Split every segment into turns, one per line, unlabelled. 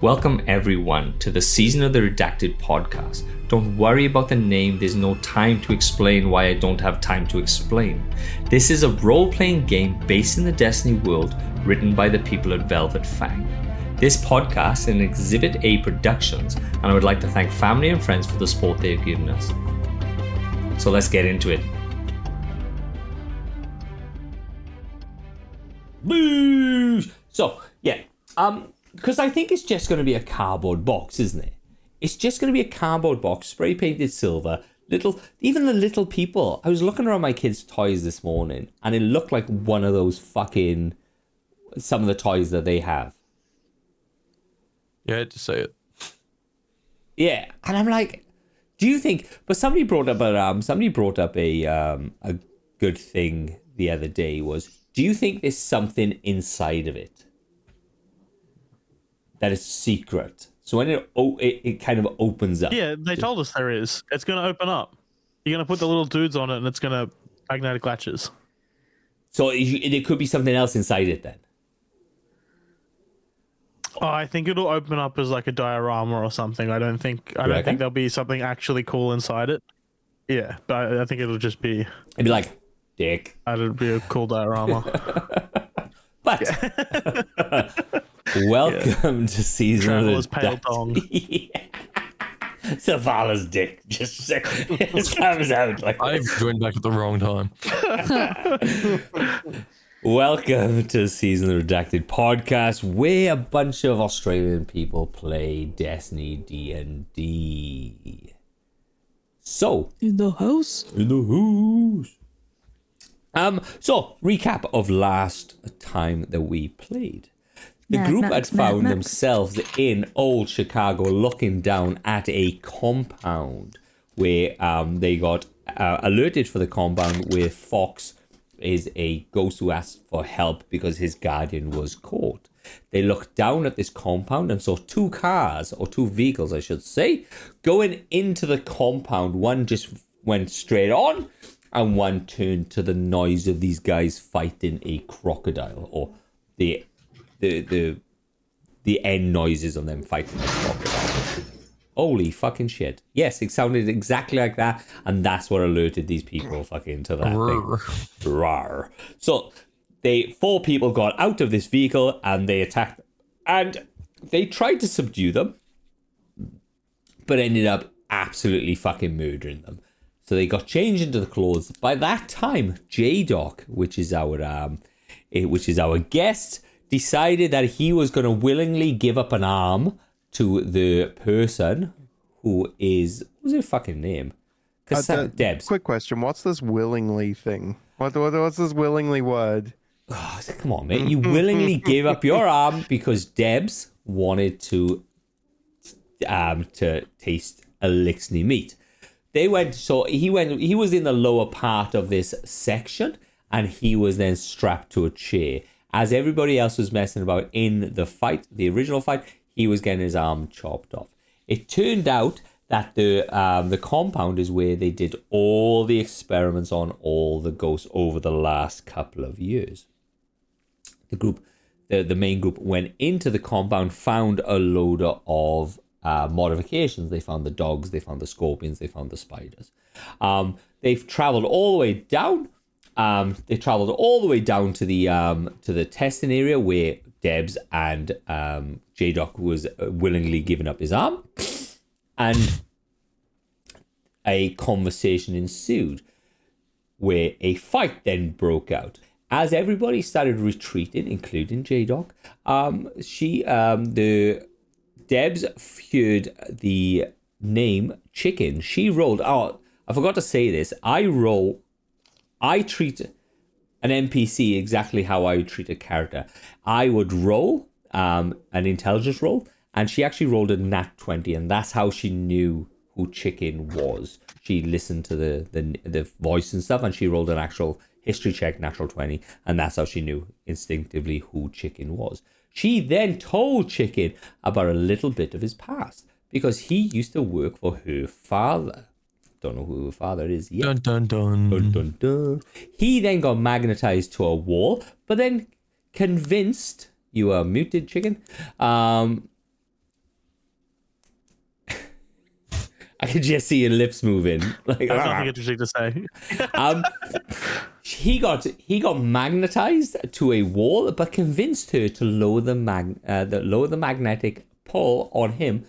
Welcome, everyone, to the Season of the Redacted podcast. Don't worry about the name, there's no time to explain why I don't have time to explain. This is a role playing game based in the Destiny world written by the people at Velvet Fang. This podcast is an Exhibit A Productions, and I would like to thank family and friends for the support they have given us. So let's get into it. Boosh! So, yeah, um, because I think it's just going to be a cardboard box, isn't it? It's just going to be a cardboard box, spray painted silver. Little, even the little people. I was looking around my kids' toys this morning, and it looked like one of those fucking some of the toys that they have.
Yeah, just say it.
Yeah, and I'm like, do you think? But somebody brought up a um, somebody brought up a um, a good thing the other day was, do you think there's something inside of it that is secret? So when it o it, it kind of opens up.
Yeah, they told us there is. It's going to open up. You're going to put the little dudes on it, and it's going to magnetic latches.
So it, there could be something else inside it then.
Oh, I think it'll open up as like a diorama or something. I don't think I
You
don't
reckon?
think there'll be something actually cool inside it. Yeah, but I, I think it'll just be
It'd be like, dick.
that'd be a cool diorama.
But welcome to season
Traveler's
of the
pale dong.
Savala's dick just just comes out like
I've joined back at the wrong time.
Welcome to Season of the Redacted podcast, where a bunch of Australian people play Destiny D and D. So
In the house?
in the house. Um. So recap of last time that we played. The
Mad
group
Max,
had
Mad
found
Max.
themselves in old Chicago, looking down at a compound where um, they got uh, alerted for the compound where Fox is a ghost who asked for help because his guardian was caught. They looked down at this compound and saw two cars, or two vehicles, I should say, going into the compound. One just went straight on, and one turned to the noise of these guys fighting a crocodile, or the the the the end noises of them fighting the crocodile. Holy fucking shit! Yes, it sounded exactly like that, and that's what alerted these people fucking to that thing.
Brr.
Rar. So they four people got out of this vehicle and they attacked, them. and they tried to subdue them, but ended up absolutely fucking murdering them. So they got changed into the clothes. By that time, J Doc, which is our um, eh, which is our guest, decided that he was going to willingly give up an arm to the person who is what's her fucking name?
Uh,
Cause
the-
Debs.
Quick question: What's this willingly thing? What, what what's this willingly word?
I said, come on, mate. You willingly gave up your arm because Debs wanted to um to taste elixir meat. They went so he went he was in the lower part of this section and he was then strapped to a chair. As everybody else was messing about in the fight, the original fight, he was getting his arm chopped off. It turned out that the um, the compound is where they did all the experiments on all the ghosts over the last couple of years the group, the, the main group, went into the compound, found a load of uh, modifications. They found the dogs, they found the scorpions, they found the spiders. Um, they've traveled all the way down. Um, they traveled all the way down to the um, to the testing area where Debs and um, J Doc was uh, willingly giving up his arm, and a conversation ensued where a fight then broke out. As everybody started retreating, including J Doc, um, she, um, the Debs feared the name Chicken. She rolled. Oh, I forgot to say this. I roll. I treat an NPC exactly how I would treat a character. I would roll um, an intelligence roll, and she actually rolled a nat 20, and that's how she knew who Chicken was. She listened to the, the, the voice and stuff, and she rolled an actual history check, natural 20, and that's how she knew instinctively who Chicken was. She then told Chicken about a little bit of his past because he used to work for her father. Don't know who her father is yet.
Dun dun dun.
Dun, dun, dun. He then got magnetized to a wall, but then convinced you are muted, chicken. Um, I could just see your lips moving. Like,
There's nothing interesting to say.
um, he got he got magnetized to a wall, but convinced her to lower the mag uh, the lower the magnetic pull on him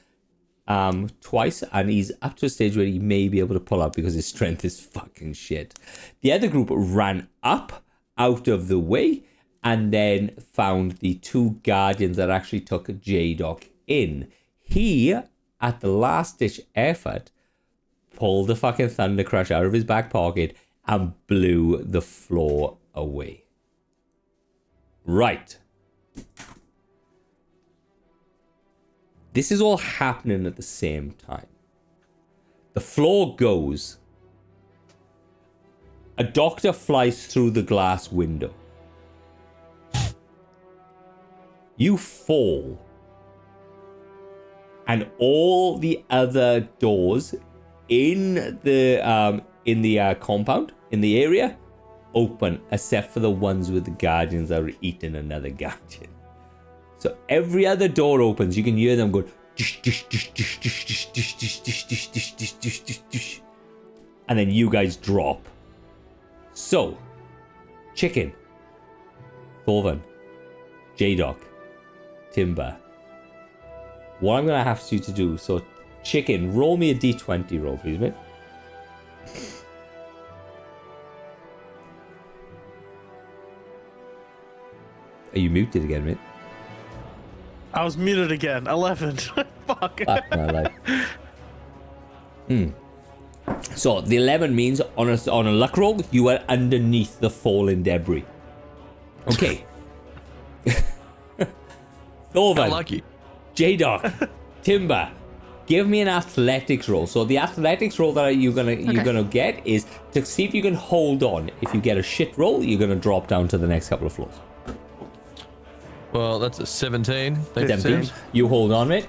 um twice, and he's up to a stage where he may be able to pull out because his strength is fucking shit. The other group ran up out of the way and then found the two guardians that actually took J Doc in. He, at the last ditch effort, pulled the fucking Thunder Crush out of his back pocket and blew the floor away. Right. This is all happening at the same time. The floor goes. A doctor flies through the glass window. You fall. And all the other doors in the um, in the uh, compound in the area open except for the ones with the guardians that were eating another guardian so every other door opens you can hear them going "Dish, dish, dish, dish, dish, dish, dish, dish, dish, dish, dish, dish, dish, dish, dish." and then you guys drop so chicken thorvan j-doc timber what i'm gonna have you to do so chicken roll me a d20 roll please mate Are you muted again, mate?
I was muted again. Eleven. Fuck.
Fuck my life. Hmm. So the eleven means on a on a luck roll, you are underneath the fallen debris. Okay. Thorvan.
Lucky.
J Doc, Timber, give me an athletics roll. So the athletics roll that you're gonna you're gonna get is to see if you can hold on. If you get a shit roll, you're gonna drop down to the next couple of floors.
Well, that's a 17. Thanks,
Seventeen,
Sims.
you hold on, mate.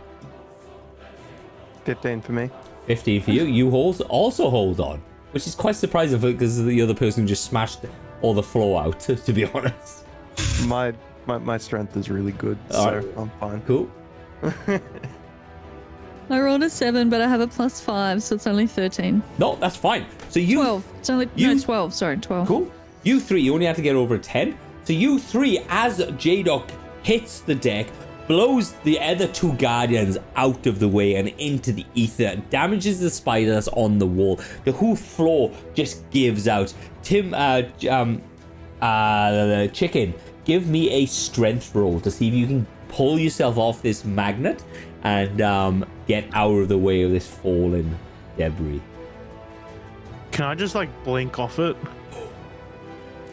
15 for me.
Fifteen for you. You hold also hold on, which is quite surprising because the other person just smashed all the floor out. To be honest.
My my, my strength is really good, so
Alright.
I'm fine.
Cool.
I rolled a seven, but I have a plus five, so it's only thirteen.
No, that's fine. So you
Twelve. It's only
You-
no twelve. Sorry, twelve.
Cool. You three, you only have to get over a 10. So you three, as J Doc hits the deck, blows the other two guardians out of the way and into the ether, damages the spider that's on the wall. The whole floor just gives out. Tim, uh, j- um, uh, chicken, give me a strength roll to see if you can pull yourself off this magnet and um, get out of the way of this fallen debris.
Can I just like blink off it?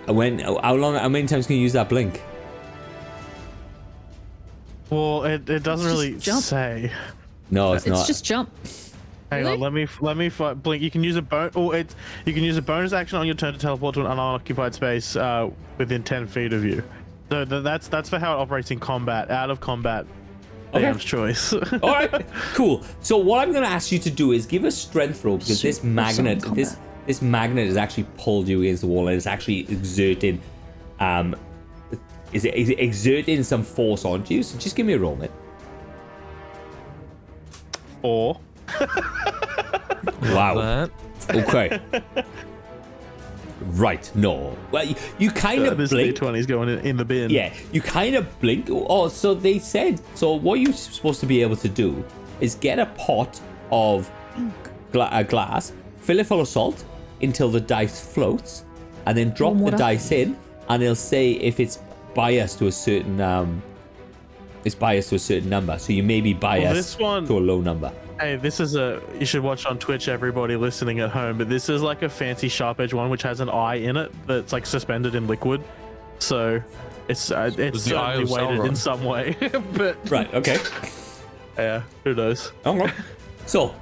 When, how long, how many times can you use that blink?
Well, it, it doesn't
just
really
jump.
say.
No, it's,
It's
not.
just jump.
Hang
Really?
on, let me let me fi- blink. You can use a bon- oh, it you can use a bonus action on your turn to teleport to an unoccupied space uh, within ten feet of you. So th- that's that's for how it operates in combat. Out of combat,
Okay.
DM's choice.
All right, cool. So what I'm going to ask you to do is give a strength roll because this
Super
magnet,
sound
this this magnet has actually pulled you against the wall and it's actually exerting, um, is it, is it exerting some force onto you? So just give me a roll, mate.
or
Wow.
That.
Okay. right. No. Well, you, you kind
uh,
of
this
blink.
D20 is going in, in the bin.
Yeah, you kind of blink. Oh, so they said. So what you're supposed to be able to do is get a pot of gla- a glass, fill it full of salt until the dice floats, and then drop
Warm
the
water.
dice in, and they'll say if it's biased to a certain um, it's biased to a certain number. So you may be biased
this one-
to a low number.
Hey, this is a you should watch on Twitch, everybody listening at home. But this is like a fancy sharp edge one which has an eye in it that's like suspended in liquid. So it's uh, it's
was the eye
certainly
of
weighted in
Sauron.
some way. but
Right. Okay.
yeah, who knows?
Okay. So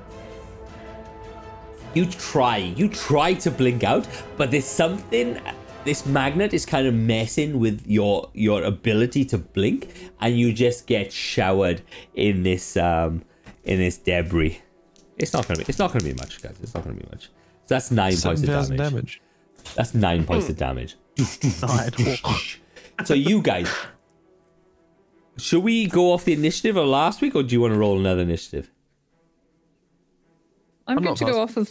you try, you try to blink out, but there's something. This magnet is kind of messing with your your ability to blink, and you just get showered in this um in this debris. It's not gonna be. It's not gonna be much, guys. It's not gonna be much. So that's nine points of
7,000
damage.
damage.
That's nine points of damage.
Nine.
So you guys, should we go off the initiative of last week, or do you want to roll another initiative?
I'm,
I'm
good
not
to go off of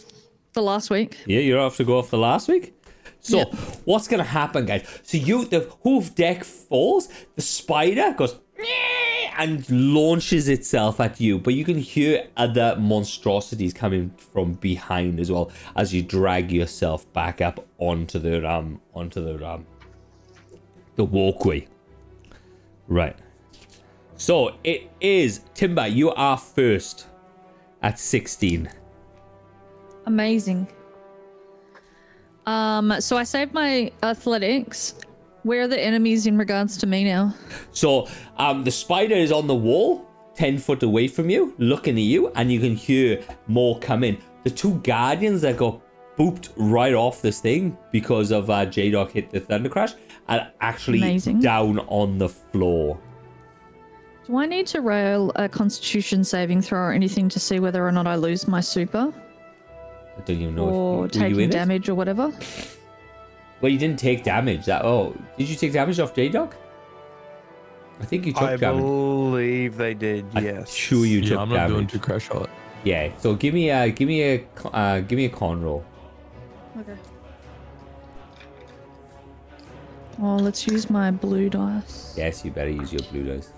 the last week.
Yeah, you're off to go off the last week. So
Yeah.
what's gonna happen, guys? So you the hoof deck falls, the spider goes "Nyeh!" and launches itself at you, but you can hear other monstrosities coming from behind as well as you drag yourself back up onto the um onto the um the walkway. Right. So it is Timber, you are first at sixteen.
Amazing. Um, so I saved my athletics. Where are the enemies in regards to me now?
So um, the spider is on the wall, 10 foot away from you, looking at you, and you can hear more come in. The two guardians that got booped right off this thing because of uh, J Doc hit the thunder crash are actually
Amazing.
down on the floor.
Do I need to rail a constitution saving throw or anything to see whether or not I lose my super
I don't even know
or
if you, were you
Oh, taking
in it.
damage or whatever?
Well, you didn't take damage. That oh, did you take damage off J Doc? I think you took
I
damage.
believe they did.
I'm
yes.
sure you took
Yeah, I'm not
damage.
going to crash out.
Yeah. So give me a give me a co- uh, give me a con roll.
Okay. Oh, let's use my blue dice.
Yes, you better use your blue dice.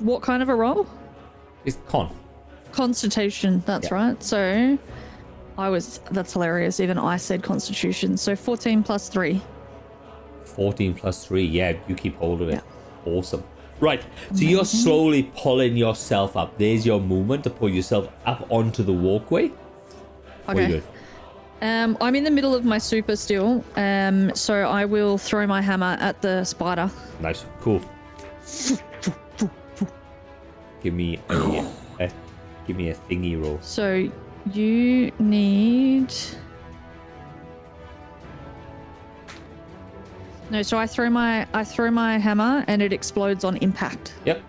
What kind of a roll?
It's con.
Constitution, that's
Yeah.
right. So I was, that's hilarious. Even I said Constitution. So 14 plus 3.
14 plus 3 yeah you keep hold of it awesome right so you're slowly pulling yourself up there's your movement to pull yourself up onto the walkway Very
Okay.
good.
Um, I'm in the middle of my super still. Um, so I will throw my hammer at the spider.
nice cool give me a, a- give me a thingy roll
So you need. No, so I throw my I throw my hammer and it explodes on impact.
yep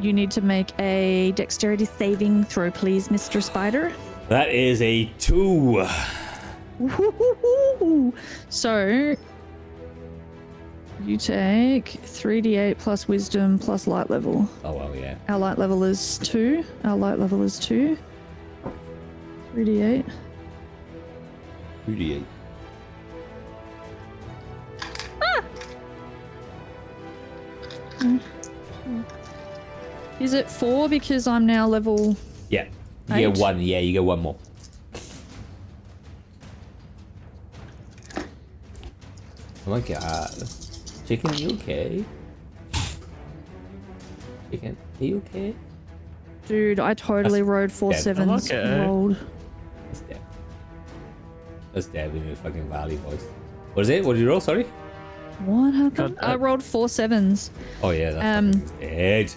You need to make a dexterity saving throw, please, Mr. Spider.
that is a 2
Woo-hoo-hoo-hoo. So you take 3d8 plus wisdom plus light level.
oh well yeah
Our light level is 2. Our light level is 2. 3d8.
2d8
Is it 4 because I'm now level.
yeah you
Eight.
get one yeah you get one more oh my god chicken you okay chicken are you okay
Dude, I totally rode 4
dead.
I'm
sevens.
okay.
Rolled.
That's Deb. That's Deb in her fucking valley voice. What is it? What did you roll? Sorry.
What happened?
God,
I rolled 4 sevens.
Oh yeah, that's
Um,
fucking Deb.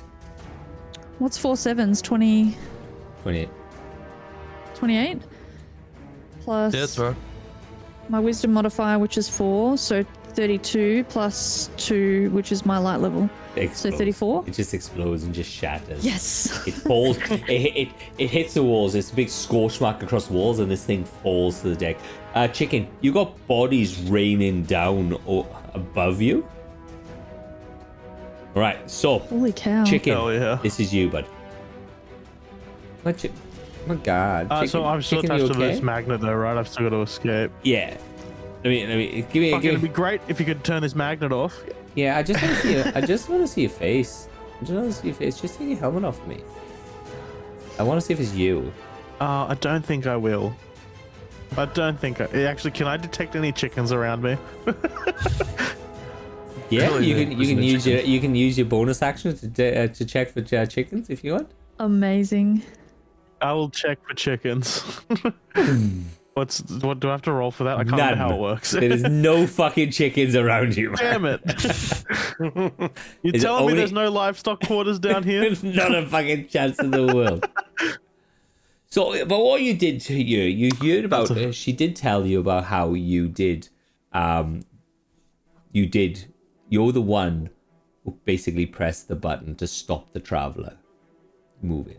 What's 4 sevens? 20.
Twenty-eight.
28? Plus.
Yeah, that's right.
my wisdom modifier, which is four, so 32 plus two, which is my light level.
Explodes.
34?
It just explodes and just shatters.
Yes.
It falls. it, hit- it it hits the walls. It's a big scorch mark across the walls, and this thing falls to the deck. Uh, chicken, you got bodies raining down or above you. Right. So,
Holy cow.
chicken.
Oh, Hell yeah.
This is you, bud. My chick. My God.
Uh,
chicken,
so I'm still
Chicken, eh? you
attached to this
okay?
magnet though, right? I've still got to escape.
Yeah. I mean, I mean, give me,
Fuck, it'd
give
be
me.
great if you could turn this magnet off.
Yeah, I just want to see. Your, I just want to see your face. I just want to see your face. Just take your helmet off me. I want to see if it's you.
Uh, I don't think I will. I don't think I. Actually, can I detect any chickens around me?
Yeah,
Really,
you
there
can. You
isn't
can
a
use your.
chicken.
You can use your bonus action to de- uh, to check for uh, chickens if you want.
Amazing.
I will check for chickens. What's what? Do I have to roll for that? I can't
None.
remember how it works.
There is no fucking chickens around you. man.
Damn it! You're
Is it
telling me
only-
there's no livestock quarters down here?
There's not a fucking chance in the world. So, but what you did to you, you heard about. uh, she did tell you about how you did. Um, you did. You're the one who basically pressed the button to stop the traveler moving.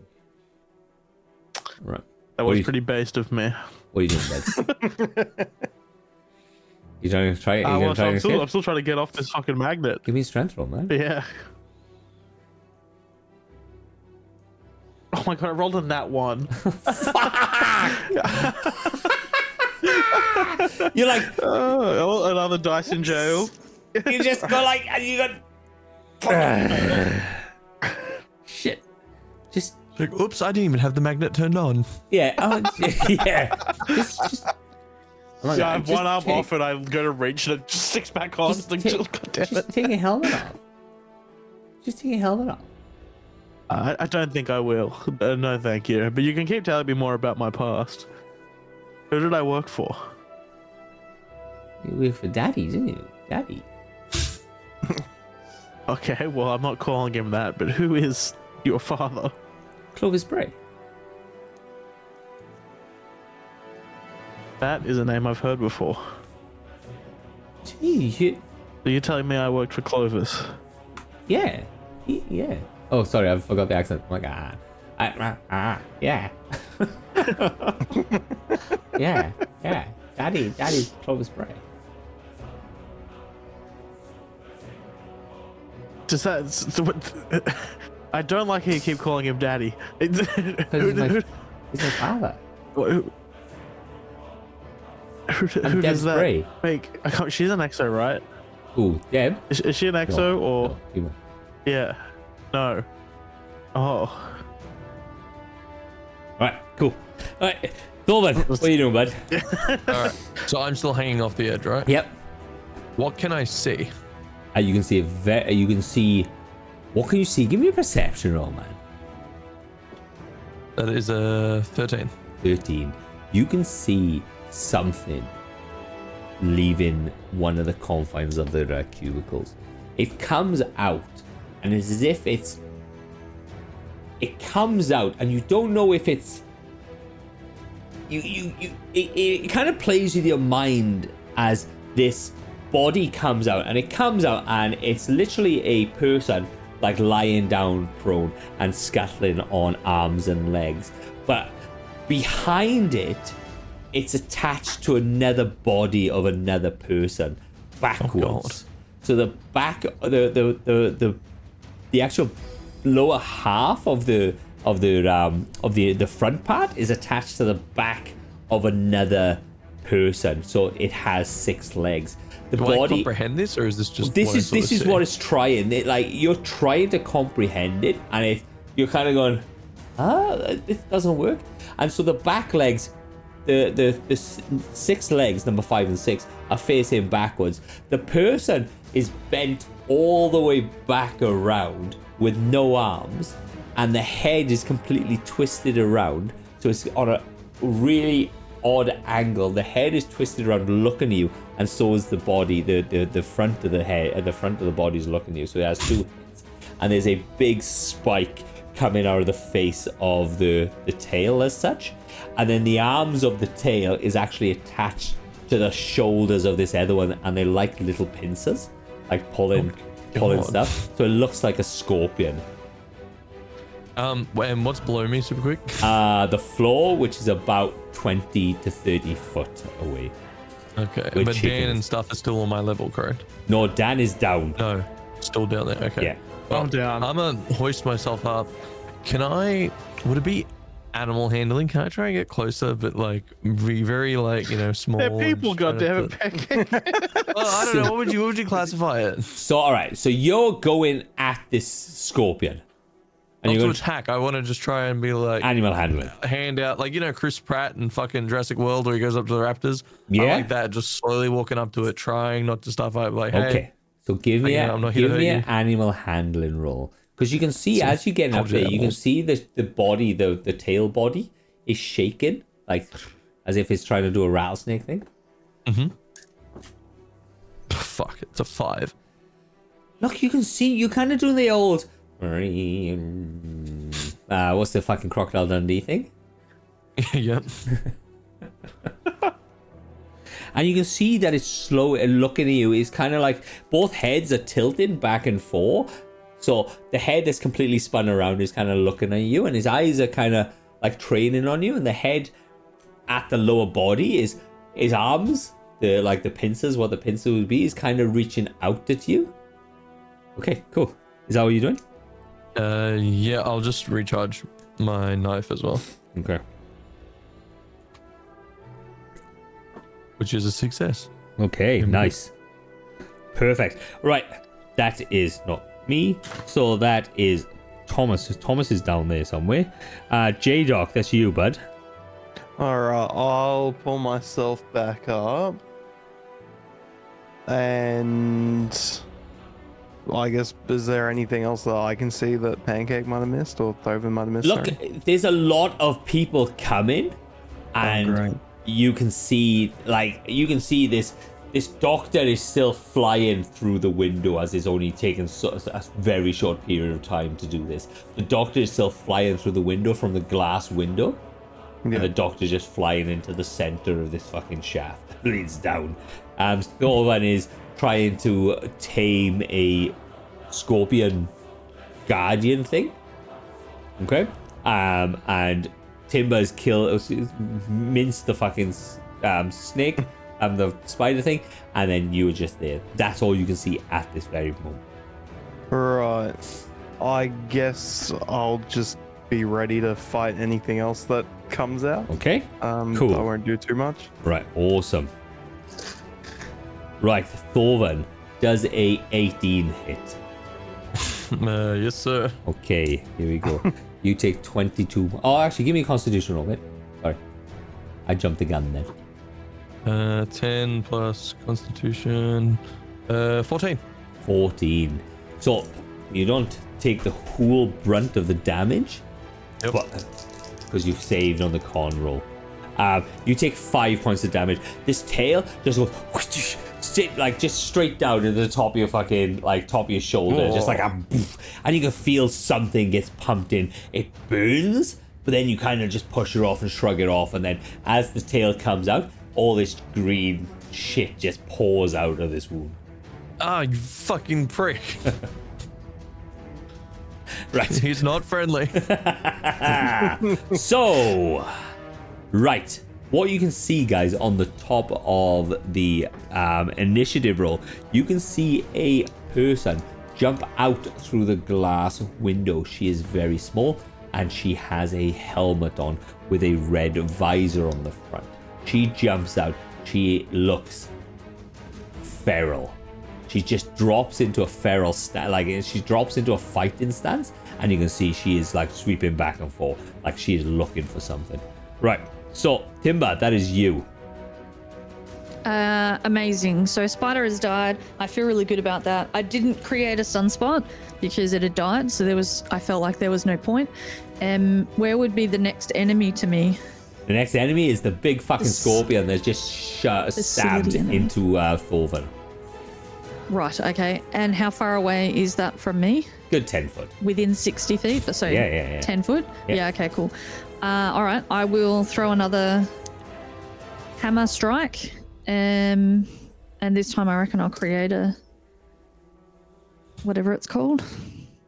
Right. What
That
do
was
you-
pretty based of me.
What are you doing, bud? you trying to try it?
Uh,
You
well,
gonna try
I'm,
it
still, I'm
again?
still trying to get off this fucking magnet.
Give me a strength roll, man.
Yeah. Oh my god, I rolled on that one.
You're like,
Oh, another dice in jail.
you just go like, and you got. Shit. Just,
Like, oops, I didn't even have the magnet turned on.
yeah. Oh, yeah. Just, just.
Yeah, I have
Just
one arm
take-
off and I go to reach and it just sticks back on.
Just
Like,
take-
God damn it.
Just take a helmet off. Just take a helmet off.
I, I don't think I will. Uh, no, thank you. But you can keep telling me more about my past. Who did I work for?
You work for daddy, didn't you? Daddy.
Okay, well, I'm not calling him that, but who is your father?
Clovis Bray.
That is a name I've heard before.
Gee, you,
Are you telling me I worked for Clovis?
yeah. He- yeah. Oh, sorry, I forgot the accent. I'm like, ah. I, ah, ah, yeah. yeah, yeah. Daddy, daddy, Clovis Bray.
Does that? s- th- what- I don't like how you keep calling him daddy.
Because
who,
he's, my,
who,
he's my father.
who, who,
Deb's
who does that
Bray.
make? I can't, she's an EXO, right?
Ooh, Deb.
Is, is she an EXO
No,
or?
no, you won't.
Yeah. No. Oh.
All right, cool. All right, Dolman, what are you doing, bud?
All right. so I'm still hanging off the edge, right?
Yep.
What can I see?
Uh, you can see a ve- uh, you can see. What can you see? Give me a perception roll, man.
That is a 13.
13, you can see something leaving one of the confines of the uh, cubicles. It comes out, and it's as if it's. It comes out, and you don't know if it's. You you you. It, it kind of plays with your mind as this body comes out, and it comes out, and it's literally a person like lying down prone and scuttling on arms and legs, but behind it, it's attached to another body of another person backwards. so the back, the the the the, the actual lower half of the of the um of the the front part is attached to the back of another person. So it has six legs. The
Do I
body.
comprehend this, or is this just
This
what I
is
sort of
this is
see?
what it's trying. It, like you're trying to comprehend it, and it you're kind of going, ah, this doesn't work. And so the back legs, the the, the s- six legs, number five and six, are facing backwards. The person is bent all the way back around with no arms, and the head is completely twisted around. So it's on a really odd angle. The head is twisted around, looking at you, and so is the body. The the, the front of the head, uh, the front of the body is looking at you. So it has two heads, and there's a big spike coming out of the face of the the tail as such, and then the arms of the tail is actually attached to the shoulders of this other one, and they like little pincers, like pulling. Pulling
God.
stuff, so it looks like a scorpion.
Um, and what's below me, super quick?
Uh, the floor, which is about 20 to 30 foot away.
Okay,
We're
but Dan
chickens.
and stuff are still on my level, correct?
No, Dan is down.
No, still down there. Okay.
Yeah.
I'm down.
I'm gonna hoist myself up. Can I? Would it be animal handling? Can I try and get closer, but like be very like you know small?
They're
and
people,
just try to
goddammit,
put-
Peggy.
Well, I don't know. What would you? What would you classify it?
So, all right. So you're going at this scorpion, and
Not
you're
to
going
attack. I want to just try and be like
animal handling.
hand out, like you know Chris Pratt in fucking Jurassic World, where he goes up to the raptors.
Yeah.
I like that. Just slowly walking up to it, trying not to stuff up. Like, hey,
Okay. So give me
Hang on,
a
I'm not here
give
to
me
hurt
an
you.
animal handling roll because you can see as you're getting up
Culture
there, you can
animal.
see the the body, the the tail body is shaking like as if it's trying to do a rattlesnake thing.
fuck, it's a five.
Look, you can see you kind of doing the old. Uh, what's the fucking crocodile Dundee thing?
yep.
and you can see that it's slow and looking at you it's kind of like both heads are tilting back and forth so the head that's completely spun around is kind of looking at you and his eyes are kind of like training on you and the head at the lower body is his arms the like the pincers what the pincer would be is kind of reaching out at you okay cool is that what you're doing
Uh, yeah. I'll just recharge my knife as well,
Okay.
which is a success.
Okay,
Remember-
nice. Perfect. Right, that is not me. So that is Thomas. Thomas is down there somewhere. Uh, J Doc, that's you, bud.
All right, I'll pull myself back up. And I guess is there anything else that I can see that Pancake might have missed or Thoven might have missed?
Look,
Sorry. Oh,
there's a lot of people coming, and
great.
you can see like you can see this. This doctor is still flying through the window as it's only taken so, a very short period of time to do this. The doctor is still flying through the window from the glass window.
Yeah.
and the doctor's just flying into the center of this fucking shaft that leads down. Um, Thorvan is trying to tame a scorpion guardian thing. Okay. Um, and Timber's kill mince the fucking s- um, snake and the spider thing, and then you were just there. That's all you can see at this very moment.
Right. I guess I'll just be ready to fight anything else that comes out.
Okay.
Um,
Cool.
I won't do too much.
Right, awesome. Right, Thorvan does a 18 hit.
Uh, yes, sir.
Okay, here we go. you take 22. Oh, actually, give me a constitution roll, mate. Sorry. I jumped the gun then.
Uh, ten plus Constitution. Uh, fourteen.
14. So, you don't take the whole brunt of the damage,
Yep.
because you've saved on the con roll. Um, you take five points of damage. This tail just goes whoosh, straight, like just straight down into the top of your fucking like top of your shoulder, just like a, boof. and you can feel something gets pumped in. It burns, but then you kind of just push it off and shrug it off, and then as the tail comes out, all this green shit just pours out of this wound.
Ah, you fucking prick.
Right.
He's not friendly.
So, right, what you can see, guys, on the top of the um, initiative roll, you can see a person jump out through the glass window. She is very small, and she has a helmet on with a red visor on the front. She jumps out. She looks feral. She just drops into a feral sta like she drops into a fighting stance, and you can see she is like sweeping back and forth, like she is looking for something. Right. So Timber, that is you.
Uh, amazing. So spider has died. I feel really good about that. I didn't create a sunspot because it had died, so there was. I felt like there was no point. Um, where would be the next enemy to me?
The next enemy is the big fucking
This-
scorpion that just sh- uh, stabbed
silly enemy.
into uh, Thorvan.
Right. Okay. And how far away is that from me?
Good ten foot.
Within sixty feet. So
Yeah, yeah, yeah.
ten foot.
Yeah.
Yeah. Okay. Cool. Uh, all right. I will throw another hammer strike. Um, and this time I reckon I'll create a whatever it's called.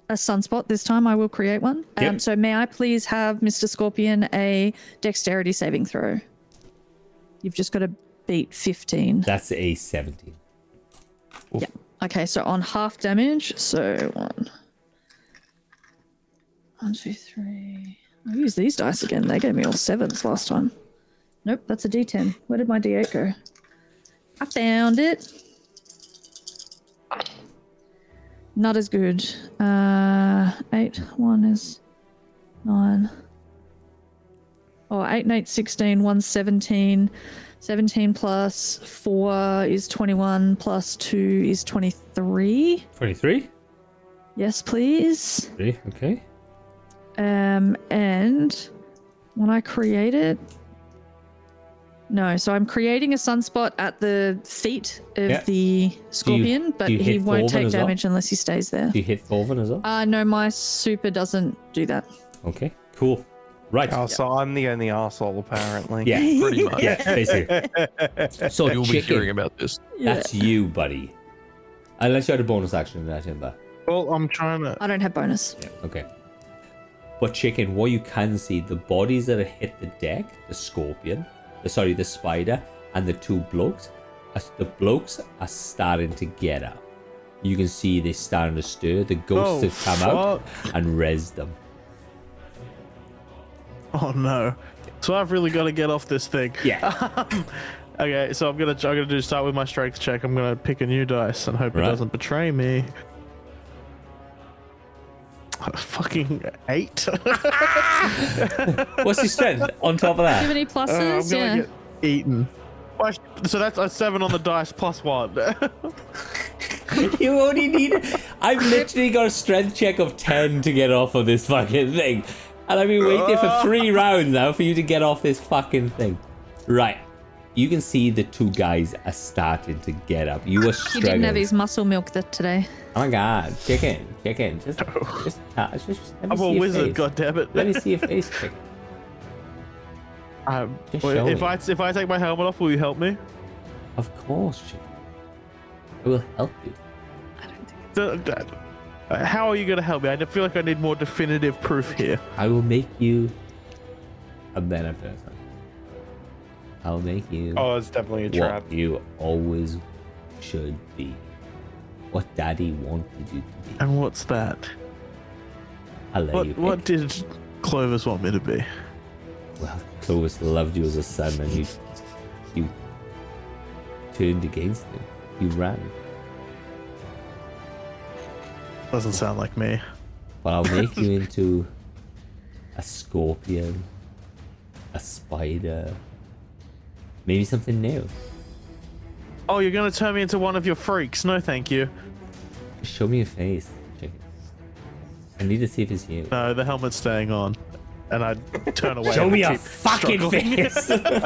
A sunspot. This time I will create one.
Yep.
Um, so may I please have Mr. Scorpion a dexterity saving throw? You've just got to beat 15.
That's a seventeen.
Yeah. Okay, so on half damage, so one. One, two, three. I'll use these dice again. They gave me all sevens last time. Nope, that's a d10. Where did my d8 go? I found it. Not as good. Uh, eight. One is nine. Oh, eight and eight, 16. One's 17. 17 plus 4 is 21 plus 2 is 23
Twenty-three.
yes please
Three. Okay.
um and when i create it no so i'm creating a sunspot at the feet of
Yeah.
the scorpion but
do you
he
hit
won't
Thorvan
take
as well?
damage unless he stays there
Do you hit Thorvan as well?
uh no my super doesn't do that
Okay. Cool. Right.
Oh, so I'm the only asshole apparently.
Yeah.
Pretty much.
Yeah. Basically. So
You'll be
chicken.
hearing about this.
That's you, buddy. Unless you had a bonus action in that timber.
Well, I'm trying to.
i don't have bonus
Okay. But chicken, what you can see, the bodies that have hit the deck, the scorpion, the, sorry, the spider, and the two blokes, as the blokes are starting to get up. You can see they're starting to stir. The ghosts
Oh,
have come out and res them.
Oh no. So I've really got to get off this thing.
Yeah.
Okay, so I'm gonna I'm gonna do start with my strength check. I'm gonna pick a new dice and hope
Right.
it doesn't betray me. fucking eight.
What's his strength on top of
Do you
that?
have any
Uh, I'm
pluses?
gonna
yeah.
get eaten. Why sh- So that's a seven on the dice plus one.
You only need. I've literally got a strength check of 10 to get off of this fucking thing. And I've been waiting for three rounds now for you to get off this fucking thing. Right. You can see the two guys are starting to get up. You are
He
struggling.
didn't have his muscle milk that today.
Oh my god, chicken, chicken, just, just touch, just let me
I'm
see
a
your
wizard,
face. Let me
goddammit.
see your face, chicken.
Um,
Just
wait,
show
if
me.
I if I take my helmet off, will you help me?
Of course, chicken. I will help you.
I don't think.
D- d- uh, How are you gonna help me? I feel like I need more definitive proof here.
I will make you a better person. I'll make you
Oh, it's definitely a
what
trap.
you always should be. What daddy wanted you to be.
And what's that?
I'll let you
What
pick.
what did Clovis want me to be?
Well, Clovis loved you as a son and you you turned against him. You ran.
Doesn't sound like me.
But I'll make you into a scorpion, a spider, maybe something new.
Oh, you're gonna turn me into one of your freaks? No, thank you.
Show me your face, chicken. I need to see if it's you.
No, the helmet's staying on, and I turn away. and keep struggling.
face.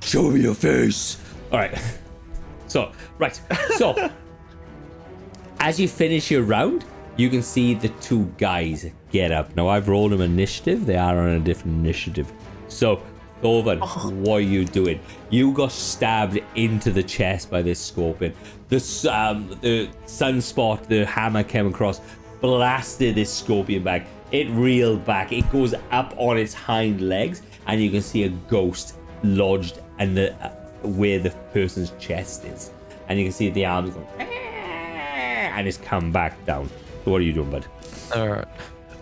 Show me your face. All right. So, right. So, as you finish your round, you can see the two guys get up. Now, I've rolled them initiative. They are on a different initiative. So, Thorvan, what are you doing? You got stabbed into the chest by this scorpion. The, s- um, the sunspot, the hammer came across, blasted this scorpion back. It reeled back. It goes up on its hind legs, and you can see a ghost lodged in the, uh, where the person's chest is. And you can see the arms going Eh, and it's come back down. So what are you doing, bud?
All right.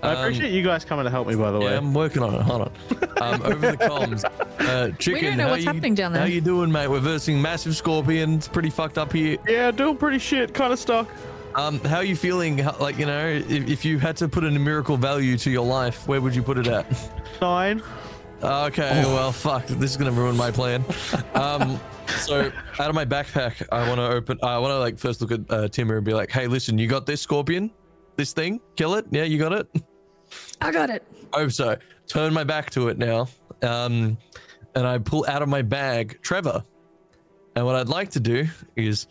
I
Um,
appreciate you guys coming to help me, by the way.
Yeah, I'm working on it. Hold on. Um, over the comms, uh, chicken.
know
how
what's
you-
happening down there.
How you doing, mate? We're versing massive scorpions. Pretty fucked up here.
Yeah, doing pretty shit. Kind of stuck.
Um, how you feeling? How, like you know, if, if you had to put a numerical value to your life, where would you put it at?
Nine.
Okay, well, fuck. This is gonna ruin my plan. Um, so out of my backpack, I want to open. I want to like first look at uh, Timur and be like, "Hey, listen, you got this scorpion, this thing, kill it. Yeah, you got it.
I got it.
hope so. Oh, Turn my back to it now. Um, and I pull out of my bag Trevor. And what I'd like to do is,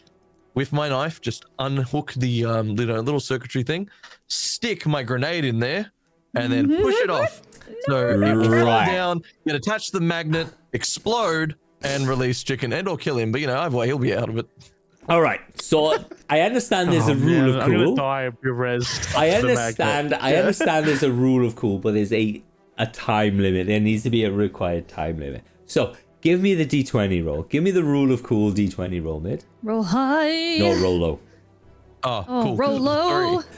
with my knife, just unhook the um, you know, little circuitry thing, stick my grenade in there, and
Mm-hmm.
then push it off. So it will fall
Right.
down, get attached to the magnet, explode, and release chicken and or kill him. But you know, either way, he'll be out of it.
All right. So I understand there's
Oh,
a rule of
I'm gonna
cool.
die of your res.
I
to the magnet.
understand. I understand there's a rule of cool, but there's a a time limit. There needs to be a required time limit. So give me the d20 roll. Give me the rule of cool d20 roll, mid.
Roll high.
No, roll low.
Oh,
Oh,
cool.
roll low.
Sorry.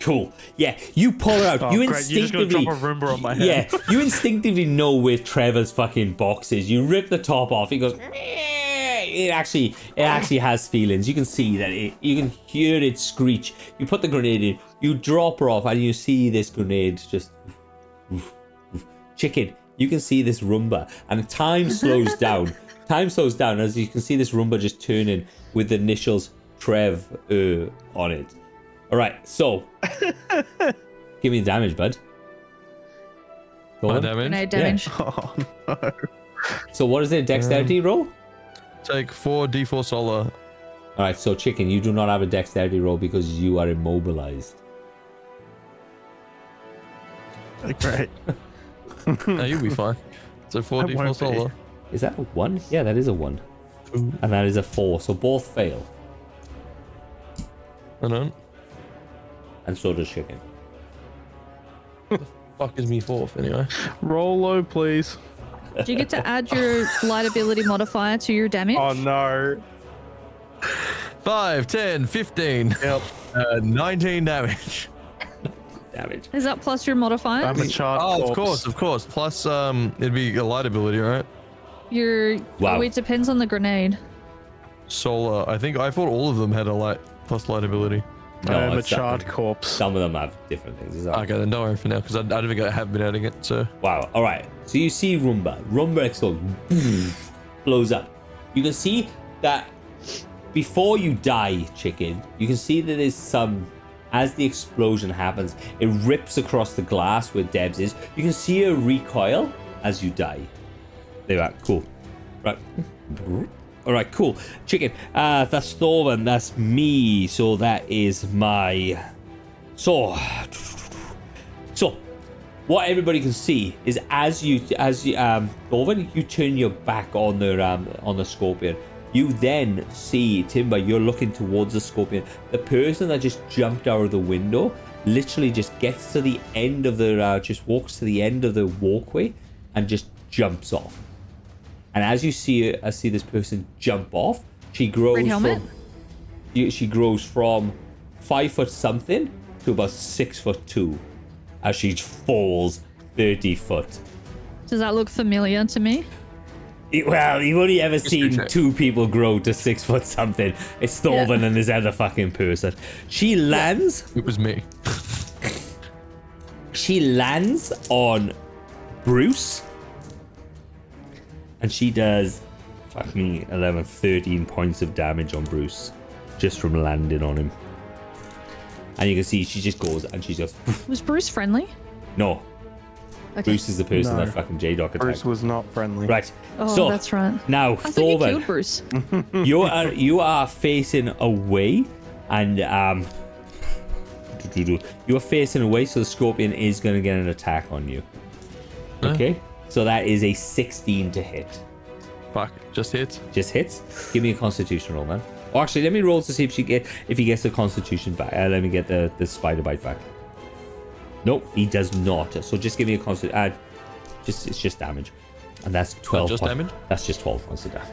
Cool. Yeah, you pull her out.
Oh,
you
great. You're just
instinctively.
gonna drop a Roomba on my head.
Yeah, you instinctively know where Trevor's fucking box is. You rip the top off. He goes. "Meh." It actually, it actually has feelings. You can see that. It, you can hear it screech. You put the grenade in. You drop her off, and you see this grenade just. Chicken. You can see this rumba, and time slows down. Time slows down as you can see this rumba just turning with the initials Trev uh, on it. All right, so give me the damage, bud. Go
My
on.
damage.
Grenade damage.
Oh, no.
So what is it? Dexterity roll?
Take four D4 solar.
All right, so chicken, you do not have a dexterity roll because you are immobilized.
Great.
no, you'll be fine. So four
Hmm. I won't be.
D4 solar.
Is that a one? Yeah, that is a one,
Ooh.
and that is a four. So both fail,
I don't.
and so does chicken.
fuck is me fourth anyway?
Roll low, please.
Do you get to add your light ability modifier to your damage?
Oh no.
5, 10, 15,
Yep.
uh, 19 damage.
damage.
Is that plus your modifier?
I'm a charred
Oh, of
corpse.
course, of course. Plus, um, it'd be a light ability, right?
your
Wow.
oh, it depends on the grenade.
Solar. I think I thought all of them had a light plus light ability.
No,
I'm a
it's that-
charred corpse.
Some of them have different things. Is that
Okay, then don't worry for now because I, I don't think I have been adding it. So
Wow. All right. So you see Roomba. Roomba explodes, blows up. You can see that before you die, chicken. You can see that there's some. As the explosion happens, it rips across the glass where Debs is. You can see her recoil as you die. There, right, cool. Right. All right, cool. Chicken. Uh, that's Thorvan. That's me. So that is my. So. So, what everybody can see is as you as you, um Dovan, you turn your back on the um on the scorpion. You then see Timber. You're looking towards the scorpion. The person that just jumped out of the window literally just gets to the end of the uh, just walks to the end of the walkway and just jumps off. And as you see her, I see this person jump off. She grows
Red helmet?
from you- she grows from five foot something to about six foot two as she falls 30 foot.
Does that look familiar to me?
It- well, you've only ever seen
check.
two people grow to six foot something. It's Thorvan and this other fucking person. She lands
it was me.
she lands on Bruce and she does fucking 11, 13 points of damage on Bruce just from landing on him. And you can see she just goes and she just,
Was Bruce friendly?
no.
Okay.
Bruce is the person
No.
that fucking J Doc attacked.
Bruce was not friendly.
Right.
Oh,
so
that's right.
now,
I thought you
Thorvan,
killed Bruce.
you are you are facing away, and um, you are facing away, so the scorpion is going to get an attack on you.
Yeah.
Okay, so that is a 16 to hit.
Fuck, just hit.
Just hits. Give me a Constitution roll, man. Or actually, let me roll to see if she get if he gets the Constitution back. Uh, let me get the the spider bite back. Nope, he does not. So just give me a constant. Uh, just it's just damage, and that's 12.
just
points-
damage?
That's just 12 points of damage.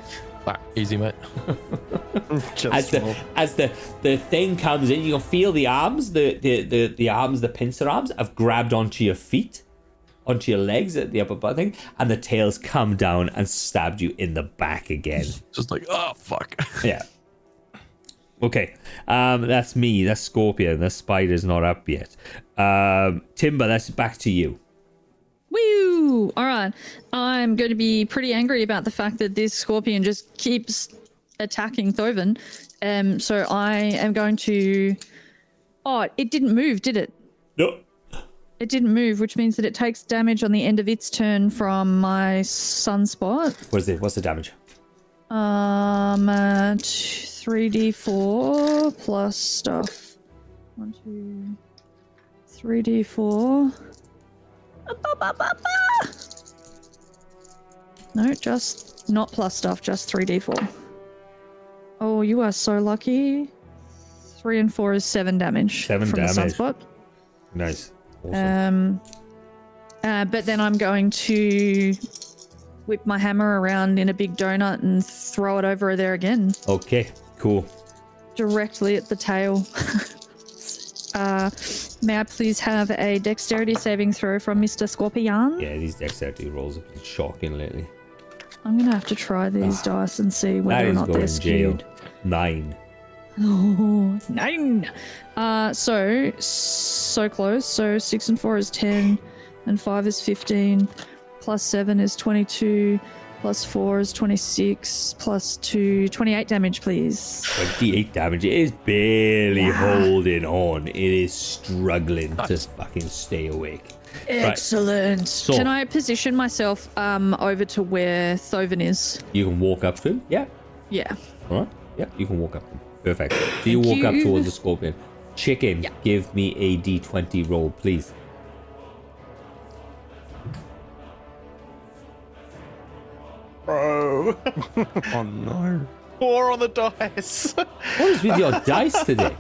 Fuck, easy, mate.
Just
as the
small.
as the the thing comes in, you can feel the arms, the the the, the arms, the pincer arms have grabbed onto your feet, onto your legs at the upper part thing, and the tails come down and stabbed you in the back again.
Just like oh fuck.
yeah. Okay, um, that's me. That's Scorpion. That spider's not up yet. Um, Timber, that's back to you.
Woo! All right. I'm going to be pretty angry about the fact that this scorpion just keeps attacking Thoven. Um, so I am going to. Oh, it didn't move, did it?
No.
It didn't move, which means that it takes damage on the end of its turn from my sunspot.
What's the what's the damage?
Um, uh, three d four plus stuff. One, two, three d four. No, just not plus stuff. Just three d four. Oh, you are so lucky. Three and four is seven damage.
Seven
from The
damage.
sunspot.
Nice. Awesome.
Um, uh, but then I'm going to whip my hammer around in a big donut and throw it over there again,
okay. Cool.
directly at the tail. uh, may I please have a dexterity saving throw from Mr. Scorpion?
Yeah, these dexterity rolls have been shocking lately.
I'm gonna have to try these dice and see
Ah. That
whether or
is
not
going
they're
in jail.
skewed.
Nine.
Oh, nine. Uh, so so close. So six and four is ten, and five is fifteen, plus seven is twenty-two, plus four is twenty-six, plus two, 28 damage, please.
28 damage. It is barely holding on. It is struggling to fucking stay awake.
Excellent.
So-
Can I position myself um over to where Thoven is?
You can walk up to him. Yeah.
Yeah.
All right. Yeah. You can walk up to him. Perfect. So you walk up
you.
towards the scorpion. Chicken, give me a d20 roll, please.
Bro.
Oh no.
Four on the dice.
What is with your dice today?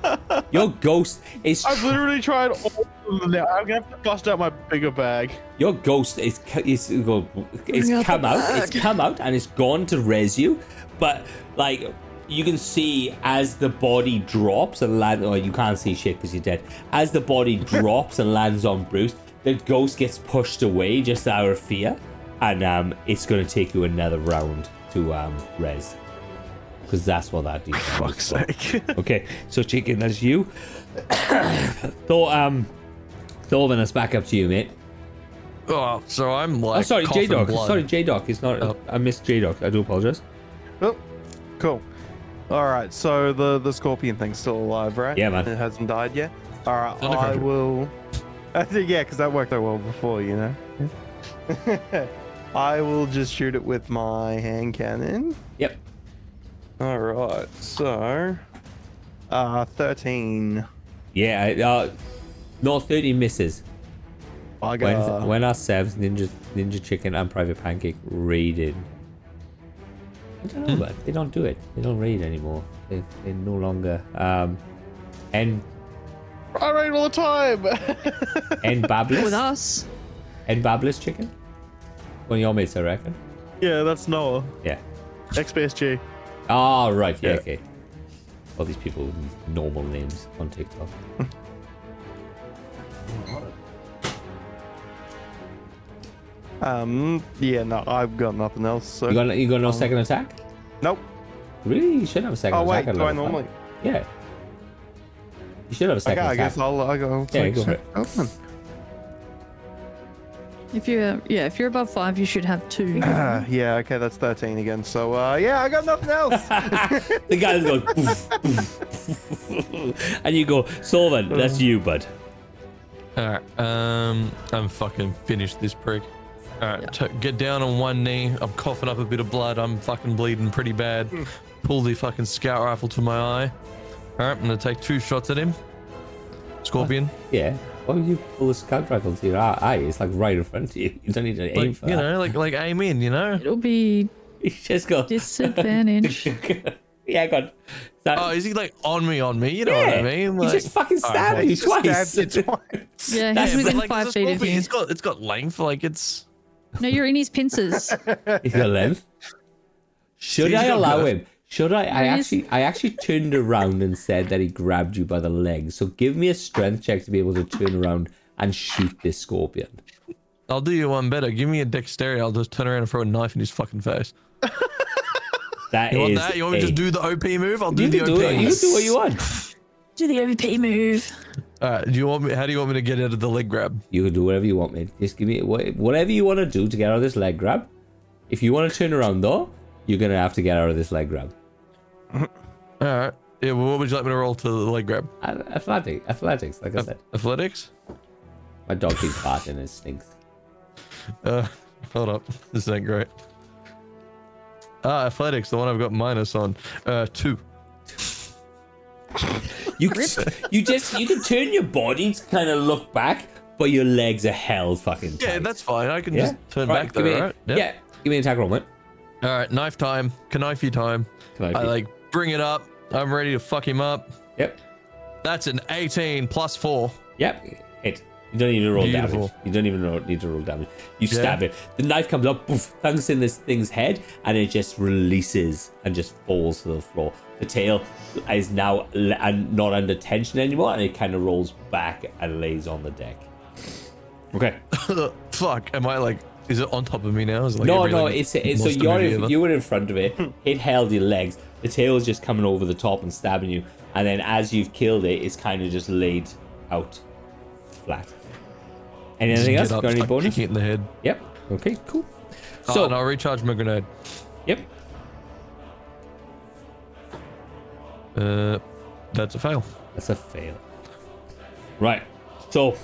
Your ghost is
I've literally tried all of them now. I'm gonna have to bust out my bigger bag.
Your ghost is co- is go- it's
Bring out
come
the
out, it's come out, and it's gone to res you, but like you can see as the body drops and land. Oh, you can't see shit because you're dead. As the body drops and lands on Bruce, the ghost gets pushed away just out of fear, and um, it's gonna take you another round to um res, because that's what that default is.
Fuck's sake.
Okay, so chicken, that's you. Thor, um, Thorvin, that's back up to you, mate.
Oh, so I'm like.
oh, sorry, J
coughing
Doc.
blood.
Sorry, J Doc. It's not.
Oh.
I missed J Doc. I do apologize.
Oh, cool. All right, so the the scorpion thing's still alive, right?
Yeah, man.
It hasn't died yet. All right,
Under
I
control.
will. I think yeah, because that worked out well before, you know. I will just shoot it with my hand cannon.
Yep.
All right, so uh, thirteen.
Yeah. I- Uh, no, thirty misses.
I
When
got
when our Sevs, Ninja Ninja Chicken, and Private Pancake raided. I don't
Hmm.
know, but they don't do it. They don't raid anymore. They they no longer. Um, and
I raid all the time.
and
With
Bablis
us.
and Bablis Chicken. One of your mates, I reckon.
yeah, that's Noah.
Yeah.
XBSG.
Oh, right. Yeah,
Yeah.
okay. All these people with normal names on TikTok.
um, yeah, no, I've got nothing else. So
You got, you
um,
got no second attack?
nope.
Really? You should have a second
Oh
attack.
wait,
at
do I
level five.
normally?
Yeah. You should have a
Okay,
second
I
attack.
guess I'll. I go.
Yeah, go for it.
If you're yeah, if you're above five, you should have two.
Uh, yeah, okay, that's 13 again. So, uh, yeah, I got nothing else.
the guy's going, "Poof, poof, poof." and you go, Solvent,
Uh.
that's you, bud.
Alright, um, I'm fucking finished this prick. Alright, t- get down on one knee. I'm coughing up a bit of blood. I'm fucking bleeding pretty bad.
Hmm.
Pull the fucking scout rifle to my eye. Alright, I'm gonna take two shots at him. Scorpion.
Yeah. Why would you pull the scout rifle to your eye? It's like right in front of you. You don't need to aim
Like,
for
you
that.
know, like, like aim in, you know?
It'll be
You just go,
disadvantage.
yeah, God. That,
Oh, is he like on me, on me? You know what I mean?
he
Like,
just fucking stabbed
alright,
you
Just stabbed
twice.
it twice.
yeah,
yeah,
he's
but,
within
like,
five
it's a
feet of
scorpion.
you.
It's got, it's got length. Like, it's.
No, you're in his pincers.
He's got length. Should
He's
I
got
allow
girth.
him? Should I? I
There is-
actually, I actually turned around and said that he grabbed you by the leg. So give me a strength check to be able to turn around and shoot this scorpion.
I'll do you one better. Give me a dexterity. I'll just turn around and throw a knife in his fucking face.
That
You want
is
that? You want me
a-
to just do the OP move? I'll do
You
the
can
OP.
do it. You can do what you want.
Do the OP move.
Alright, do you want me? How do you want me to get out of the leg grab?
You can do whatever you want, mate. Just give me wha- whatever you want to do to get out of this leg grab. If you want to turn around though, you're gonna have to get out of this leg grab.
All right. Yeah. Well, what would you like me to roll to the leg grab?
A- Athletic, athletics. Like I said,
Athletics.
my dog keeps farting and it stinks.
Uh, hold up. This ain't great. Ah, athletics. The one I've got minus on. Uh, two.
You you just you can turn your body to kind of look back, but your legs are held fucking tight.
Yeah, that's fine. I can
Yeah.
just turn
All right,
back
give
there.
me-
Right?
Yeah. give me an attack roll, mate.
All right. Knife time. Knifey time.
Knifey.
I like bring it up. I'm ready to fuck him up.
Yep,
That's an 18 plus four.
yep, hit. You don't even roll
Beautiful.
damage. You don't even roll, need to roll damage. You stab it. The knife comes up, poof, thunks in this thing's head, and it just releases and just falls to the floor. The tail is now l- and not under tension anymore, and it kind of rolls back and lays on the deck. Okay.
fuck. Am I like? Is it on top of me now? Is it like
no,
every,
no,
like,
it's it's so
monster
you're
movie
in-
ever?
you were in front of it. It held your legs. The tail is just coming over the top and stabbing you. And then as you've killed it, it's kind of just laid out flat.
Just
Anything
get
else?
up,
Got any
start
bonus?
kicking it in the head.
Yep. Oh, Okay. Cool.
So
So
and I'll recharge my grenade.
yep.
Uh, that's a fail.
That's a fail. Right. So,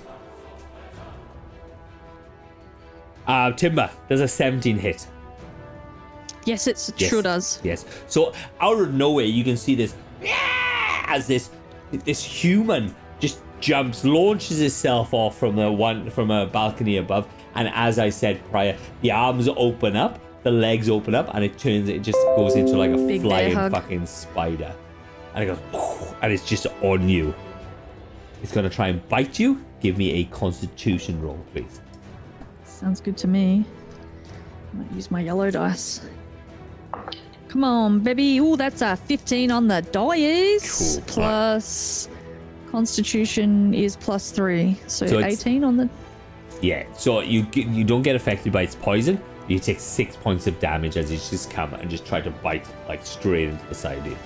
uh, Timber does a 17 hit.
Yes, it
Yes.
sure does.
Yes. So out of nowhere, you can see this "Yeah!" as this this human just jumps, launches itself off from the one from a balcony above, and as I said prior, the arms open up, the legs open up, and it turns. It just goes into like a
Big bear
flying
hug.
fucking spider, and it goes, "Whew," and it's just on you. It's gonna try and bite you. Give me a Constitution roll, please.
Sounds good to me. I might use my yellow dice. Come on, baby. Ooh, that's a 15 on the dice.
Cool.
Plus constitution is plus 3. So,
So it's-
18 on the
Yeah, so you g- you don't get affected by its poison. You take six points of damage as it's just come and just try to bite like straight into the side of you.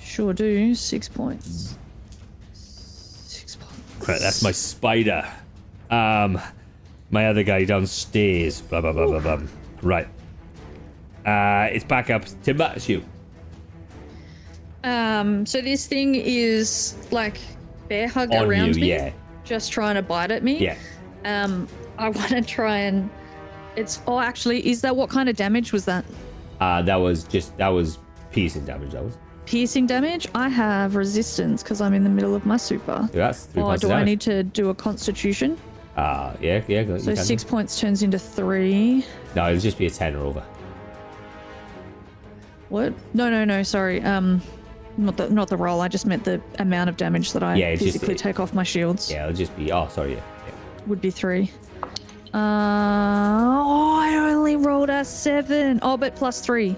Sure do. 6 points. 6 points.
Right, that's my spider. Um, my other guy downstairs. Blah blah blah blah blah. Right. Uh, it's back up. Timber, it's you.
Um so this thing is like bear hug
On
around
you,
me.
yeah,
Just trying to bite at me.
yeah.
Um I want to try and it's oh actually is that what kind of damage was that?
Uh, that was just that was piercing damage. That was.
Piercing damage. I have resistance because I'm in the middle of my super.
Yeah, that's three
Or
points
Oh, do
of
I
damage.
need to do a constitution?
Uh, yeah, yeah. go- you
So
can do.
six points turns into three.
No, it'll just be a ten or over.
What? No, no, no. Sorry. Um, not the not the roll. I just meant the amount of damage that I
Yeah, it's just-
physically take off my shields
Yeah, it'll just be. Oh, sorry. Yeah. yeah.
would be three. Uh, oh, I only rolled a seven. Oh, but plus three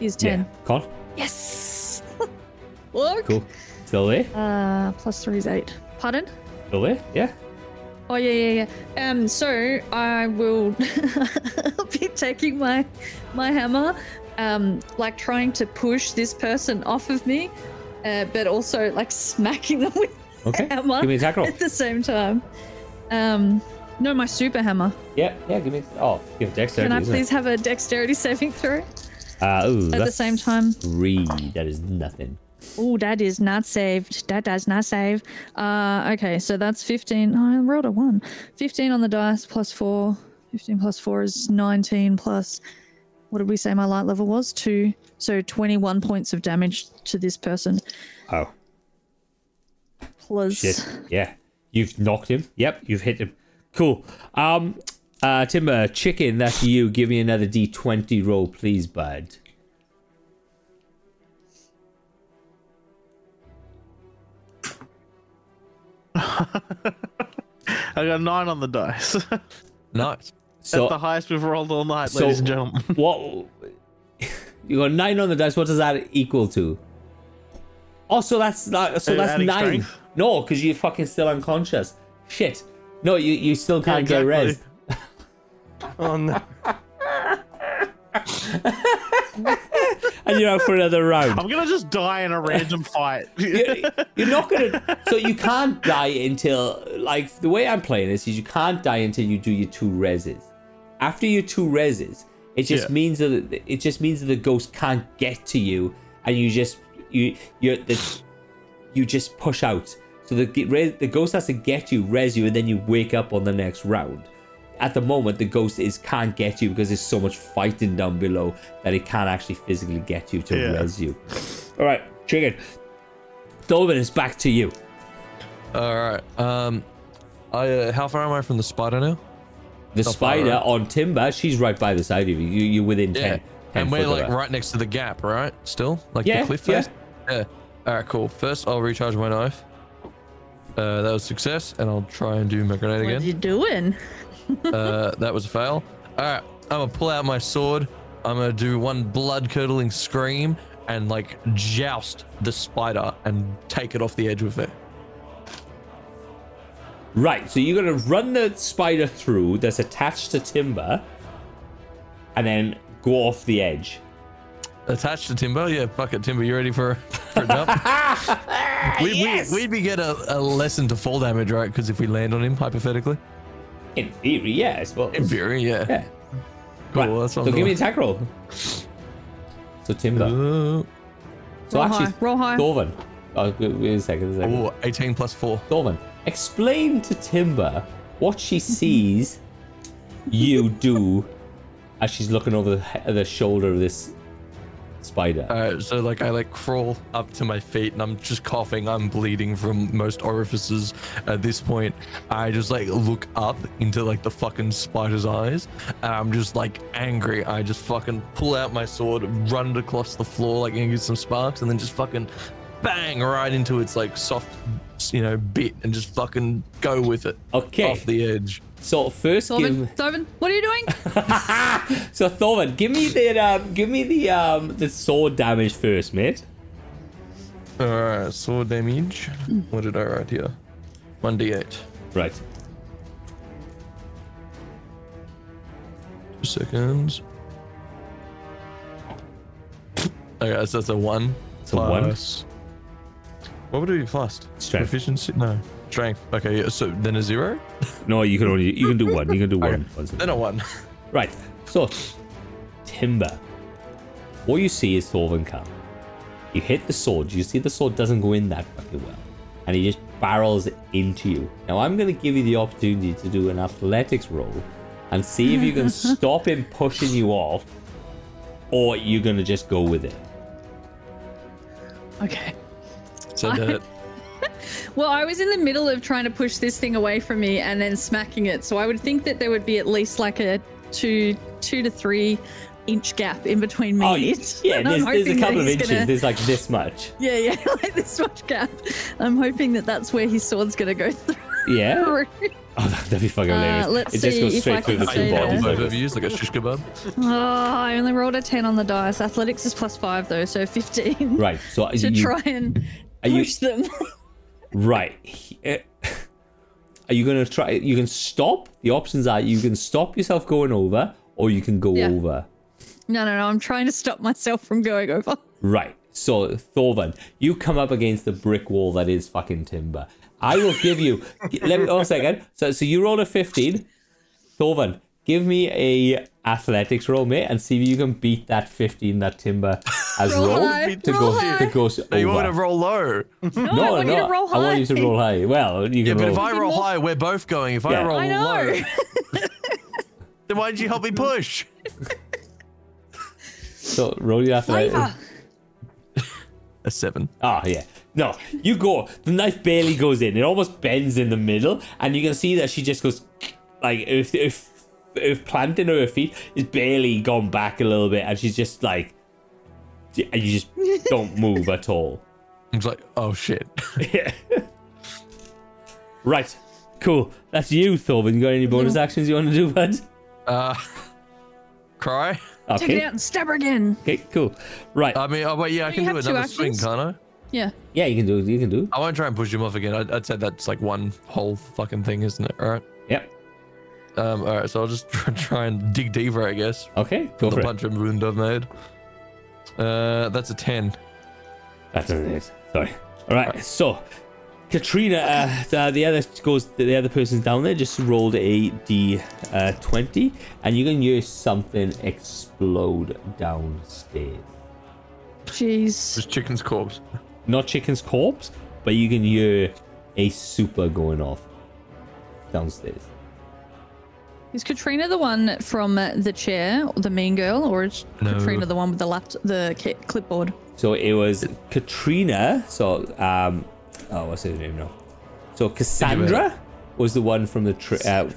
is ten.
Yeah. Con.
Yes. Look.
Cool. Still there.
Uh, plus three is eight. Pardon?
Still there. Yeah.
Oh yeah, yeah, yeah. Um, so I will I'll be taking my my hammer, um, like trying to push this person off of me, uh, but also like smacking them with
Okay.
the hammer
Give me an attack roll.
at the same time. Um, no, my super hammer.
Yeah, yeah. Give me. Oh, give dexterity.
Can I
isn't it?
please have a dexterity saving throw?
Uh, ooh,
the
that's
same time?
Three. That is nothing.
Oh, that is not saved. That does not save. Uh, okay, so that's 15. Oh, I rolled a 1. 15 on the dice plus 4. 15 plus 4 is 19 plus. What did we say my light level was? 2. So 21 points of damage to this person.
Oh
Plus.
shit. Yeah, you've knocked him. Yep, you've hit him. Cool. Um, uh, Timber, chicken. That's you. Give me another D twenty roll, please, bud.
I got nine on the dice. That's
Nice.
So,
the highest we've rolled all night,
Oh. so-
ladies and gentlemen.
what? you got nine on the dice. What does that equal to? Oh, so that's that, so
Uh,
that's
adding
nine.
strength?
No, because you're fucking still unconscious. Shit. No, you you still can't get
exactly.
res.
Oh no.
and you're out for another round.
I'm gonna just die in a random fight.
you're, you're not gonna so you can't die until like the way i'm playing this is you can't die until you do your two reses after your two reses it just
Yeah.
means that it just means that the ghost can't get to you and you just you you're the, you just push out so the g- re- the ghost has to get you res you and then you wake up on the next round at the moment the ghost is can't get you because there's so much fighting down below that it can't actually physically get you to
Yeah.
res you all right chicken Dolvin, it's back to you.
All right. Um, I uh, how far am I from the spider now?
The
Not far,
spider
right?
on timber, she's right by the side of you. you you're within 10. 10
and we're
foot of
like
her.
right next to the gap, right? Still, like
Yeah,
the cliff
yeah.
face. Yeah. All right, cool. First, I'll recharge my knife. Uh, that was success, and I'll try and do my grenade
What are
again.
you doing?
Uh, that was a fail. All right, I'm gonna pull out my sword. I'm gonna do one blood curdling scream and like joust the spider and take it off the edge with it.
Right, so you're going to run the spider through that's attached to timber and then go off the edge.
Attached to Timber, yeah, fuck it, Timber. You ready for, for a jump? we,
yes!
we, we'd be get a, a lesson to fall damage, right? Because if we land on him, hypothetically,
In theory, yeah, I suppose.
in theory, yeah.
Yeah.
Cool,
Right,
that's
so give
what I'm
me
doing.
an attack roll. So timber.
Uh,
So
roll
actually,
high, roll high.
Dolvin. Oh, wait wait a second. wait a second.
oh, 18 plus 4.
Dorman, explain to Timber what she sees you do as she's looking over the, he- the shoulder of this spider.
Uh,
Alright, Uh, so like I like crawl up to my feet and I'm just coughing. I'm bleeding from most orifices at this point. I just like look up into like the fucking spider's eyes and I'm just like angry. I just fucking pull out my sword, run across the floor like and get some sparks and then just fucking bang right into its like soft you know, bit and just fucking go with it
Okay.
off the edge.
So first
Thorvin,
give
Thorvin, what are you doing?
so Thorvin, give me the um, give me the um, the sword damage first, mate.
All right, sword damage. What did I write here? One d8.
Right.
Two seconds. Okay, so that's a one.
It's a one.
plus- What would it be plus?
Strength.
Proficiency? No. Strength. Okay, yeah, so then a zero?
No, you can only you can do one. You can do
Okay.
one. once.
Then a one.
Right. So, Timber. What you see is Thorvin come. You hit the sword. You see the sword doesn't go in that fucking well, and he just barrels into you. Now I'm gonna give you the opportunity to do an athletics roll, and see if you can stop him pushing you off, or you're gonna just go with it.
okay.
So that,
Well, I was in the middle of trying to push this thing away from me and then smacking it, so I would think that there would be at least like a two, two to three inch gap in between me
Oh,
and
y-
it.
yeah,
And I'm
there's, there's a
hoping that
couple of
he's
inches.
gonna-
There's like this much.
Yeah, yeah, like this much gap. I'm hoping that that's where his sword's gonna go through.
Yeah. Oh, that'd be fucking
Uh,
hilarious.
let's
it just
see
goes
if
straight
I
through
can
the
say
two
that.
bodies.
both
like
of
this.
you is like a shish kebab.
Oh, I only rolled a 10 on the dice. Athletics is plus 5, though, so 15.
Right. So
To
you,
try and
are you
push them.
right? He- eh, Are you gonna try? You can stop. The options are you can stop yourself going over, or you can go
Yeah.
over.
no, no, no. I'm trying to stop myself from going over.
Right. So Thorvan, you come up against the brick wall that is fucking timber. I will give you. let me one second. So so you rolled a fifteen. Thorvan, give me a athletics roll, mate, and see if you can beat that fifteen that timber has
Roll
rolled
high,
to
roll
go
high.
to go
No, you want me to
over.
roll low.
No, I want you to roll high.
I want you to roll high. Well, you
Yeah,
can
but
roll.
if I roll
more-
high, we're both going. If
Yeah.
I roll
I know.
low, then why did you help me push?
So roll your athletics.
Flavor.
A seven.
Ah, yeah. No, you go. The knife barely goes in. It almost bends in the middle, and you can see that she just goes like if if if planting her feet is barely gone back a little bit, and she's just like, and you just don't move at all.
I'm just like, oh shit.
Yeah. right. Cool. That's you, Thorben. You got any bonus actions you want to do, bud?
Uh, cry.
Okay.
Take it out and stab her again.
Okay. Cool. Right.
I mean, oh, wait, yeah, I
you
can do
have two
another swing,
actions?
can't I?
Yeah.
yeah, you can do. You can do.
I won't try and push him off again. I'd, I'd say that's like one whole fucking thing, isn't it? All right.
Yep.
Um, all right. So I'll just try, try and dig deeper, I guess.
Okay. Go
the
for it.
punch and wound I've made. Uh, that's a ten.
That's what it is. Sorry. All right. So, Katrina, uh, the, the other goes. The other person's down there just rolled a d uh, twenty, and you can hear something explode downstairs.
Jeez.
Just chicken's corpse.
Not chicken's corpse, but you can hear a super going off downstairs.
Is Katrina the one from the chair, or the mean girl, or is
No.
Katrina the one with the lapt- the ki- clipboard?
So it was Katrina. So um, oh, what's her name now? So Cassandra was the one from the tri- uh,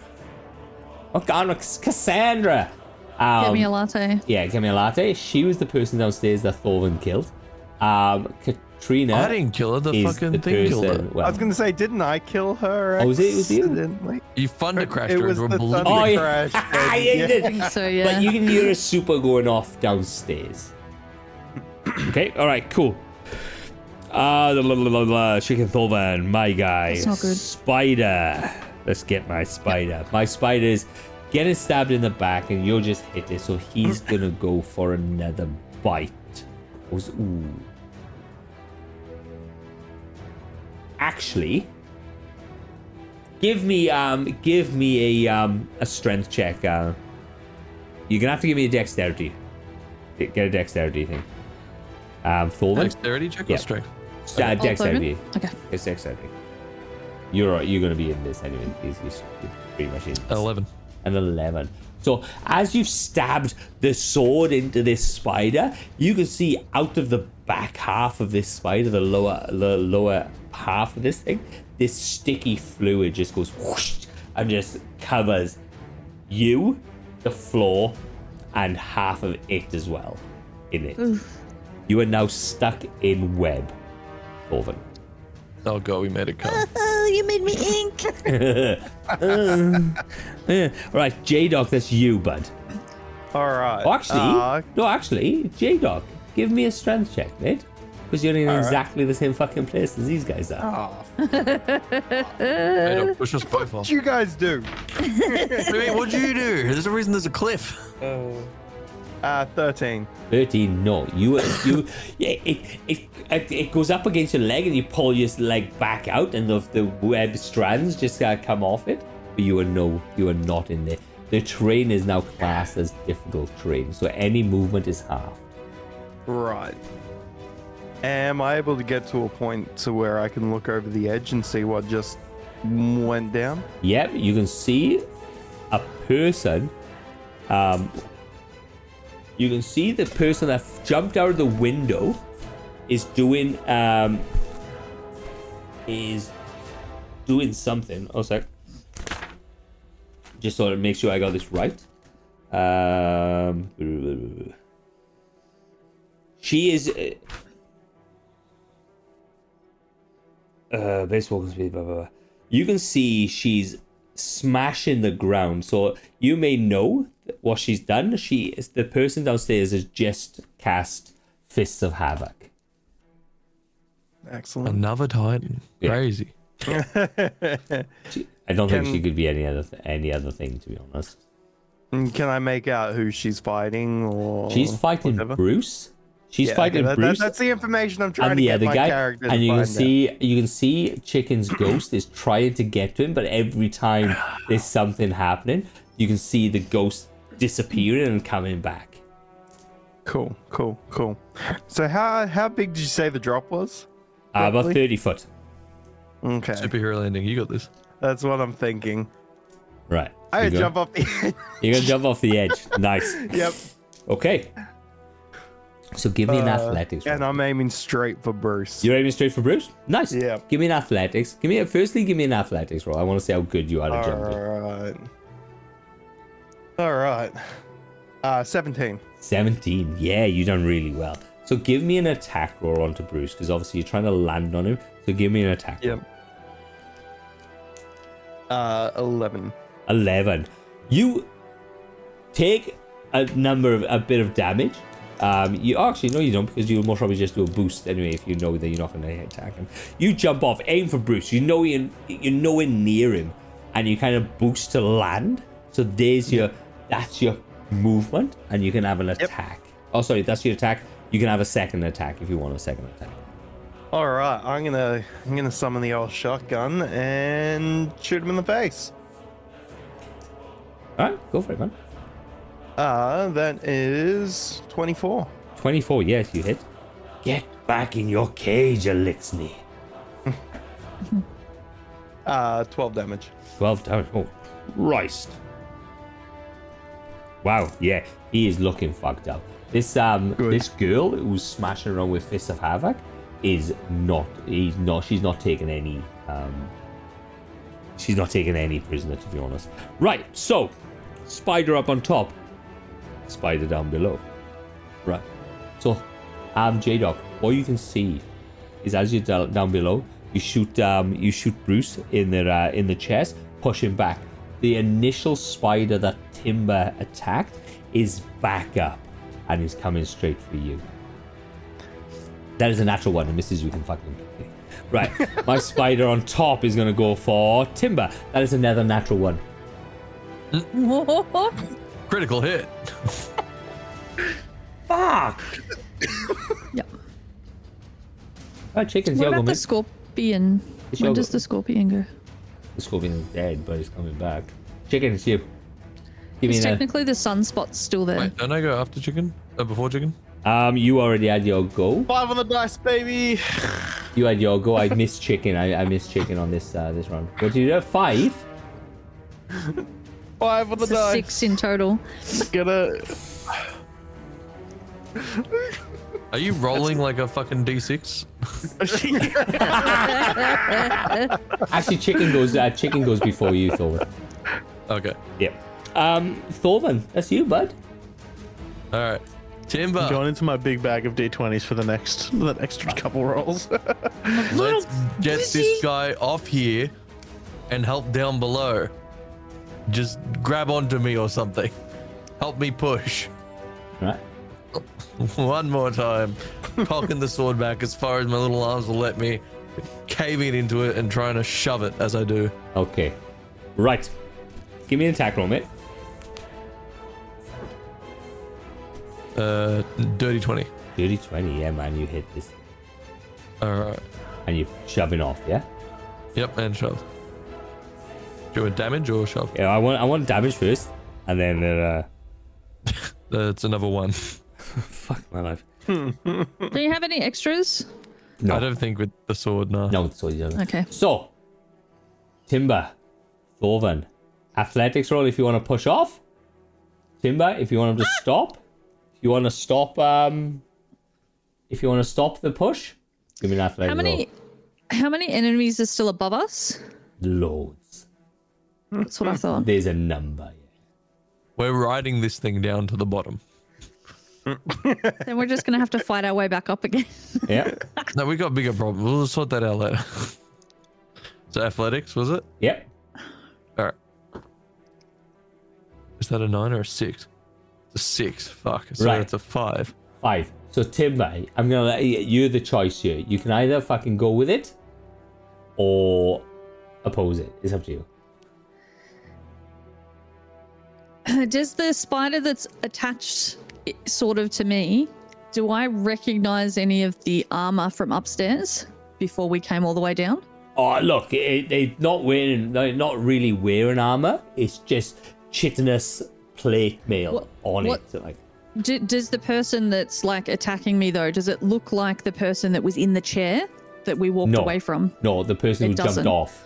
oh God, no, Cass- Cassandra. Um,
Get me a latte.
Yeah, give me a latte. She was the person downstairs that Thorvin killed. Um, Katrina.
I didn't kill her. The
is
fucking
the
thing killed her.
person- well,
I was gonna say, didn't I kill her?
Oh, was it- it was you?
accidentally?
You thunder crashed
It
her
was
into
the
oblivion.
Oh,
thunder
yeah.
crash. baby.
Yeah, you
Yeah.
did.
I think so, yeah.
But you can hear a super going off downstairs. okay, all right, cool. Ah, uh, blah, blah, blah, blah, Chicken Thorvan, my guy.
That's not good.
Spider. Let's get my spider. My spider is getting stabbed in the back, and you'll just hit it, so he's gonna go for another bite. Was- ooh. Actually, give me um, give me a um, a strength check. Uh, you're gonna have to give me a dexterity. Get a dexterity thing. Um, Thorvin.
Dexterity check
Yeah.
or strength?
Uh,
Oh,
dexterity.
Thorvin? Okay.
It's dexterity. You're you're gonna be in this anyway. He's, he's pretty much in. This.
Oh,
Eleven.
An eleven. So as you've stabbed the sword into this spider, you can see out of the back half of this spider, the lower the lower half of this thing, this sticky fluid just goes whoosh and just covers you, the floor, and half of it as well. In it,
Oof.
you are now stuck in web, Orvin.
Oh god, we made it come.
Oh, you made me ink.
Yeah. All right, J Dog, that's you, bud.
All right.
Oh, actually,
Uh,
no, actually, J Dog, give me a strength check, mate. Because you're in exactly the same fucking place as these guys are.
ah,
Hey, don't push us both off.
what you guys do?
Wait, what'd you do? There's a reason there's a cliff.
Uh, 13.
13, no. You, you, yeah, it, it, it, it goes up against your leg and you pull your leg back out and the, the web strands just uh, come off it. But you are no, you are not in there. The train is now classed as difficult terrain, so any movement is half.
Right. Am I able to get to a point to where I can look over the edge and see what just went down?
Yep, you can see a person. Um, you can see the person that jumped out of the window is doing um, is doing something. Oh, sec. Just so to make sure I got this right. Um, she is. uh, uh, baseball speed, blah, blah, blah. You can see she's smashing the ground. So you may know what she's done. She is the person downstairs has just cast Fists of Havoc. Um,
Excellent.
Another Titan.
Yeah.
Crazy.
She, I don't think
Can-
she could be any other th- any other thing to be honest.
And Can I make out who she's fighting or
She's fighting
Oh, whatever?
Bruce. She's
Yeah, okay,
fighting
that- that-
Bruce.
that's the information I'm trying
and
to
the
get
other
my
guy,
character to
and you can
find out.
see you can see Chicken's ghost is trying to get to him, but every time there's something happening, you can see the ghost disappearing and coming back.
Cool, cool, cool. So how how big did you say the drop was?
Uh, about
Roughly?
thirty foot.
Okay,
Superhero landing. You got this.
that's what I'm thinking.
Right.
I
You go-
jump off the.
You're gonna jump off the edge. Nice.
yep.
Okay. So give
Uh,
me an athletics.
And
roll.
I'm aiming straight for Bruce.
You're aiming straight for Bruce. Nice.
Yeah.
Give me an athletics. Give me a firstly. Give me an athletics roll. I want to see how good you are at
All
jumping.
right. All right. Uh, 17.
Seventeen. Yeah, you done really well. So give me an attack roll onto Bruce because obviously you're trying to land on him. So give me an attack. roll.
Uh, 11.
11 you take a number of a bit of damage um you actually no you don't because you'll most probably just do a boost anyway if you know that you're not going to attack him you jump off aim for bruce you know you're, you're nowhere near him and you kind of boost to land so there's your that's your movement and you can have an attack oh sorry that's your attack you can have a second attack if you want a second attack
All right. I'm gonna I'm gonna summon the old shotgun and shoot him in the face.
all right go for it man
Uh, that is 24.
24 yes you hit get back in your cage elixni
Uh, 12 damage.
12 damage. Oh, Christ. Wow, yeah, he is looking fucked up. This um
Good.
this girl who's smashing around with Fists of Havoc is not he's not she's not taking any um she's not taking any prisoner to be honest. Right, so spider up on top, spider down below. Right. So um J Dog, all you can see is as you are down below, you shoot um, you shoot Bruce in the uh, in the chest, push him back. The initial spider that Timber attacked is back up and is coming straight for you. That is a natural one. It misses you can fucking. Right, my spider on top is gonna go for Timber. That is another natural one.
Critical hit.
Fuck.
Yep.
Oh, chickens,
What
yeah,
about
go
the
mate.
scorpion?
It's
When
your
does
go.
the scorpion go?
The scorpion is dead, but it's coming back. Chicken, it's you. Give me
Because
an.
technically the sunspot's still there.
Wait, don't I go after chicken? Uh, before chicken?
Um, you already had your go.
Five on the dice, baby.
You had your go. I missed chicken. I, I missed chicken on this uh, this round. What did you do? Five.
Five on the
So
die.
six in total.
Get a
Are you rolling like a fucking D6?
Actually, chicken goes. Uh, chicken goes before you, Thorvin.
Okay.
Yep. Um, Thorvin, that's you, bud.
All right.
I'm
Timber.
going into my big bag of d20s for the next the next couple rolls.
Let's get this guy off here and help down below. Just grab onto me or something. Help me push.
Right.
One more time. Cocking the sword back as far as my little arms will let me. Caving into it and trying to shove it as I do.
Okay. Right. Give me an attack roll, mate.
Uh, dirty 20.
Dirty 20. Yeah, man, you hit this.
Alright.
And you're shoving off, yeah?
Yep, and shove. Do a damage or shove?
Yeah, I want I want damage first. And then, uh,
That's Uh, another one.
fuck my life.
Do you have any extras?
No.
I don't think with the sword, no.
No, so you don't.
Okay.
So, Timber, Thorvan, athletics roll if you want to push off. Timber, if you want him
Ah!
to stop. If you want to stop, um, if you want to stop the push, give me an athletics
How many? How many enemies are still above us?
roll. Loads.
That's what I thought.
There's a number.
We're riding this thing down to the bottom.
then we're just gonna have to fight our way back up again.
Yeah. Yep.
No, we got bigger problems. We'll sort that out later. so athletics, was it?
Yep.
All right. Is that a nine or a six? It's a six. Fuck. So
Right.
it's a five.
Five. So Timber, I'm gonna let you. You're the choice here. You can either fucking go with it, or oppose it. It's up to you.
Does the spider that's attached, i- sort of to me, do I recognize any of the armor from upstairs before we came all the way down?
Oh, look, it, it's not wearing, no, not really wearing armor. It's just chitinous plate mail
What-
on
what-
it. So, like,
Do, does the person that's like attacking me though? Does it look like the person that was in the chair that we walked
No.
away from?
no, the person
It
who
doesn't.
jumped off.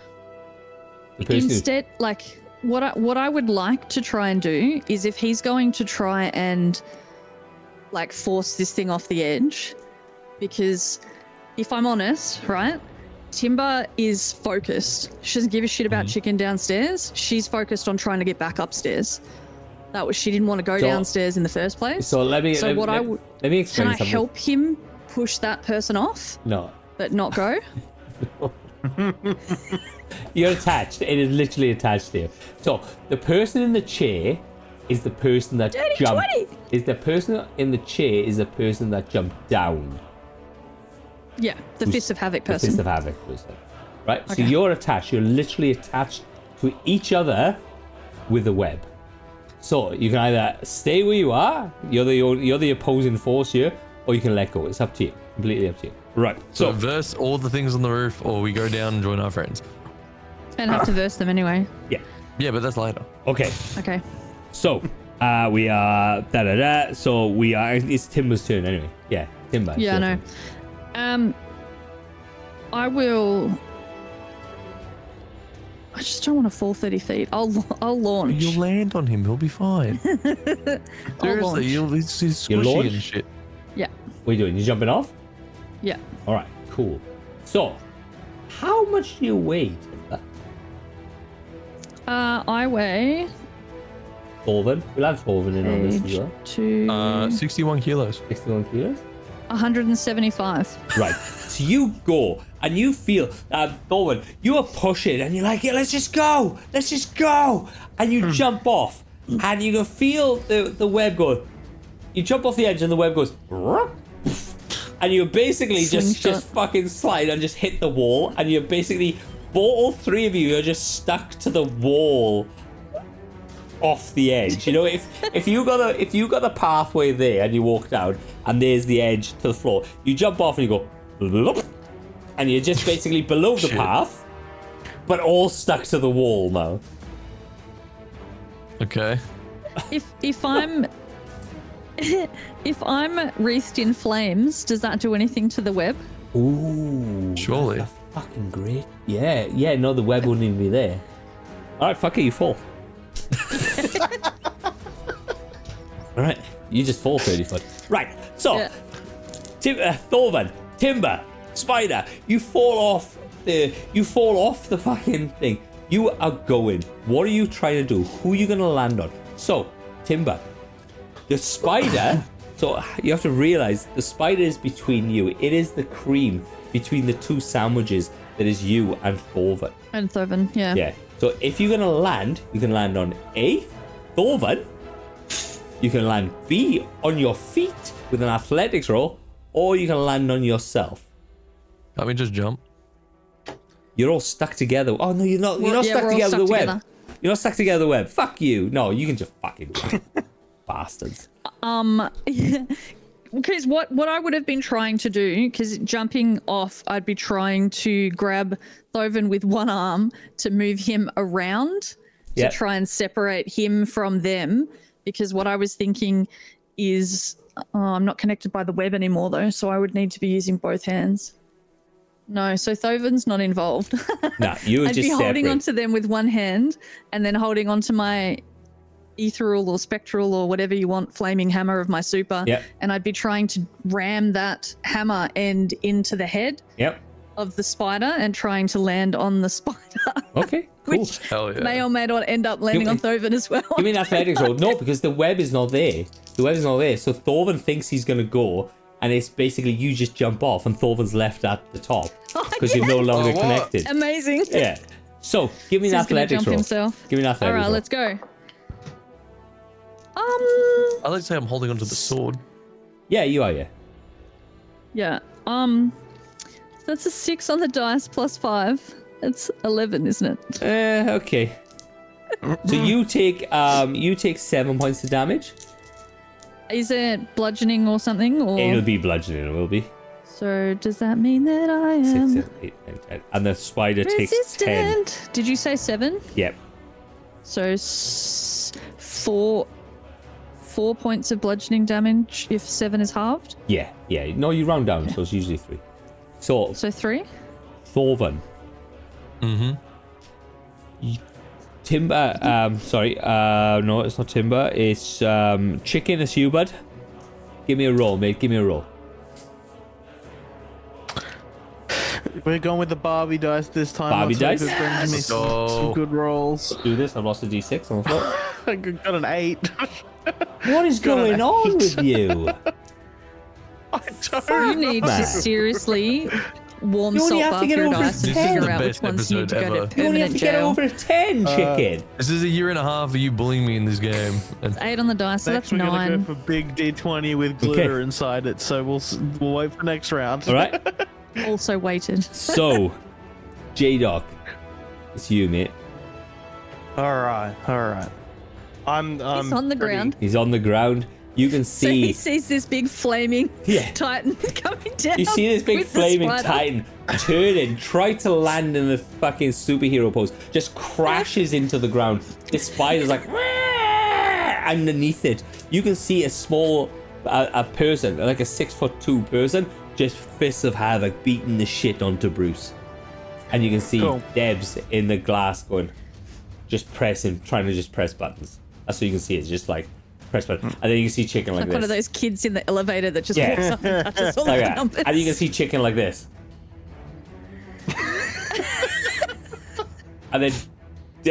The person
Instead, like what I, what I would like to try and do is if he's going to try and like force this thing off the edge, because if I'm honest, right, Timber is focused. She doesn't give a shit about
Mm-hmm.
chicken downstairs. She's focused on trying to get back upstairs. That was she didn't want to go
So-
downstairs in the first
who,
place.
so let me.
so
let,
what I
let-
would-
let me
Can
explain
I
something.
help him push that person off,
No,
but not go?
you're attached. It is literally attached to you. So the person in the chair is the person that
Dirty
jumped.
20.
Is the person in the chair is the person that jumped down.
yeah, the Fist of Havoc
the Fist
person.
of Havoc person. Right?
Okay.
So you're attached, you're literally attached to each other with a web. So you can either stay where you are, you're the you're the opposing force here, or you can let go. It's up to you. Completely up to you. Right.
So
So
verse all the things on the roof, or we go down and join our friends.
and have to verse them anyway.
yeah.
Yeah, but that's later.
Okay.
Okay.
So uh we are da da da. So we are it's Timber's turn anyway. Yeah. Timber. it's
Yeah,
your
I know.
turn.
Um, I will. I just don't want to fall thirty feet. I'll I'll launch.
You'll land on him. He'll be fine.
launch.
Seriously, you'll, he's, he's
You
squishy
launch?
and shit.
yeah,
What are you doing? You jumping off?
yeah.
Alright, cool. So how much do you weigh, Timber?
Uh, I weigh
Torvin? We'll have Torvin in on this as
page
well.
to
Uh, 61 kilos.
61 kilos.
one hundred and seventy-five.
Right. So you go and you feel, um, Thorwin, you are pushing and you're like, yeah, let's just go. Let's just go. And you jump off and you can feel the, the web go. You jump off the edge and the web goes. "Rup," And you basically just,
Slingshot.
just fucking slide and just hit the wall. And you're basically, all three of you are just stuck to the wall off the edge. You know, if if you got a if you got a pathway there and you walk down and there's the edge to the floor, you jump off and you go, "Bloop," and you're just basically below the
Shit.
path, but all stuck to the wall now.
Okay.
If if I'm if I'm wreathed in flames, does that do anything to the web?
Ooh,
Surely.
that's a fucking great. Yeah, yeah. No, the web wouldn't even be there. All right, fuck it, you fall. all right, you just fall thirty foot. Right, so.
Yeah.
Tim, uh, Thorvan, Timber, Spider, you fall off the, you fall off the fucking thing. You are going. What are you trying to do? Who are you gonna land on? So, Timber, the spider. so you have to realize the spider is between you. It is the cream between the two sandwiches that is you and Thorvan.
And Thorvan, yeah.
Yeah. So if you're gonna land, you can land on A, Thorvan. You can land B on your feet with an athletics roll, or you can land on yourself.
Can't we just jump?
You're all stuck together. Oh no, you're not. You're
We're-
not
yeah,
stuck
we're all
together with the
stuck
web.
together.
You're not stuck together with the web. Fuck you. No, you can just fucking bastards.
Because Um, what, what I would have been trying to do, because jumping off, I'd be trying to grab Thoven with one arm to move him around to
Yeah.
try and separate him from them. Because what I was thinking is, oh, I'm not connected by the web anymore, though, so I would need to be using both hands. No, so Thoven's not involved.
Nah, you were
I'd
just
be holding
separate.
onto them with one hand and then holding onto my ethereal or spectral or whatever you want flaming hammer of my super.
Yep.
And I'd be trying to ram that hammer end into the head
Yep.
of the spider and trying to land on the spider,
Okay. Cool.
which
Hell yeah.
may or may not end up landing on Thoven as well.
Give me an athletics roll. No, because the web is not there. The web is not there. So Thorvan thinks he's gonna go, and it's basically you just jump off, and Thorvan's left at the top because you're no longer
Oh, what?
connected.
Amazing.
Yeah. So give me an
He's gonna
athletics
jump
roll.
himself.
Give me an
All
athletics
right,
roll.
let's go. Um,
I like to say I'm holding onto the sword.
Yeah, you are. Yeah.
yeah. Um, that's a six on the dice plus five. It's 11, isn't it?
Uh, okay. so you take um you take seven points of damage.
Is it bludgeoning or something? Or
It'll be bludgeoning. It will be
so does that mean that I
six,
am
seven, eight, nine, ten. and the spider takes ten.
resistant? Did you say seven?
Yep.
So s- four, four points of bludgeoning damage if seven is halved.
Yeah. Yeah. No, you round down, so it's usually three. So
So three.
Thorvan. Mm-hmm. Timber, um, sorry, uh, no, it's not Timber. It's um, Chicken, it's you, bud. Give me a roll, mate. Give me a roll.
We're going with the Barbie dice this time.
Barbie
Let's hope
dice?
it brings me
Yes.
some,
Let's go.
some good rolls.
Do this. I've lost a d6 on the floor.
I got an eight.
what is
Got an
going on with you?
I
You
don't.
need
Man.
to seriously warm
You only
salt
have to
bath
get
your
over
dice and
10.
figure
This
is
out
the
which
best
ones need to
episode
go
ever.
to
You only have
permanent
to get
jail.
over a Uh, 10, Chicken.
This is a year and a half of you bullying me in this game. And
Eight on the dice, so
Next,
that's
we're gonna
nine.
go for big D20 with glitter inside it. So we'll s- we'll wait for next round.
All right.
Also weighted.
So, J Dog, it's you, mate.
All right, all right. I'm. I'm
He's on the
Um, pretty-
ground.
He's on the ground. You can
So
see.
he sees this big flaming
Yeah.
titan coming down.
You see this big
with the
flaming
spider.
titan turning, try to land in the fucking superhero pose, just crashes into the ground. This spider's like "Wah!" underneath it. You can see a small a, a person, like a six foot two person, just fists of havoc beating the shit onto Bruce. And you can see
Cool.
Debs in the glass going, just pressing, trying to just press buttons. That's what you can see. It's just like press button, and then you can see chicken like
Like
this.
one of those kids in the elevator that just
Yeah.
walks up and touches all
Like
the
that.
numbers.
And Oh, you can see chicken like this. and then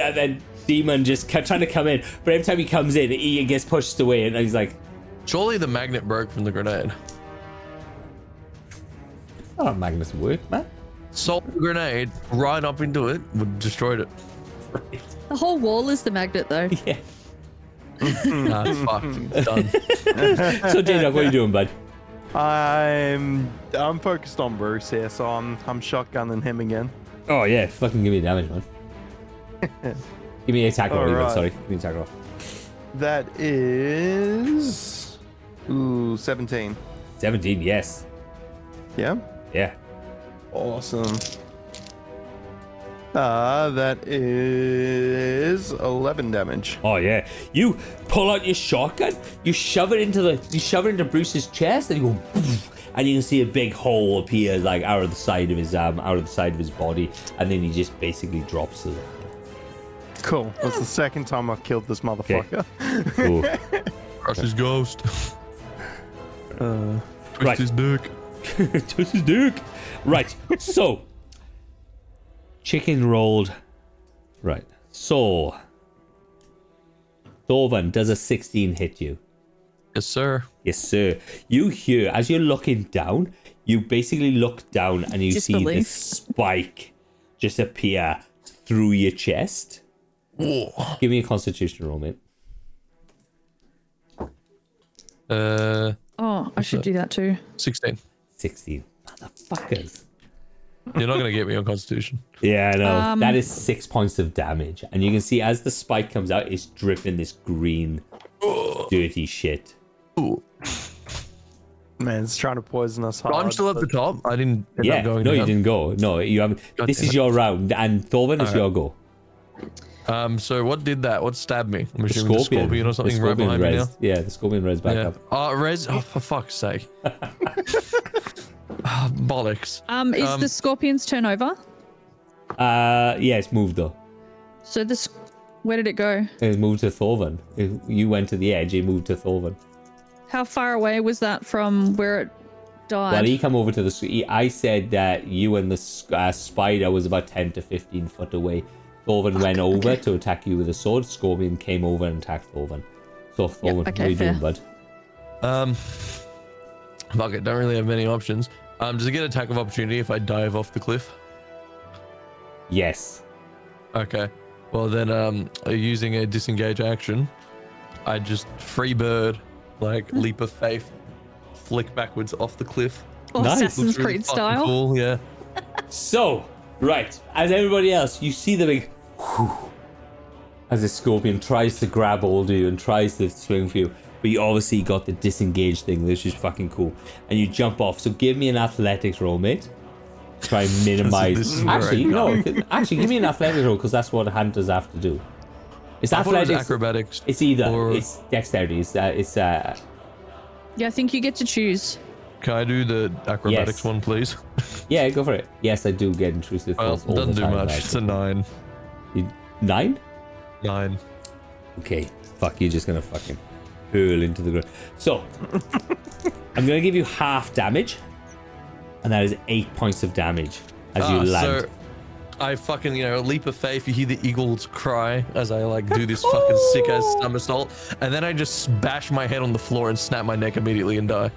and then demon just kept trying to come in, but every time he comes in, he gets pushed away, and he's like,
surely the magnet broke from the grenade.
"Oh, Magnus work, man."
Salt the grenade right up into it would have destroyed it.
the whole wall is the magnet, though.
Yeah.
Nah, it's fucked. It's done.
So J Dog, what are you doing, bud?
I'm. I'm focused on Bruce here, so I'm. I'm shotgunning him again.
Oh yeah, fucking give me damage, man. give me an attack roll, even.
Alright.
Sorry, give me an attack roll.
That is. Ooh, 17.
Seventeen, yes,
Yeah.
yeah.
Awesome. Uh, that is 11 damage.
Oh yeah, you pull out your shotgun, you shove it into the, you shove it into Bruce's chest, and you go, "Poof," and you can see a big hole appear like out of the side of his um, out of the side of his body, and then he just basically drops to the
Cool. That's the second time I've killed this motherfucker.
Ooh.
Crush his ghost.
Uh,
Twist
Right.
his dick.
this is Duke. Right, so chicken rolled. Right, so Thorvan does a sixteen hit you.
Yes, sir.
Yes, sir. You hear as you're looking down, you basically look down and you see
Disbelief.
this spike just appear through your chest. Give me a constitution roll, mate.
Uh,
Oh, I should do that too.
16.
16. Motherfuckers.
You're not going to get me on Constitution.
Yeah, I know.
Um,
that is six points of damage. And you can see as the spike comes out, it's dripping this green, dirty shit.
Man, it's trying to poison us hard.
I'm still at the
but-
top. I didn't end
yeah,
up going
no, you
down.
didn't go. No, you haven't.
God
this
damn
is
it.
your round, and Thorvin is your go.
Um, so what did that? What stabbed me? I'm
The scorpion,
assuming the scorpion or
The
something right
scorpion
behind me now.
res- Yeah, the scorpion res back
Yeah.
up.
Oh, res. Oh, for fuck's sake. Ah, bollocks.
Um, is
Um,
the scorpion's turn over?
Uh, yeah, it's moved though.
So this, where did it go?
It moved to Thorvin. It- you went to the edge. It moved to Thorvin.
How far away was that from where it died?
Well, he come over to the. s- He, I said that you and the s- uh, spider was about ten to fifteen foot away. Thorvin went over to attack you with a sword. Scorpion came over and attacked Thorvin. So Thorvin, what
okay,
are you doing,
fair.
bud?
Um, fuck it. Don't really have many options. Um, does it get attack of opportunity if I dive off the cliff?
Yes.
Okay. Well then, um, using a disengage action, I just free bird, like
Hmm.
leap of faith, flick backwards off the cliff.
Or
Nice.
Oh, Assassin's
Looks really
Creed
fucking
style.
Cool, yeah.
So, right, as everybody else, you see the big whew, as the scorpion tries to grab hold of you and tries to swing for you, but you obviously got the disengage thing, which is fucking cool. And you jump off. So give me an athletics roll, mate. Try and minimize.
this is where I
actually, no. Actually, give me an athletics roll because that's what hunters have to do. It's
I thought it was
athletics.
acrobatics.
It's either.
or-
It's dexterity. It's uh, it's uh,
Yeah, I think you get to choose.
Can I do the acrobatics
Yes.
one, please?
yeah. Go for it. Yes, I do get intrusive
Well,
thoughts all
doesn't
the
do
time.
much.
right?
It's a nine.
You- nine.
Nine.
Okay, fuck, you're just gonna fucking hurl into the ground. So, I'm gonna give you half damage, and that is eight points of damage as
Ah,
you land.
So I fucking, you know, leap of faith. You hear the eagles cry as I like do this fucking sick ass somersault, and then I just bash my head on the floor and snap my neck immediately and die.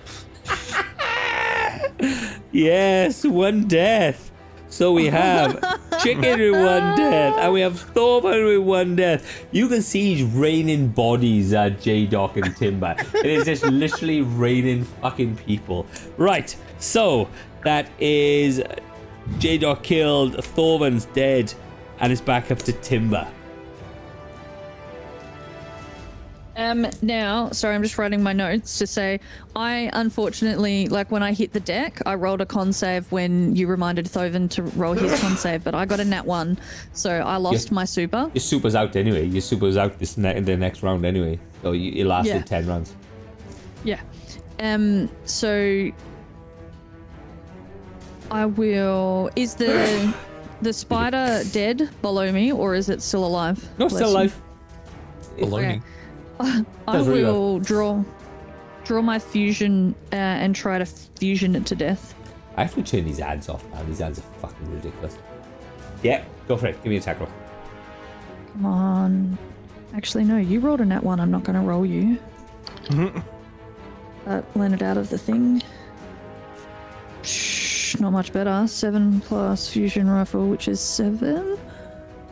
Yes, one death. So we have Chicken with one death, and we have Thorburn with one death. You can see he's raining bodies at J Doc and Timber. it is just literally raining fucking people. Right, so that is J Doc killed, Thorburn's dead, and it's back up to Timber.
Um, now, sorry, I'm just writing my notes to say I unfortunately, like when I hit the deck, I rolled a con save when you reminded Thoven to roll his con save, but I got a nat one, so I lost
Yeah.
my super.
Your super's out anyway. Your super's out this ne- the next round anyway. So you, it lasted
Yeah.
10 rounds.
Yeah. Um. So I will. Is the the spider dead below me, or is it still alive?
No, still
Bless you.
alive.
Baloney.
I
Does really well.
will draw draw my fusion uh, and try to fusion it to death.
I have to turn these ads off, man. These ads are fucking ridiculous. Yeah, go for it. Give me a tackle.
Come on. Actually, no. You rolled a nat one. I'm not going to roll you. That landed out of the thing. Shh, not much better. Seven plus fusion rifle, which is seven.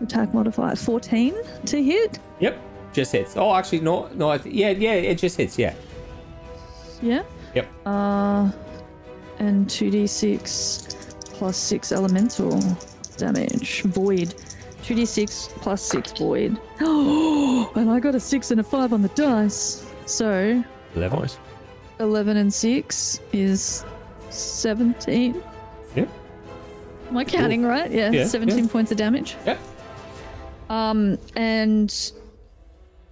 Attack modifier, fourteen to hit.
Yep, just hits. Oh, actually, no, no. I th- yeah, yeah, it just hits. Yeah.
Yeah.
Yep.
Uh, and two d six plus six elemental damage. Void. Two d six plus six void. Oh, and I got a six and a five on the dice. So
Level.
Nice.
11 and 6 is 17.
Yep.
Am I counting right? Yeah,
Yeah,
17
yeah.
points of damage.
Yep.
Um, and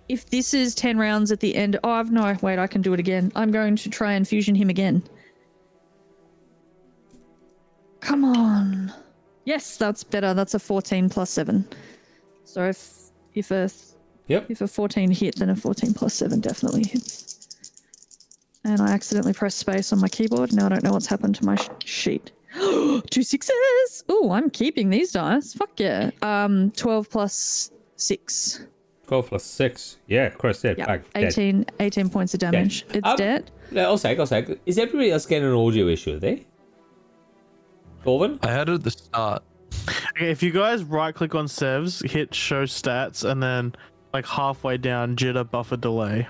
if this is 10 rounds at the end, oh, I've no, wait, I can do it again. I'm going to try and fusion him again. Come on. Yes, that's better. That's a 14 plus 7. So if if a
Yep.
if a 14 hit, then a 14 plus 7 definitely hits. And I accidentally pressed space on my keyboard. Now I don't know what's happened to my sh- sheet. Two sixes! Oh, I'm keeping these dice. Fuck yeah. Um, 12 plus 6.
Twelve plus six. Yeah, of course, Oh, dead.
Yeah.
Back, dead.
18, 18 points of damage. It's
Um,
dead.
No, I'll sec, I'll sec. Is everybody else getting an audio issue? Are they? Corvin?
I had it at the start.
Okay, if you guys right click on Sevs, hit show stats, and then like halfway down, jitter buffer delay.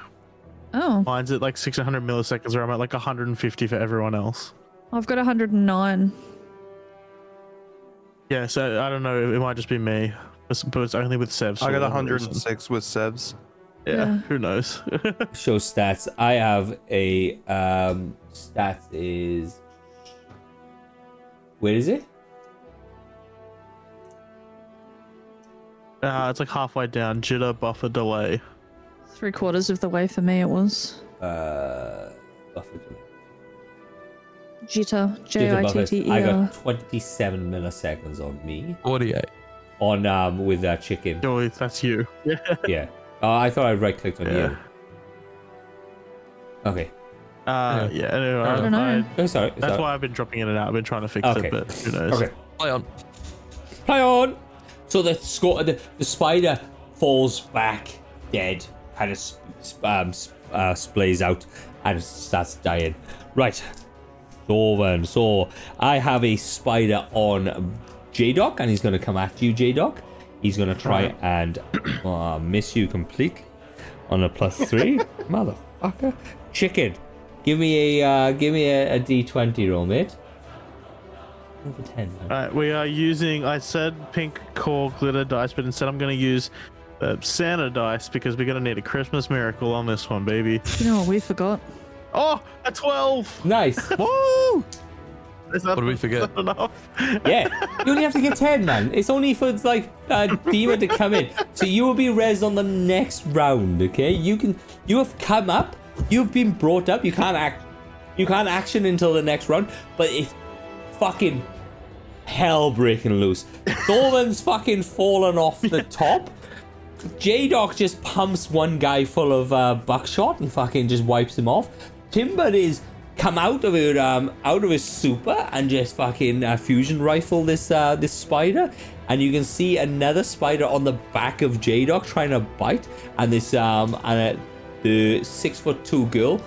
Oh,
Mine's at like 600 milliseconds, where I'm at like 150 for everyone else.
I've got 109.
Yeah, so I don't know. It might just be me, It's- but it's only with Sevs.
I
for
got
whatever reason.
106 with Sevs.
Yeah,
Yeah.
who knows?
Show stats. I have a um stats is where is it?
uh, it's like halfway down, jitter buffer delay.
Three quarters of the way for me it was.
Uh buffer delay.
Jitter. J
Jitter
I
buffer.
T T E
I
R.
got 27 milliseconds on me
48.
on um with that chicken.
Oh, that's you. Yeah.
yeah. Uh, I thought I right clicked on
Yeah.
you. Okay.
Uh, yeah. anyway,
I
don't know.
Oh, sorry.
that's
sorry.
why I've been dropping in and out. I've been trying to fix
Okay.
it, but who knows?
Okay.
Play on.
Play on. So the score, the, the spider falls back dead, kind of sp- sp- um, sp- uh, splays out and starts dying. Right, Thorvan. So I have a spider on J Doc, and he's going to come after you, J Doc. He's going to try and uh, miss you completely on a plus three, motherfucker. Chicken, give me a uh, give me a, a D twenty roll, mate. Over ten. man.
All right, we are using. I said pink core glitter dice, but instead I'm going to use uh, Santa dice because we're going to need a Christmas miracle on this one, baby.
You know what we forgot?
Oh, a twelve!
Nice.
Woo! Is
What
that,
did we forget?
is that enough?
Yeah, you only have to get 10, man. It's only for like a demon to come in. So you will be res on the next round, okay? You can you have come up, you've been brought up, you can't act you can't action until the next round, but it's fucking hell breaking loose. Thorvan's fucking fallen off the top. J Doc just pumps one guy full of uh, buckshot and fucking just wipes him off. Timber is come out of her um out of his super and just fucking uh, fusion rifle this uh this spider, and you can see another spider on the back of J Doc trying to bite, and this um and uh, the six foot two girl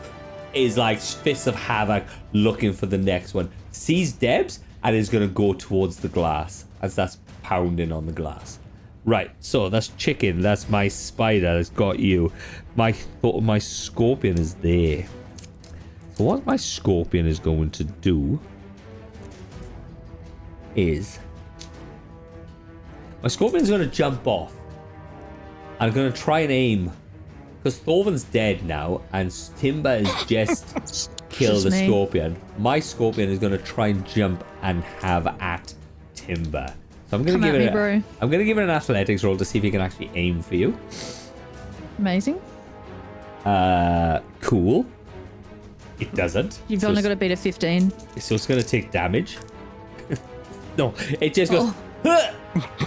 is like fists of havoc looking for the next one. Sees Debs and is gonna go towards the glass as that's pounding on the glass. Right, so that's chicken. That's my spider. That's got you. My th- my scorpion is there. So what my scorpion is going to do is my scorpion is going to jump off. I'm going to try and aim because Thorvan's dead now, and Timber is just kill
Just
the
me.
scorpion. My scorpion is going to try and jump and have at Timber. So I'm going to
Come
give it.
at me,
a-
bro.
I'm going to give it an athletics roll to see if he can actually aim for you.
Amazing.
Uh, cool. It doesn't.
You've
so
only got
it's-
to beat a 15.
So it's gonna take damage. no, it just goes.
Oh.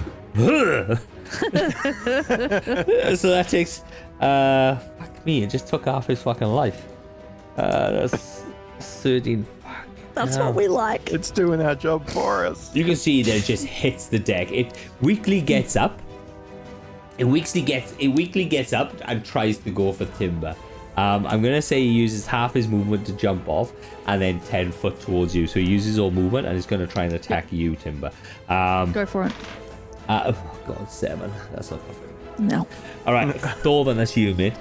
so that takes. Uh, fuck me! It just took half his fucking life. Uh, that's thirteen. Fuck.
That's what we like.
It's doing our job for us.
You can see that it just hits the deck. It weakly gets up. It weakly gets it weakly gets up and tries to go for Timber. Um, I'm gonna say he uses half his movement to jump off and then ten foot towards you. So he uses all movement and he's gonna try and attack you, Timber. Um,
Go for it.
uh, oh god, seven. That's not perfect.
No.
All right, Thorvan, that's you, mate.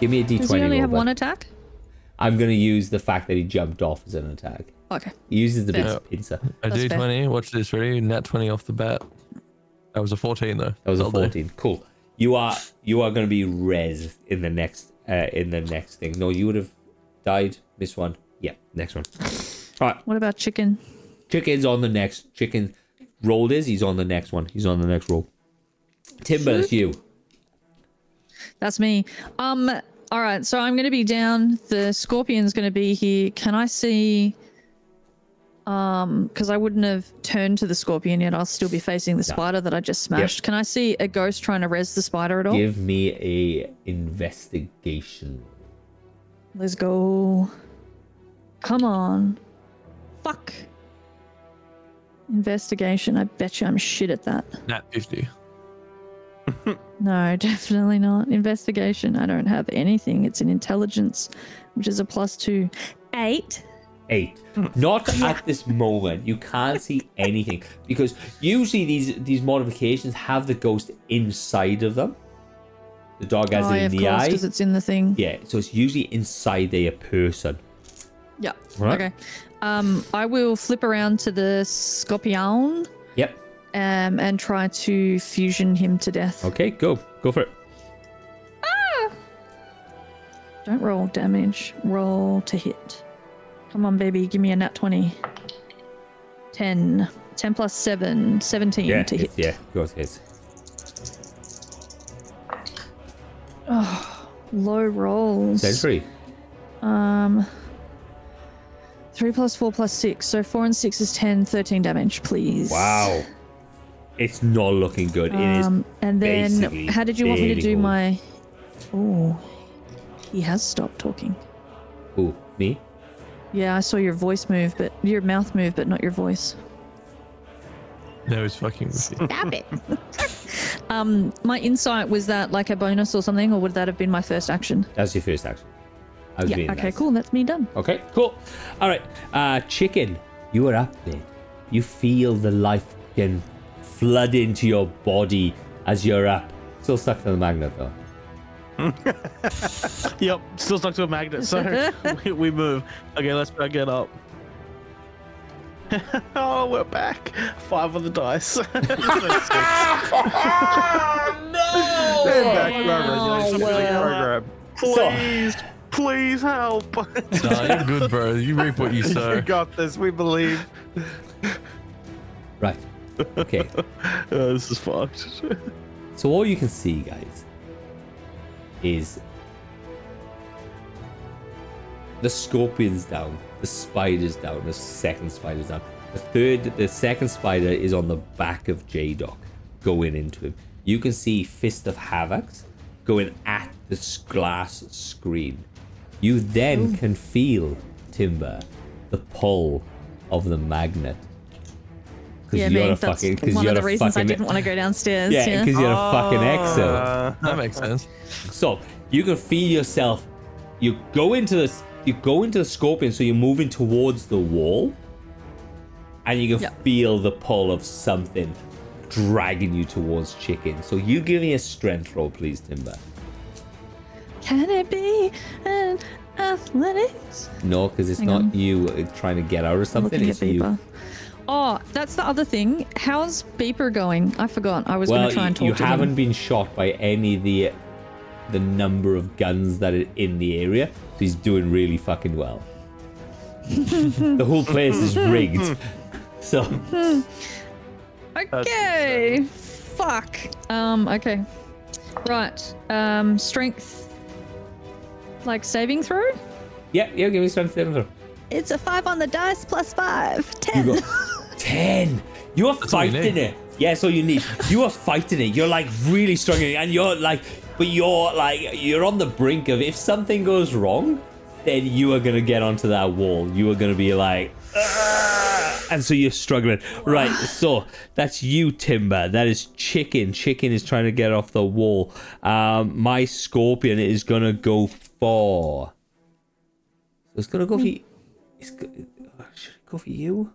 Give me a D20.
Does he only
roll,
have
bud.
one attack?
I'm gonna use the fact that he jumped off as an attack.
Okay.
He uses the
Fair.
big pincer.
A
That's
D20.
fair.
Watch this. Ready? Nat 20 off the bat. That was a 14, though.
That was a
Well done.
fourteen. Cool. You are you are going to be res in the next uh, in the next thing. No, you would have died. This one. Yeah, next one. All right,
What about chicken?
chicken's on the next. Chicken rolled is he's on the next one. He's on the next roll. Timber, it's you.
That's me. Um. All right. So I'm going to be down. The scorpion's going to be here. Can I see? Um. Because I wouldn't have turned to the scorpion yet. I'll still be facing the spider that I just smashed. Can I see a ghost trying to res the spider at all?
Give me a investigation.
Let's go. Come on. Fuck. Investigation. I bet you I'm shit at that.
Nat 50.
No, definitely not. Investigation. I don't have anything. It's an intelligence, which is a plus two. Eight.
eight. Not at this moment. You can't see anything because usually these these modifications have the ghost inside of them. The dog has
Oh,
it
yeah,
in
of
the
course,
eye.
because it's in the thing.
Yeah, so it's usually inside their person.
Yeah.
Right.
Okay. Um, I will flip around to the scorpion,
Yep.
um, and try to fusion him to death.
Okay, go. Go for it.
Don't roll damage. Roll to hit. Come on, baby. Give me a nat 20. 10. 10 plus 7. 17
Yeah,
to hit.
it's, yeah, yours is.
Low rolls.
Century.
Um, 3 plus 4 plus 6. So 4 and 6 is 10. 13 damage, please.
Wow. It's not looking good. it is.
Um, and then,
basically
how did you want me to
barely
do
hold.
my. Oh. He has stopped talking.
Who? Me?
Yeah, I saw your voice move, but your mouth move, but not your voice.
No, he's fucking with you.
Stop it. um, my insight was that like a bonus or something, or would that have been my first action?
That's your first action. I was being
yeah. Okay.
nice.
Cool. That's me done.
Okay, cool. All right, uh, chicken, you are up there. You feel the life can flood into your body as you're up. Still stuck to the magnet though.
Yep, still stuck to a magnet, so we, we move. Okay, let's try and get up. oh, we're back. Five on the dice.
back
wow.
progress. Program.
please, please help.
Nah, Oh, you're good, bro. You reap what you sow.
You got this. We believe.
Right. Okay.
Oh, this is fucked.
so all you can see, guys, is the scorpion's down, the spider's down, the second spider's down. The third, the second spider is on the back of J Doc, going into him. You can see Fist of Havocs going at this glass screen. You then can feel Timber, the pull of the magnet. 'Cause
Yeah,
you're
me.
a
That's
fucking- 'cause
one
you're
of the
a
reasons I
fucking-
didn't want to go downstairs.
yeah,
Yeah.
because you're a fucking excellent.
Uh,
That makes sense.
So you can feel yourself. You go into this. You go into the scorpion, so you're moving towards the wall, and you can
Yep.
feel the pull of something dragging you towards chicken. So you give me a strength roll, please, Timber.
Can it be an athletics?
No, because it's
Hang
not
on.
you uh, trying to get out of
I'm
something.
looking at
It's you.
Beeper. Oh, that's the other thing. How's Beeper going? I forgot. I was going
Well,
to try and talk
you
to
haven't
him.
been shot by any of the the number of guns that are in the area, so he's doing really fucking well. the whole place is rigged. So
Okay. Fuck. Um. Okay. Right. Um. Strength. Like saving throw.
Yeah, yeah, give me strength saving throw.
It's a five on the dice plus five.
You
Ten.
got ten. You are
all you
fighting
need.
it. Yeah, that's all you need. You are fighting it. You're like really strong, and you're like, but you're like, you're on the brink of if something goes wrong, then you are gonna get onto that wall. You are gonna be like, "Ugh," and so you're struggling. Right. So that's you, Timber. That is Chicken. Chicken is trying to get off the wall. Um, my scorpion is gonna go for. It's gonna go for. y- It's go, oh, should it go for you?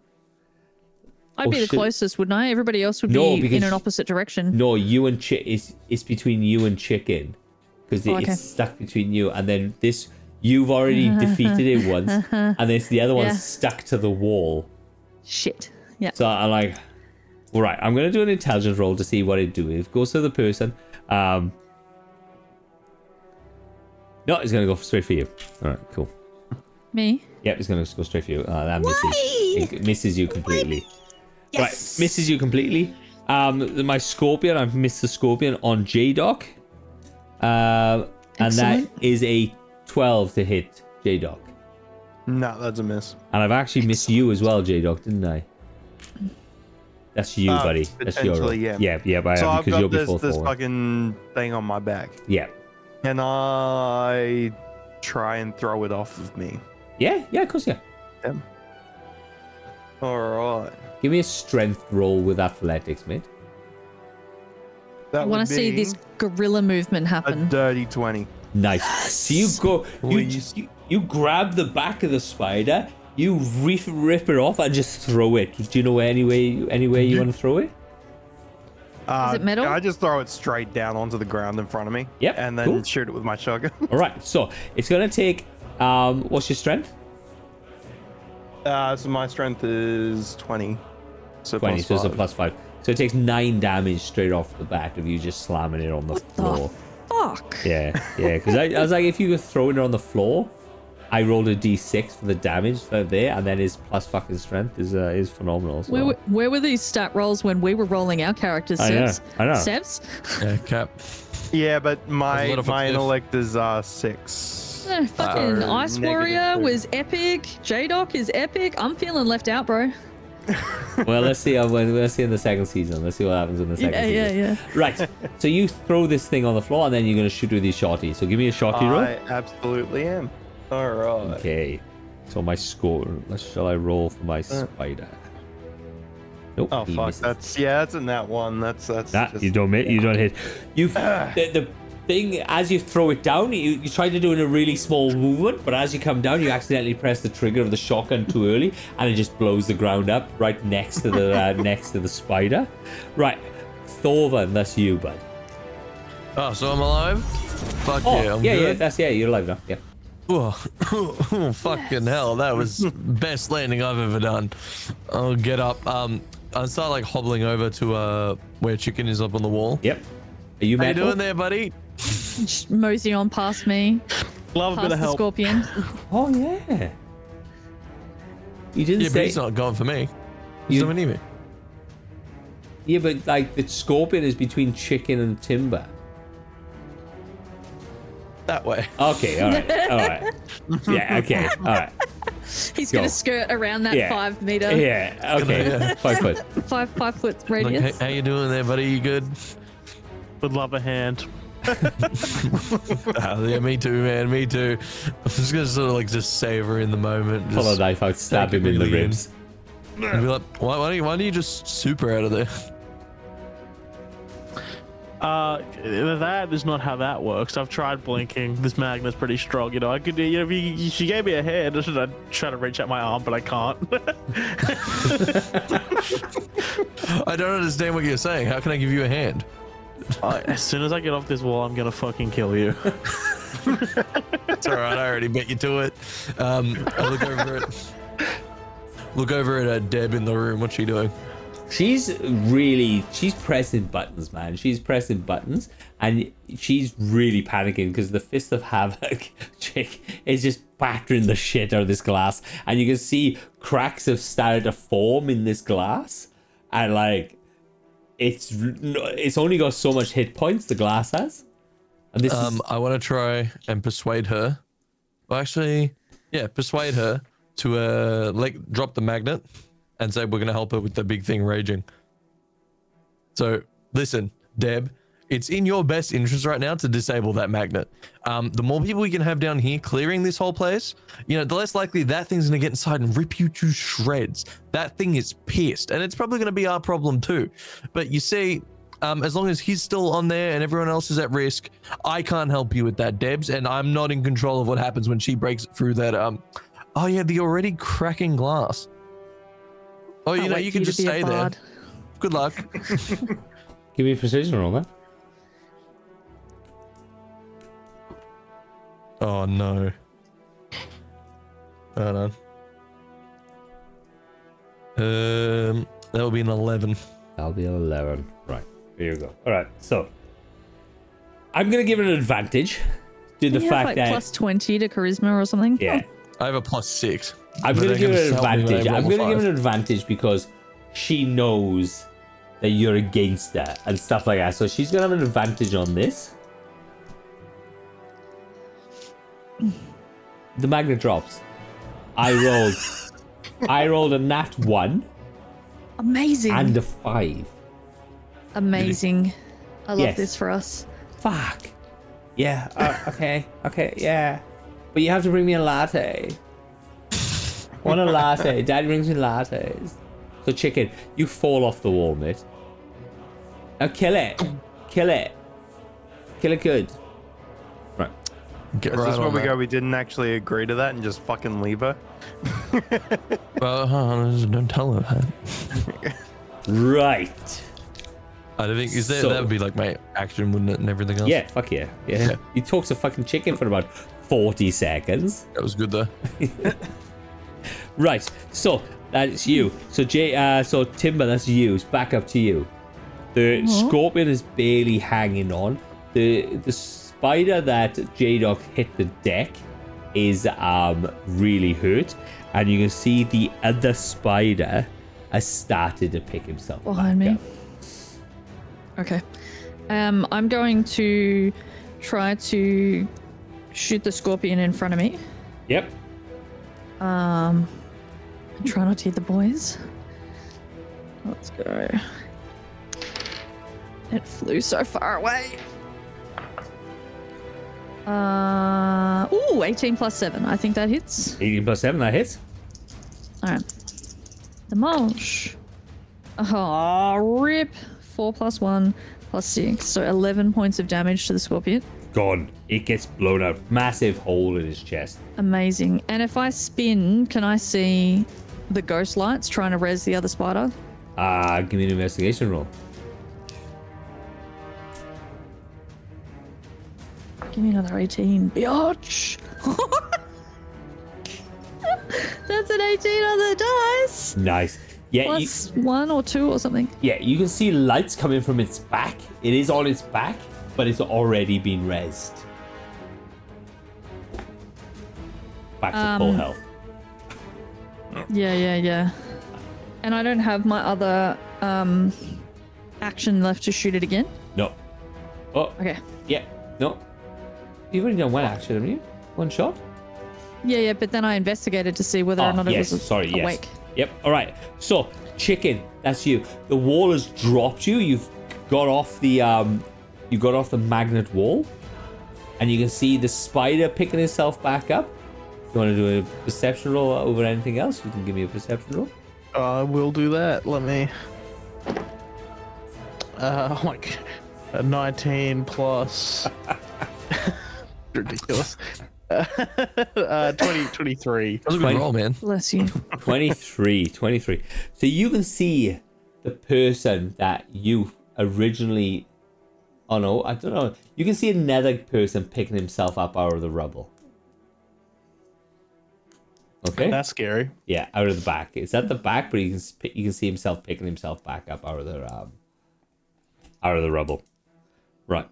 I'd be
Or
the
should-
closest, wouldn't I? Everybody else would
No,
be
because
in an opposite direction.
No, you and chick it's it's between you and chicken because
Oh, okay.
it's stuck between you, and then this you've already defeated it once, and it's the other
Yeah.
one's stuck to the wall.
Shit. Yeah.
So I'm like, all right, I'm gonna do an intelligence roll to see what it do. If it goes to the person, um, no, it's gonna go straight for you. All right, cool.
Me.
Yep, it's gonna go straight for you. Uh, that misses.
Why?
It misses you completely. Right, misses you completely. Um, my scorpion, I've missed the scorpion on J Doc. Um, and that
Excellent.
is a 12 to hit J Doc.
nah, that's a miss.
And I've actually missed you as well, J Doc, didn't I? That's you,
Uh,
buddy. That's your roll.
potentially, yeah.
yeah, yeah, but I am
so I've
because you're
got
before
this, this
falling.
fucking thing on my back.
Yeah,
Can I try and throw it off of me?
yeah, yeah, of course, yeah.
All right.
Give me a strength roll with athletics, mate.
That
I want
would
to see
be
this gorilla movement
a
happen.
dirty twenty.
Nice. So you go, you,
Please.
you you grab the back of the spider, you You re- rip it off and just throw it. Do you know any way, any way you want to throw it?
Uh,
it metal?
I just throw it straight down onto the ground in front of me.
Yep,
And then
cool.
shoot it with my shotgun.
All right. So it's gonna take. Um, what's your strength?
uh, so my strength is 20. So
Twenty.
plus
so it's a
five.
plus five. So it takes nine damage straight off the bat of you just slamming it on the floor.
Oh, fuck.
Yeah, yeah. Because I, I was like, if you were throwing it on the floor, I rolled a d6 for the damage that there, and then his plus fucking strength is uh, is phenomenal. So.
Where, were- where were these stat rolls when we were rolling our characters,
I know,
Sebs?
I know.
Sebs?
Yeah, cap.
Yeah, but my
lot of
my
uplift.
intellect is uh, 6.
Eh, fucking
So
Ice
negative
Warrior
two.
was epic. J Doc is epic. I'm feeling left out, bro.
well, let's see. Uh, when- let's see in the second season. Let's see what happens in the second
Yeah, yeah,
season.
yeah.
Right. So you throw this thing on the floor, and then you're gonna shoot with your shotty. So give me a shotty roll.
I absolutely am. All right.
Okay. So my score. Let's, shall I roll for my spider? Nope.
Uh. Oh
he
fuck,
misses.
that's yeah, that's in that one. That's that's.
That
just-
you don't hit. You don't hit. You the, the thing as you throw it down, you, you try to do it in a really small movement, but as you come down, you accidentally press the trigger of the shotgun too early, and it just blows the ground up right next to the uh, next to the spider. Right, Thorvan, that's you, bud.
Oh, so I'm alive? Fuck
Oh
yeah, I'm
yeah, yeah,
good.
that's yeah. You're alive now. Yeah.
Oh, fucking hell, that was best landing I've ever done. I'll get up. Um, I start like hobbling over to uh where chicken is up on the wall.
Yep. Are you
How you
metal?
doing there, buddy?
Just mosey on past me,
Love a bit
past
of
the
help.
scorpion.
Oh yeah. You didn't
Yeah, but
say.
he's not going for me. He's
You-
not near me.
Yeah, but like the scorpion is between chicken and timber.
That way.
Okay, all right, all right. Yeah, okay, all right.
He's
Go.
gonna skirt around that
Yeah.
five meter,
Yeah, okay. Five foot.
five five foot
Like,
radius.
hey, how you doing there, buddy? You good?
Would love a hand.
Ah, yeah, me too, man. Me too. I'm just gonna sort of like just savor in the moment.
Pull a
just-
knife out, stab him in the ribs.
and be like, why, why, don't you, why don't you just super out of there?
Uh, that is not how that works. I've tried blinking. This magnet's pretty strong. You know, I could. You know, if you, you- she gave me a hand, I should I try to reach out my arm, but I can't.
I don't understand what you're saying. How can I give you a hand?
as soon as I get off this wall, I'm gonna fucking kill you.
It's all right. I already beat you to it. Um, I look over at look over at uh, Deb in the room. What's she doing?
She's really, she's pressing buttons, man. She's pressing buttons, and she's really panicking because the fist of havoc chick is just battering the shit out of this glass, and you can see cracks have started to form in this glass, and like, it's it's only got so much hit points the glass has, and this is
Um, I want to try and persuade her. Well, actually, yeah, persuade her to uh, like drop the magnet and say we're gonna help her with the big thing raging. So listen, Deb, it's in your best interest right now to disable that magnet. Um, the more people we can have down here clearing this whole place, you know, the less likely that thing's gonna get inside and rip you to shreds. That thing is pissed, and it's probably gonna be our problem too. But you see, um, as long as he's still on there and everyone else is at risk, I can't help you with that, Debs, and I'm not in control of what happens when she breaks through that. Um, oh yeah, the already cracking glass. Oh, you
Can't
know,
wait
you
for
can
to
just
be a
stay there.
bard.
Good luck.
give me a precision roll, man.
Oh no. Oh no. Um, that will be an eleven.
That'll be 11. Right. Here you go. All right. So I'm going to give it an advantage to the
You have,
fact
like
that.
plus twenty to charisma or something.
yeah.
I have a plus six.
I'm going
But
to
they're
give it an
sell me when I
advantage.
roll
I'm
a
going to give it
five.
an advantage because she knows that you're against her and stuff like that. So she's going to have an advantage on this. The magnet drops. I rolled. I rolled a nat one
Amazing.
and a five.
Amazing. I love
Yes.
this for us.
Fuck. Yeah. Uh, okay. Okay. Yeah. But you have to bring me a latte. I want a latte. Dad brings me lattes. So chicken, you fall off the wall, mate. Now kill it. Kill it. Kill it good. Right.
Get
Is
right
this where
on
we
that.
go? We didn't actually agree to that and just fucking leave her.
Well, huh, don't tell her that.
Right.
I don't think is there,
So-
that would be like my action, wouldn't it, and everything else.
Yeah, fuck yeah. Yeah.
Yeah.
He talks to fucking chicken for about 40 seconds.
that was good though.
Right. So that's you. So Jay uh so Timber, that's you. It's back up to you. The
Mm-hmm.
scorpion is barely hanging on. The the spider that J Dog hit the deck is um really hurt. And you can see the other spider has started to pick himself.
Behind
back
me.
up.
Okay. Um, I'm going to try to shoot the scorpion in front of me.
Yep.
Try not to hit the boys. Let's go. It flew so far away. Uh, ooh, 18 plus 7. I think that hits.
18 plus 7, that hits.
Alright. The Marsh. Oh, rip. 4 plus 1 plus 6. So 11 points of damage to the scorpion.
Gone. It gets blown out. Massive hole in his chest.
Amazing. And if I spin, can I see the ghost lights trying to res the other spider?
Uh give me an investigation roll.
Give me another 18. Biatch! That's an 18 on the dice!
Nice. Yeah, you-
Plus one or two or something.
Yeah, you can see lights coming from its back. It is on its back, but it's already been rezzed. Back to full
Um,
health.
Yeah, yeah, yeah. And I don't have my other um, action left to shoot it again.
No. Oh,
Okay.
yeah, no. You've only done one action, haven't you? One shot?
Yeah, yeah, but then I investigated to see whether
Ah,
or not
yes,
it was
sorry, yes.
awake.
Yep, alright. So, chicken, that's you. The wall has dropped you. You've got off the um you got off the magnet wall. And you can see the spider picking itself back up. If you want to do a perception roll over anything else, you can give me a perception roll.
I will do that. Let me. Uh, oh my g- a 19 plus. Ridiculous. uh, 20, 23.
That was a
Fine.
good roll, man.
Bless you.
23 23 so you can see the person that you originally oh no i don't know you can see another person picking himself up out of the rubble okay
That's scary.
yeah out of the back it's at the back but you can sp- you can see himself picking himself back up out of the um out of the rubble right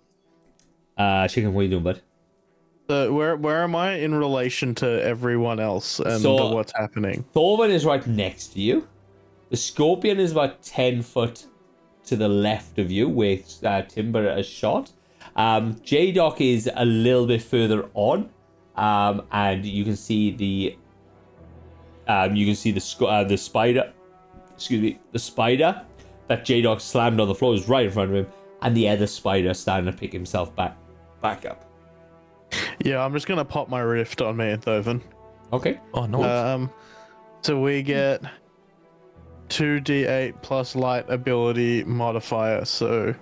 uh chicken what are you doing bud
So where where am I in relation to everyone else and
So-
the- what's happening?
Thorvin is right next to you. The scorpion is about 10 foot to the left of you, where uh, Timber has shot. Um, J Doc is a little bit further on, um, and you can see the. Um, you can see the sc- uh, the spider, excuse me, the spider that J Doc slammed on the floor is right in front of him, and the other spider starting to pick himself back back up.
Yeah, I'm just gonna pop my rift on me and Thoven.
Okay.
Oh no.
Um, so we get two d8 plus light ability modifier. So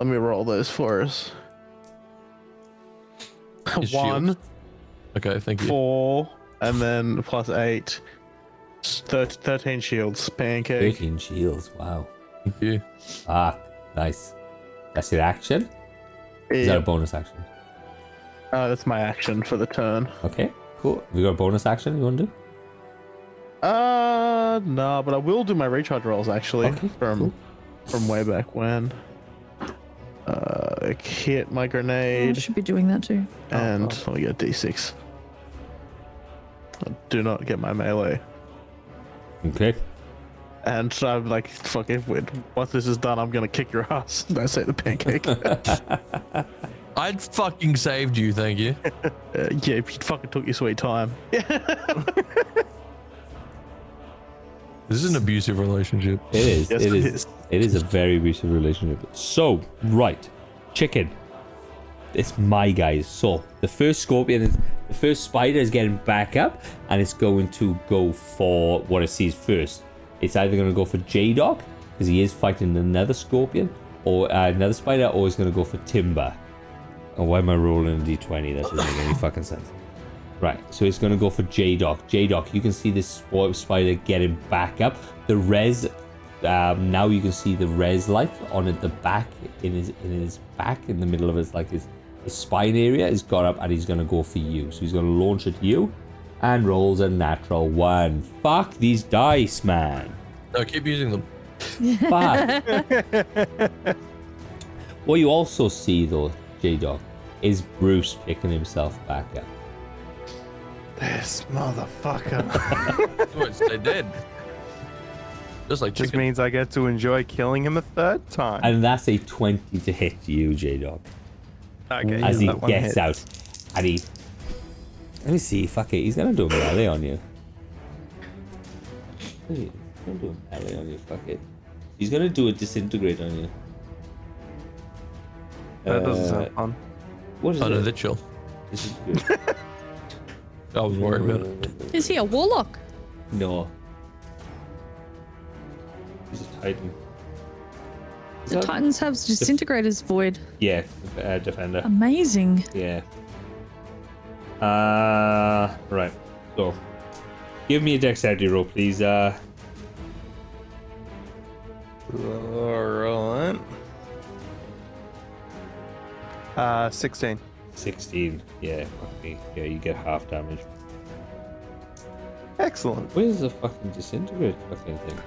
let me roll those for us.
His shield.
One,
okay, thank you.
four, and then plus eight. S- thir- Thirteen shields, pancake.
13 shields. Wow.
Thank you.
Ah, nice. That's your action. Is that a
Yeah,
bonus action?
uh, that's my action for the turn.
Okay, cool. Have you got a bonus action you want to do?
Uh, no, but I will do my recharge rolls actually
Okay,
from
cool.
from way back when. Uh, hit my
I
grenade
should be doing that too.
and let me get a d6. I do not get my melee,
Okay.
and so I'm like, fuck it. Wait, once this is done, I'm gonna kick your ass. I say the pancake. uh,
I'd fucking saved you, thank you.
yeah, you fucking took your sweet time.
This is an abusive relationship.
It is.
Yes,
it
it
is.
is.
It is a very abusive relationship. So, right. Chicken. It's my guys. So, the first scorpion is. The first spider is getting back up and it's going to go for what it sees first. It's either going to go for J Dog because he is fighting another scorpion or uh, another spider, or it's going to go for Timber. Oh, why am I rolling a d20? That doesn't make any fucking sense. Right, so it's going to go for J Doc. J Doc, you can see this sp- spider getting back up. The res, um, now you can see the res light on it, the back, in his in his back, in the middle of his, like his, his spine area has got up and he's going to go for you. So he's going to launch at you and rolls a natural one. Fuck these dice, man.
No, keep using them.
Fuck. what you also see, though, J Dog, is Bruce picking himself back up.
This motherfucker.
Otherwise, oh, they're dead. Just like
Just
chicken.
means I get to enjoy killing him a third time.
And that's a 20 to hit you, J Dog,
okay,
as he
yeah, that one
gets
hit.
out. And he. Let me see. Fuck it. He's going to do a melee on you. He's going to do a melee on you. Fuck it. He's going to do a disintegrate on you.
That doesn't
Uh,
sound fun.
What is
Oh no,
it?
they're chill.
Disintegrate.
I was worried about it.
Is he a warlock?
No. He's a titan.
The Titans have disintegrators void.
Yeah, uh, defender.
Um.
Amazing.
yeah. Uh, right. So, give me a dexterity roll, please. Uh,
Alright. Uh, 16.
sixteen. Yeah, fuck me. Yeah, you get half damage.
Excellent.
Where's the fucking disintegrate fucking thing?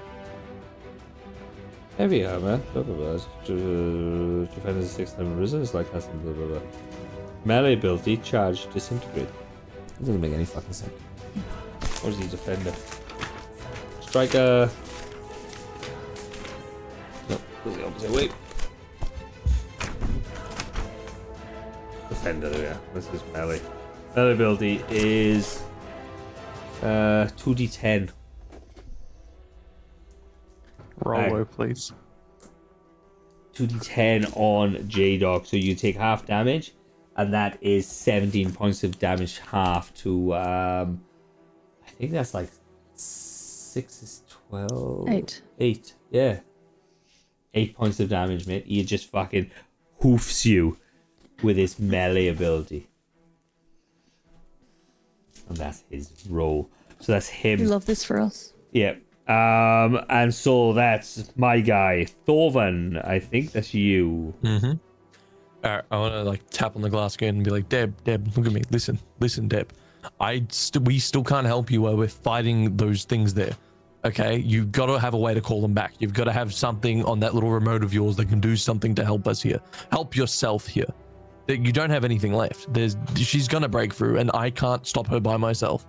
Heavy armor, blah blah blah. Uh, Defenders six level resistance like us and blah blah blah. Melee ability, charge, disintegrate. It doesn't make any fucking sense. What is he defender? Striker No, goes the opposite way. Defender there. we are. This is melee. Melee ability is uh 2d10
Roll low, please.
2d10 on J Dog. So you take half damage, and that is 17 points of damage, half to, um, I think that's like 6 is 12.
Eight.
8, yeah. 8 points of damage, mate. He just fucking hoofs you with his melee ability. And that's his roll. So that's him.
We love this for us.
Yeah. Um, and so that's my guy, Thorvan. I think that's you.
All right, I want to like tap on the glass again and be like, Deb, Deb, look at me, listen, listen, Deb. I st- we still can't help you while we're fighting those things there. Okay, you've got to have a way to call them back. You've got to have something on that little remote of yours that can do something to help us here. Help yourself here. That you don't have anything left. There's she's gonna break through, and I can't stop her by myself.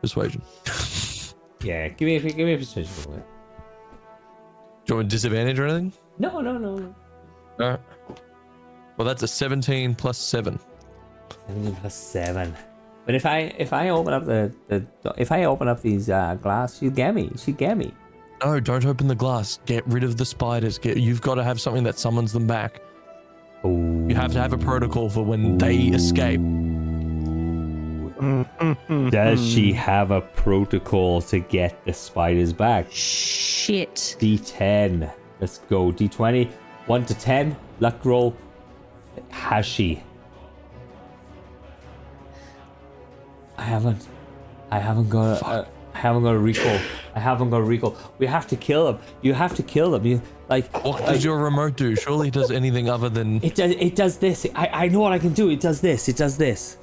Persuasion.
Yeah, give me a give me a persuasion roll. mate.
Do you want disadvantage or anything?
No, no, no, no.
All right. Well, that's a 17 plus seven.
Seventeen plus seven. But if I if I open up the, the if I open up these uh, glass, she'll get me. She get me.
No, don't open the glass. Get rid of the spiders. Get you've got to have something that summons them back.
Ooh.
You have to have a protocol for when they escape.
Does she have a protocol to get the spiders back?
Shit.
D10. Let's go. D20. 1 to 10. Luck roll. Has she? I haven't. I haven't got a. a I haven't got a recall. I haven't got a recall. We have to kill them. You have to kill them. You like.
What
like-
does your remote do? Surely it does anything other than
it does. It does this. I, I know what I can do. It does this. It does this.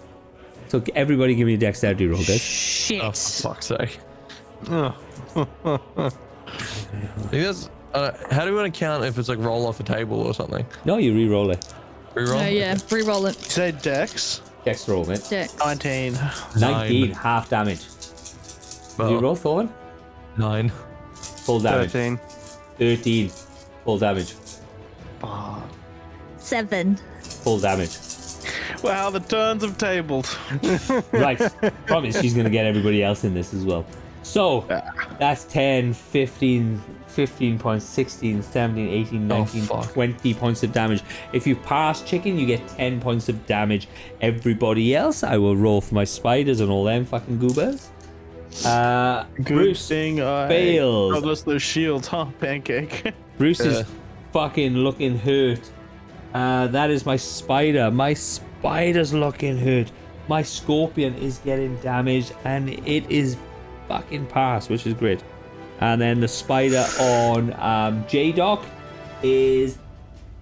So g- everybody, give me a dexterity roll, guys.
Shit.
oh, for fuck's sake. Maybe that's- uh, how do we want to count if it's like roll off a table or something?
No, you re-roll it.
Reroll.
No, Oh, yeah. Reroll it.
Say Dex.
Dex roll, mate.
Dex.
19.
19, half damage.
Well,
You roll forward.
nine.
Full damage.
13.
13 full damage
Seven.
full damage
Wow, the turns have tabled.
right promise she's gonna get everybody else in this as well so
Ah.
that's 10 15 15 points 16 17 18
Oh,
19
fuck.
20 points of damage if you pass chicken you get 10 points of damage everybody else i will roll for my spiders and all them fucking goobers uh bruce
thing I
fails.
Oh, those, those shields, huh? Pancake.
Bruce
Yeah.
is fucking looking hurt. Uh, that is my spider. My spider's looking hurt. My scorpion is getting damaged, and it is fucking past, which is great. And then the spider on um, J Doc is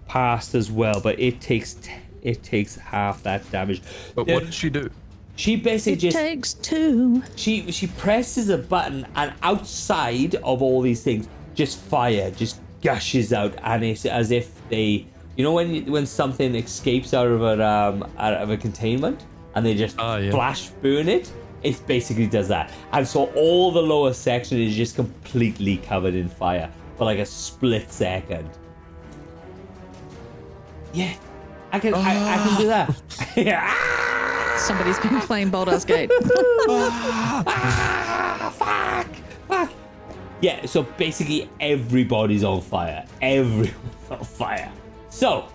passed as well, but it takes t- it takes half that damage.
But
Yeah,
what did she do?
she basically
It
just
takes two.
she she presses a button and outside of all these things just fire just gushes out and it's as if they you know when when something escapes out of a um out of a containment and they just
Ah, yeah.
flash burn it it basically does that and so all the lower section is just completely covered in fire for like a split second yeah i can I, I can do that
Ah.
yeah
Somebody's been playing Baldur's Gate.
ah, fuck, fuck. Yeah, so basically everybody's on fire. Everyone's on fire. So,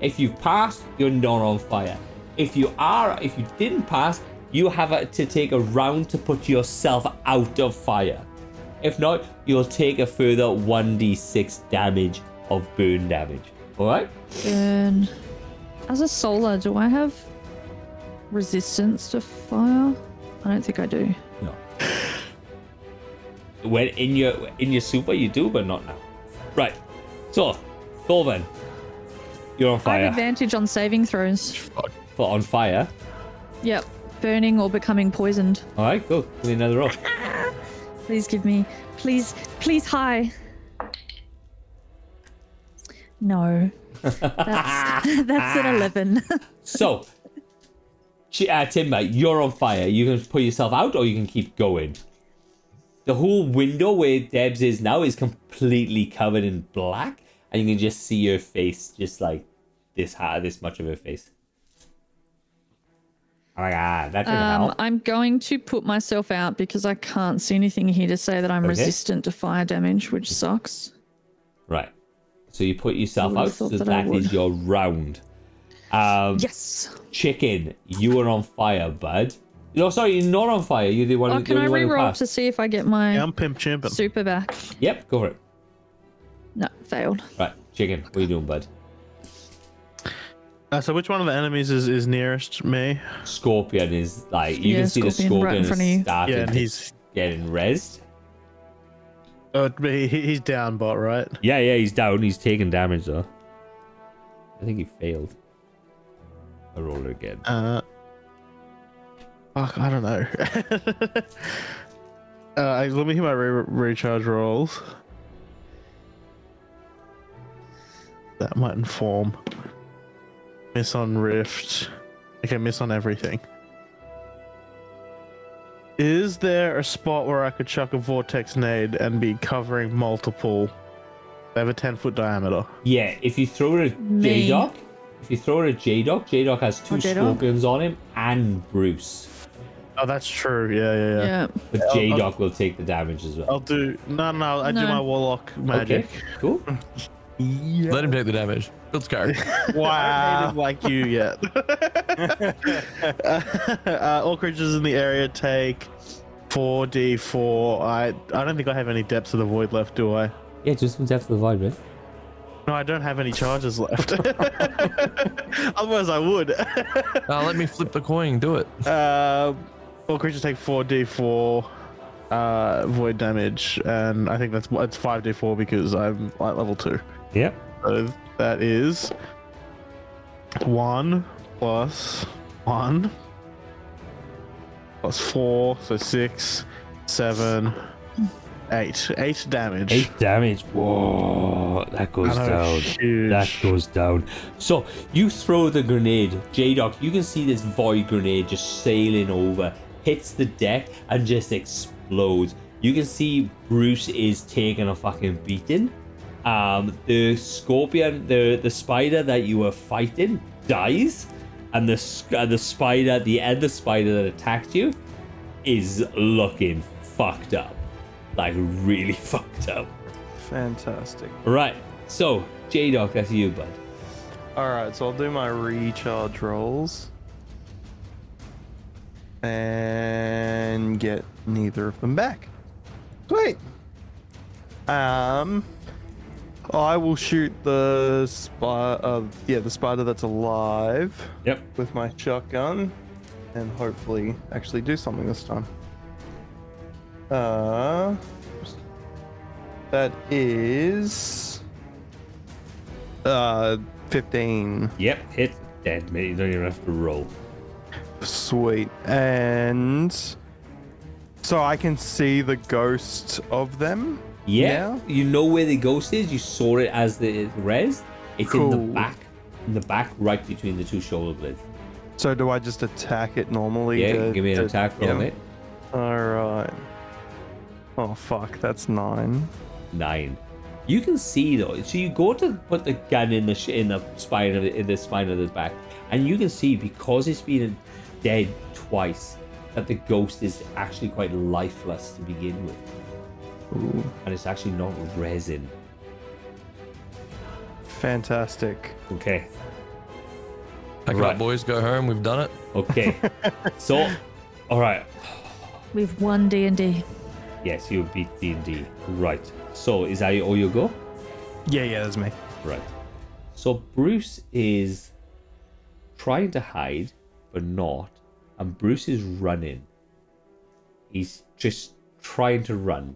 if you pass, you're not on fire. If you are, if you didn't pass, you have uh, to take a round to put yourself out of fire. If not, you'll take a further 1d6 damage of burn damage. All right?
Burn. As a solar, do I have resistance to fire? I don't think I do.
No. when in your in your super you do, but not now. Right. So, Thorvan, you're on
I have
fire.
advantage on saving throws.
For on fire.
Yep. Burning or becoming poisoned.
All right, go. Give me another roll.
Please give me. Please, please, high. No. That's, that's an 11.
So, Chi- uh, Timber, you're on fire. You can put yourself out, or you can keep going. The whole window where Debs is now is completely covered in black, and you can just see her face, just like this, ha- this much of her face. Oh my god, that didn't help.
um, I'm going to put myself out because I can't see anything here to say that I'm
Okay.
resistant to fire damage, which sucks.
Right. So you put yourself
I would've
out, so
thought that I
that is
would.
your round. Um,
Yes.
Chicken, you are on fire, bud. No, sorry, you're not on fire. You're the one.
Oh,
who-
can
you're
I
the one who
reroll
passed.
to see if I get my
Yeah, I'm pimp chimping.
super back?
Yep, go for it.
No, failed.
Right, chicken, what are you doing, bud?
Uh, so which one of the enemies is, is nearest me?
Scorpion is like you
Yeah,
can see the
scorpion right
scorpion
in front of
is
you.
starting
Yeah, and
to
he's
getting rezzed.
uh, he, he- he's down bot, right?
Yeah, yeah, he's down. He's taking damage though. I think he failed. I roll it again.
Uh, fuck, I don't know. uh, let me hear my re- recharge rolls. That might inform. Miss on rift. Okay, miss on everything. Is there a spot where I could chuck a vortex nade and be covering multiple? They have a ten foot diameter.
Yeah, if you throw it at J
Me.
Doc, if you throw it at J Doc, J Doc has two
Oh, J-Doc.
scorpions on him and Bruce.
Oh, that's true. Yeah, yeah, yeah.
Yeah.
But J Doc will take the damage as well.
I'll do no, no. I do
No.
my warlock Oh, magic.
Okay, cool.
Let him take the damage. Build character.
I didn't like you yet. uh, all creatures in the area take 4d4. I I don't think I have any depths of the void left, do I?
Yeah, just from depth of the void, man.
No, I don't have any charges left. Otherwise, I would.
Uh, let me flip the coin. Do it.
Uh, all creatures take 4d4 uh, void damage, and I think that's it's 5d4 because I'm at level two.
Yep.
So that is one plus one plus four, so six, seven, eight. Eight damage.
Eight damage. Whoa, that goes
I know,
down.
huge.
That goes down. So you throw the grenade, J Doc. You can see this void grenade just sailing over, hits the deck, and just explodes. You can see Bruce is taking a fucking beating. Um, the scorpion, the the spider that you were fighting dies, and the s- uh, the spider, the other spider that attacked you, is looking fucked up, like really fucked up.
Fantastic.
Right. So, J Doc, that's you, bud.
Alright, so I'll do my recharge rolls. And get neither of them back. Sweet. Um I will shoot the spider. Uh, yeah, the spider that's alive
Yep.
with my shotgun, and hopefully actually do something this time. Uh, that is uh 15.
Yep. Hit. Dead. Mate. You don't even have to roll.
Sweet. And so I can see the ghost of them.
Yeah.
now?
You know where the ghost is. You saw it as the res. It's in
Cool.
the back. In the back, right between the two shoulder blades.
So do I just attack it normally?
Yeah.
to-
give me an
to-
attack roll,
yeah.
mate.
All right. Oh fuck, that's nine.
Nine. You can see though. So you go to put the gun in the sh- in the spine of the, in the spine of the back, and you can see because it's been dead twice that the ghost is actually quite lifeless to begin with, and it's actually not resin.
Fantastic.
Okay.
Pack it
Right.
up, boys. Go home. We've done it.
Okay. so, all right.
We've won D and D.
Yes, you beat D and D. Right. So is that all you go?
Yeah, yeah, that's me.
Right. So Bruce is trying to hide, but not. And Bruce is running. He's just trying to run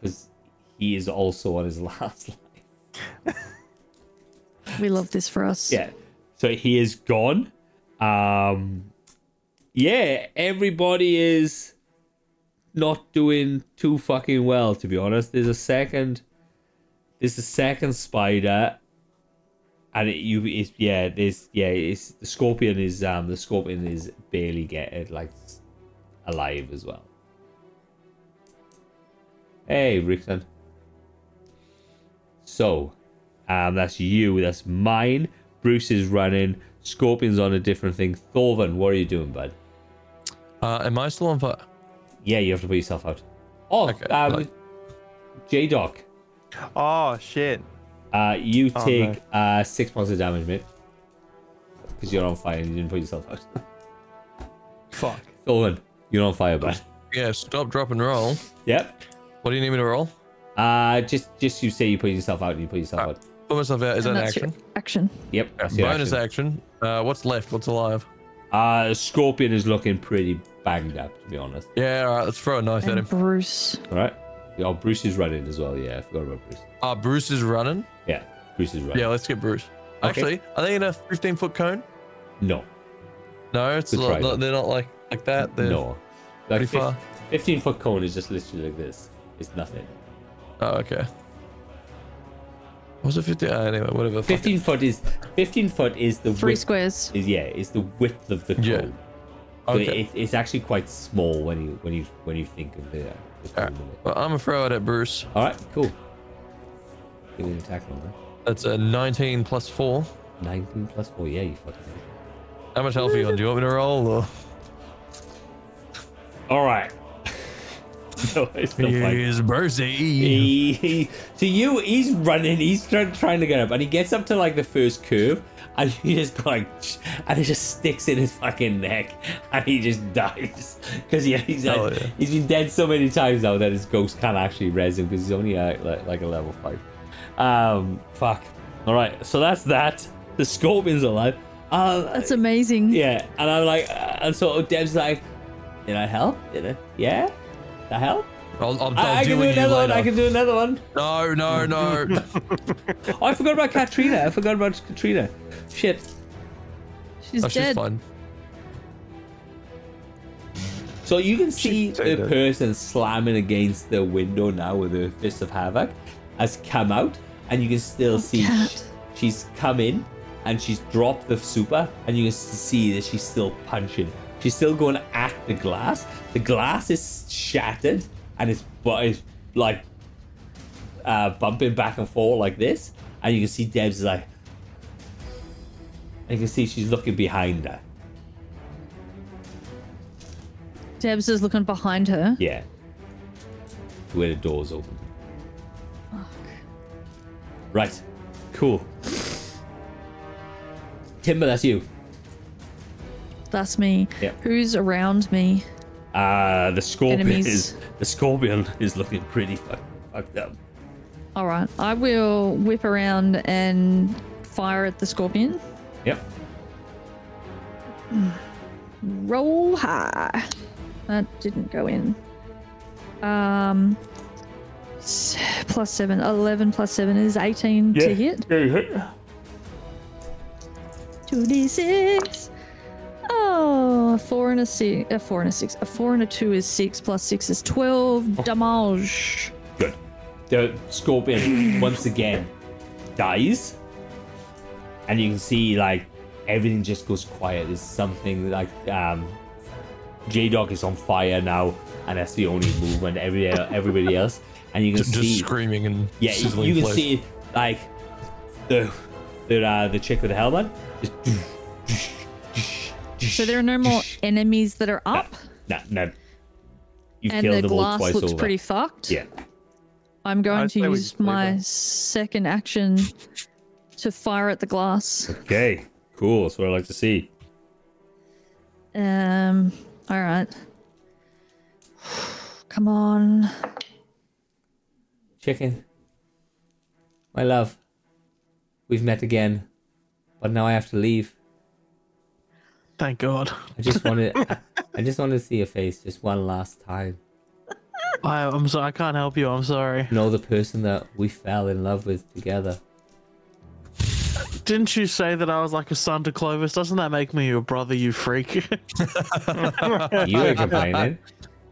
because he is also on his last life.
We love this for us.
Yeah. So he is gone. Um Yeah, everybody is not doing too fucking well to be honest. There's a second there's a second spider and it, you it's yeah, there's yeah, it's the scorpion is um the scorpion is barely getting like s- alive as well. Hey Rickson. So um, that's you. That's mine. Bruce is running. Scorpion's on a different thing. Thorvan, what are you doing, bud?
Uh, am I still on fire?
Yeah, you have to put yourself out. Oh,
Okay,
um,
like-
J Doc,
Oh shit.
uh, you
Oh,
take uh, six points of damage, mate. Because you're on fire and you didn't put yourself out.
Fuck.
Thorvan, you're on fire, bud.
Yeah. Stop, drop, and roll.
Yep.
What do you need me to roll?
Uh, just just you say you put yourself out and you put yourself out.
Put myself out. Is that
And
an
that's your
action?
action.
Yep. that's your
Bonus
action.
action. Uh, what's left? What's alive?
Uh, Scorpion is looking pretty banged up, to be honest.
Yeah. All right. Let's throw a knife at
And
him.
Bruce.
All right. Oh, Bruce is running as well. Yeah, I forgot about Bruce.
Uh, Bruce is running.
Yeah, Bruce is running.
Yeah. Let's get Bruce. Actually, are they in a 15 foot cone?
No.
No, it's
Good
not,
try,
not-
though.
they're not like like that. They're,
No. Like
Pretty
fif-
far.
15 foot cone is just literally like this. It's nothing.
Oh, okay. Was it 15? Uh, anyway, whatever. fuck
15
it.
foot is 15 foot is the
Three
width,
squares.
is yeah, is the width of the cone.
Yeah.
So
Okay.
it, it's actually quite small when you when you when you think of the, uh, the cone.
Alright.
of it.
Well, I'm gonna throw it at Bruce.
All right, cool. Give me an attack roll then.
That's a 19 plus four.
19 plus 4. Yeah, you fucking did it.
How much health are you on? Do you want me to roll? Or?
All right. no, it's not fine.
Brucey.
He, he, to you, he's running. He's try, trying to get up, and he gets up to like the first curve, and he just like, and it just sticks in his fucking neck, and he just dies because yeah, he's like,
Hell yeah.
he's been dead so many times now that his ghost can't actually res him because he's only uh, like, like a level five. Um, fuck. All right, so that's that. The scorpion's alive. Um,
That's amazing.
yeah, and I'm like, uh, and so Deb's like, did I help? Did I? Yeah, did I help?
I'll, I'll, I'll
I, I can
deal
do
with you
another one. I
later.
can do another one.
No, no, no.
Oh, I forgot about Katrina. I forgot about Katrina. Shit.
She's
oh, she's
dead.
fine.
So you can see
She's so
the
dead.
person slamming against the window now with her fist of havoc has come out, and you can still see
God.
sh- she's come in and she's dropped the super, and you can s- see that she's still punching. She's still going at the glass. The glass is shattered, and it's but it's like uh, bumping back and forth like this, and you can see Deb's like. And you can see she's looking behind her.
Debs is looking behind her.
Yeah. Where the doors open. Right. Cool. Timber, that's you.
That's me.
Yeah.
Who's around me?
Uh the scorpion
Enemies.
is the scorpion is looking pretty fuck, fucked up.
All right. I will whip around and fire at the scorpion.
Yep.
Roll high. That didn't go in. Um, s- plus seven. 11 plus seven is 18 to hit.
Yeah.
2d6. Oh, a four and a six. A four and a six. A four and a two is six. Plus six is
Oh.
12. Damage.
The scorpion once again dies, and you can see like everything just goes quiet. There's something like um, J Dog is on fire now, and that's the only movement. Every everybody else, and you can
Just,
see
screaming and
yeah, you,
sizzling
you can
flames.
see like the the uh, the chick with the helmet. Just,
So there are no more enemies that are up.
no, no. You
and
killed
the
them all
glass
twice
looks
over.
pretty fucked.
yeah.
I'm going
I'd
to
say we
use
just leave
my
it.
second action to fire at the glass.
Okay. Cool. That's what I like to see.
Um. All right. Come on.
Chicken. My love. We've met again. But now I have to leave.
Thank God.
I just wanted I, I just wanted to see your face just one last time.
I, I'm sorry. I can't help you. I'm sorry.
Know the person that we fell in love with together.
Didn't you say that I was like a son to Clovis? Doesn't that make me your brother, you freak?
You were complaining.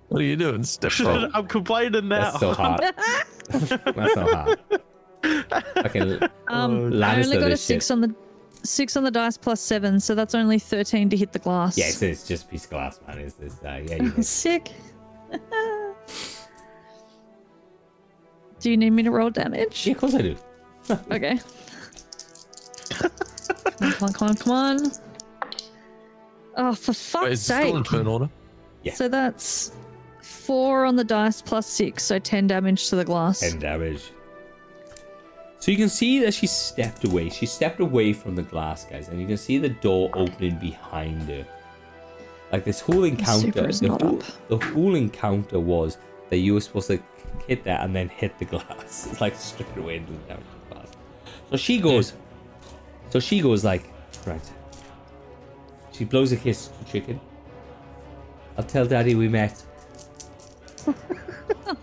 What are you doing, Stepford?
I'm complaining now.
That's so hard. That's so hard. Fucking
Um. I
Lannister
only got a
this shit.
six on the six on the dice plus seven, so that's only thirteen to hit the glass.
Yeah, it's, it's just a piece of glass, man. It's this uh, yeah, you know.
Sick. Do you need me to roll damage?
yeah, of course I do.
Okay. come on, come on, come on, come on. Oh, for fuck's
Wait, is it
sake.
still in turn order?
Yeah.
So that's four on the dice plus six, so ten damage to the glass.
10 damage. So you can see that she stepped away. She stepped away from the glass, guys, and you can see the door opening behind her. Like this whole encounter,
super is
the
not
whole,
up.
the whole encounter was that you were supposed to hit that and then hit the glass. It's like straight away into the damage to the glass. So she goes. So she goes like, right. She blows a kiss to Chicken. I'll tell Daddy we met.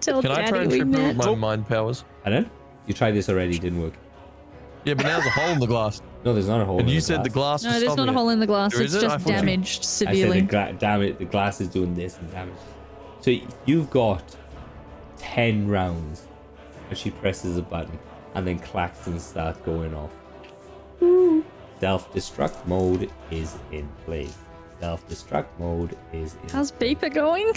Tell
Can I try
Oh, Daddy
and
we
trip her with
met.
Oh.
my mind powers?
And then you tried this already, didn't work.
Yeah, but now there's a hole in the glass.
No, there's not a hole.
And
in
you
the
said the
glass.
glass
No,
was
there's not a
stopping
hole in the glass.
There
It's
isn't? I
just
thought so.
damaged
I said the
severely.
gla- damn it, the glass is doing this and damage. So you've got ten rounds, and she presses a button, and then claxons start going off. Self destruct mode is in place. Self destruct mode is in.
How's Beeper going?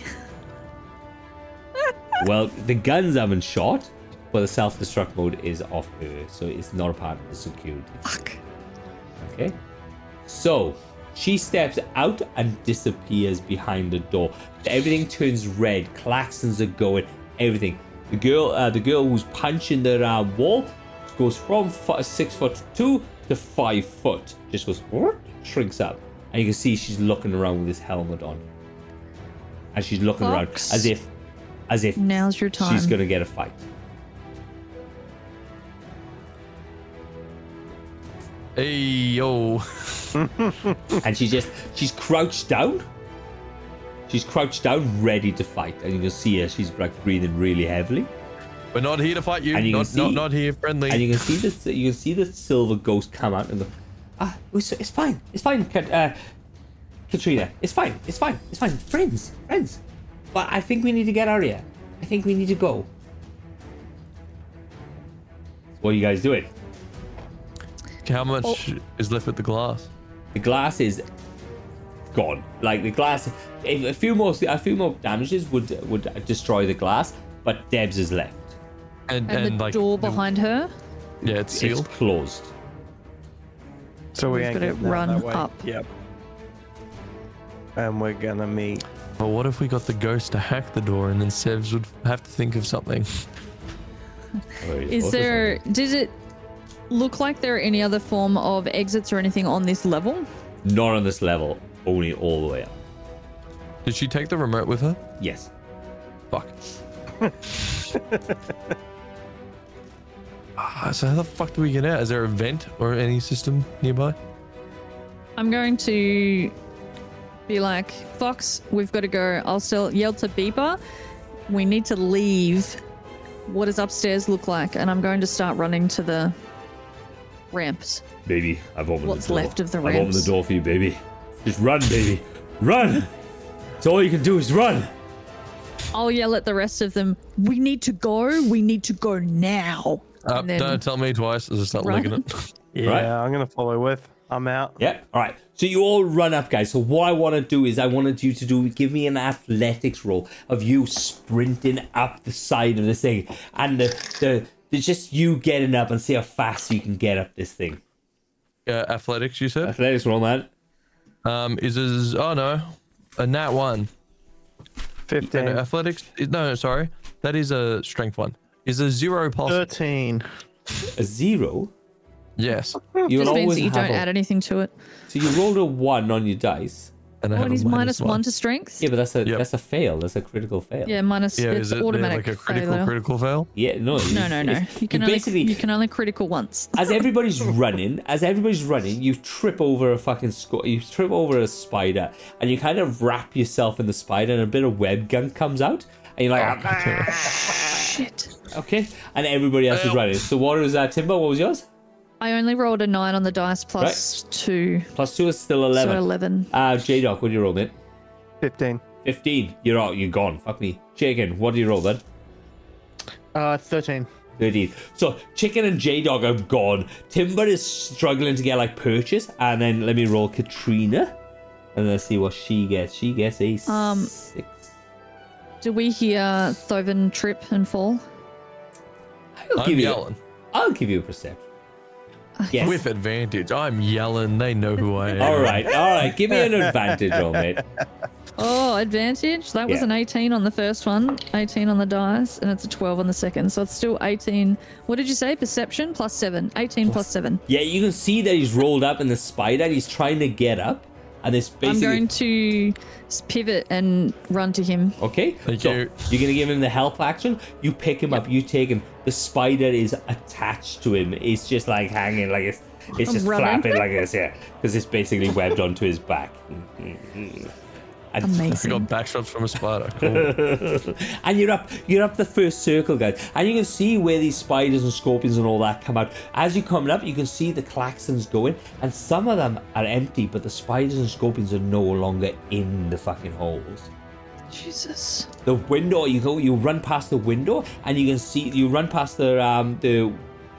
well, the guns haven't shot, but the self destruct mode is off her, so it's not a part of the security.
Fuck.
Okay. So she steps out and disappears behind the door. Everything turns red. Claxons are going. Everything. The girl, uh, the girl who's punching the uh, wall, goes from fo- six foot two to five foot. Just goes "Whoop," shrinks up, and you can see she's looking around with this helmet on, and she's looking around
Fox.
as if, as if
Now's your
She's
time.
gonna get a fight.
Hey, yo.
and she just she's crouched down she's crouched down ready to fight and you can see her she's like breathing really heavily
We're not here to fight you.
And you can
not, not,
see-
not here, friendly.
and you can see this you can see the silver ghost come out and go ah it's, it's fine it's fine Kat- uh, katrina it's fine it's fine it's fine friends friends but i think we need to get out of here i think we need to go what are you guys doing
How much
Oh.
is left with the glass?
the glass is gone. Like the glass, if a few more, a few more damages would would destroy the glass, but Debs is left.
And,
And, the
like,
door behind her.
Yeah, it's sealed.
It's closed.
So we
We've
ain't
gotta
getting down
run
that way.
up.
Yep. And we're gonna meet.
But what if we got the ghost to hack the door and then Sevs would have to think of something?
Oh,
Is there? Did it look like there are any other form of exits or anything on this level?
not on this level? Only all the way up.
Did she take the remote with her?
Yes.
Fuck. Ah, so how the fuck do we get out? Is there a vent or any system nearby?
I'm going to be like, Fox, we've got to go. I'll still yell to Beeper, we need to leave. What does upstairs look like? And I'm going to start running to the ramps.
Baby, I've opened
What's
the door.
left of the
I've opened the
ramps?
door for you, baby. Just run, baby. Run! It's all you can do is run!
I'll yell at the rest of them, we need to go. We need to go now.
Uh,
And then-
Don't tell me twice as I start
Right.
licking it.
Yeah, I'm gonna follow with. I'm out.
Yeah. All right. So you all run up, guys. So what I want to do is I wanted you to do give me an athletics roll of you sprinting up the side of this thing, and the the, the just you getting up and see how fast you can get up this thing.
Uh, athletics, you said?
Athletics roll, man. Uh,
Um, is this, oh no, a nat one. No, no,
Fifteen.
athletics, no, no, sorry. That is a strength one. Is a zero possible?
Thirteen.
A zero.
Yes.
You will
Hmm. Just means
always
that you
have
don't
a-
add anything to it.
So you rolled a one on your dice.
And I
Oh,
have
and
a
he's minus one. one to strength.
Yeah, but that's a
Yep.
that's a fail. That's a critical fail.
Yeah, minus.
Yeah,
it's
is it yeah,
automatic
like a critical
failure.
critical fail?
Yeah. No.
No, no, no. You can only
basically
you can only critical once.
as everybody's running, as everybody's running, you trip over a fucking squ- you trip over a spider, and you kind of wrap yourself in the spider, and a bit of web gunk comes out, and you're like, "Ah,
Shit.
okay, and everybody else is running. So what was that, Timbo? What was yours?
I only rolled a nine on the dice plus two,
Plus two is still
so
eleven.
eleven.
Uh, J Doc, what do you roll, mate?
Fifteen.
Fifteen. You're out. You're gone. Fuck me. Chicken, what do you roll then?
Uh, thirteen.
13. So Chicken and J Dog are gone. Timber is struggling to get like purchase, and then let me roll Katrina, and let's see what she gets. She gets a
Um,
six.
Do we hear Thoven trip and fall?
I'll
I'm
give you.
yelling.
I'll give you a perception. Yes.
With advantage. I'm yelling. They know who I am.
all right, all right. Give me an advantage roll, mate.
Oh, advantage. That was
Yeah.
an 18 on the first one, 18 on the dice, and it's a 12 on the second. So it's still 18. What did you say? Perception plus 7. 18 plus 7.
Yeah, you can see that he's rolled up in the spider. He's trying to get up, and it's
I'm
basically
going to s- pivot and run to him.
Okay.
Thank
so
you.
You're gonna give him the help action. You pick him up. You take him. The spider is attached to him. It's just like hanging, like it's, it's
I'm
just
rubbing.
flapping like this, yeah, because it's basically webbed onto his back. Mm-hmm. And,
I got
Amazing.
backshots from a spider. Cool.
and you're up, you're up the first circle, guys, and you can see where these spiders and scorpions and all that come out. As you're coming up, you can see the klaxons going, and some of them are empty, but the spiders and scorpions are no longer in the fucking holes.
Jesus.
the window you go you run past the window and you can see you run past the um the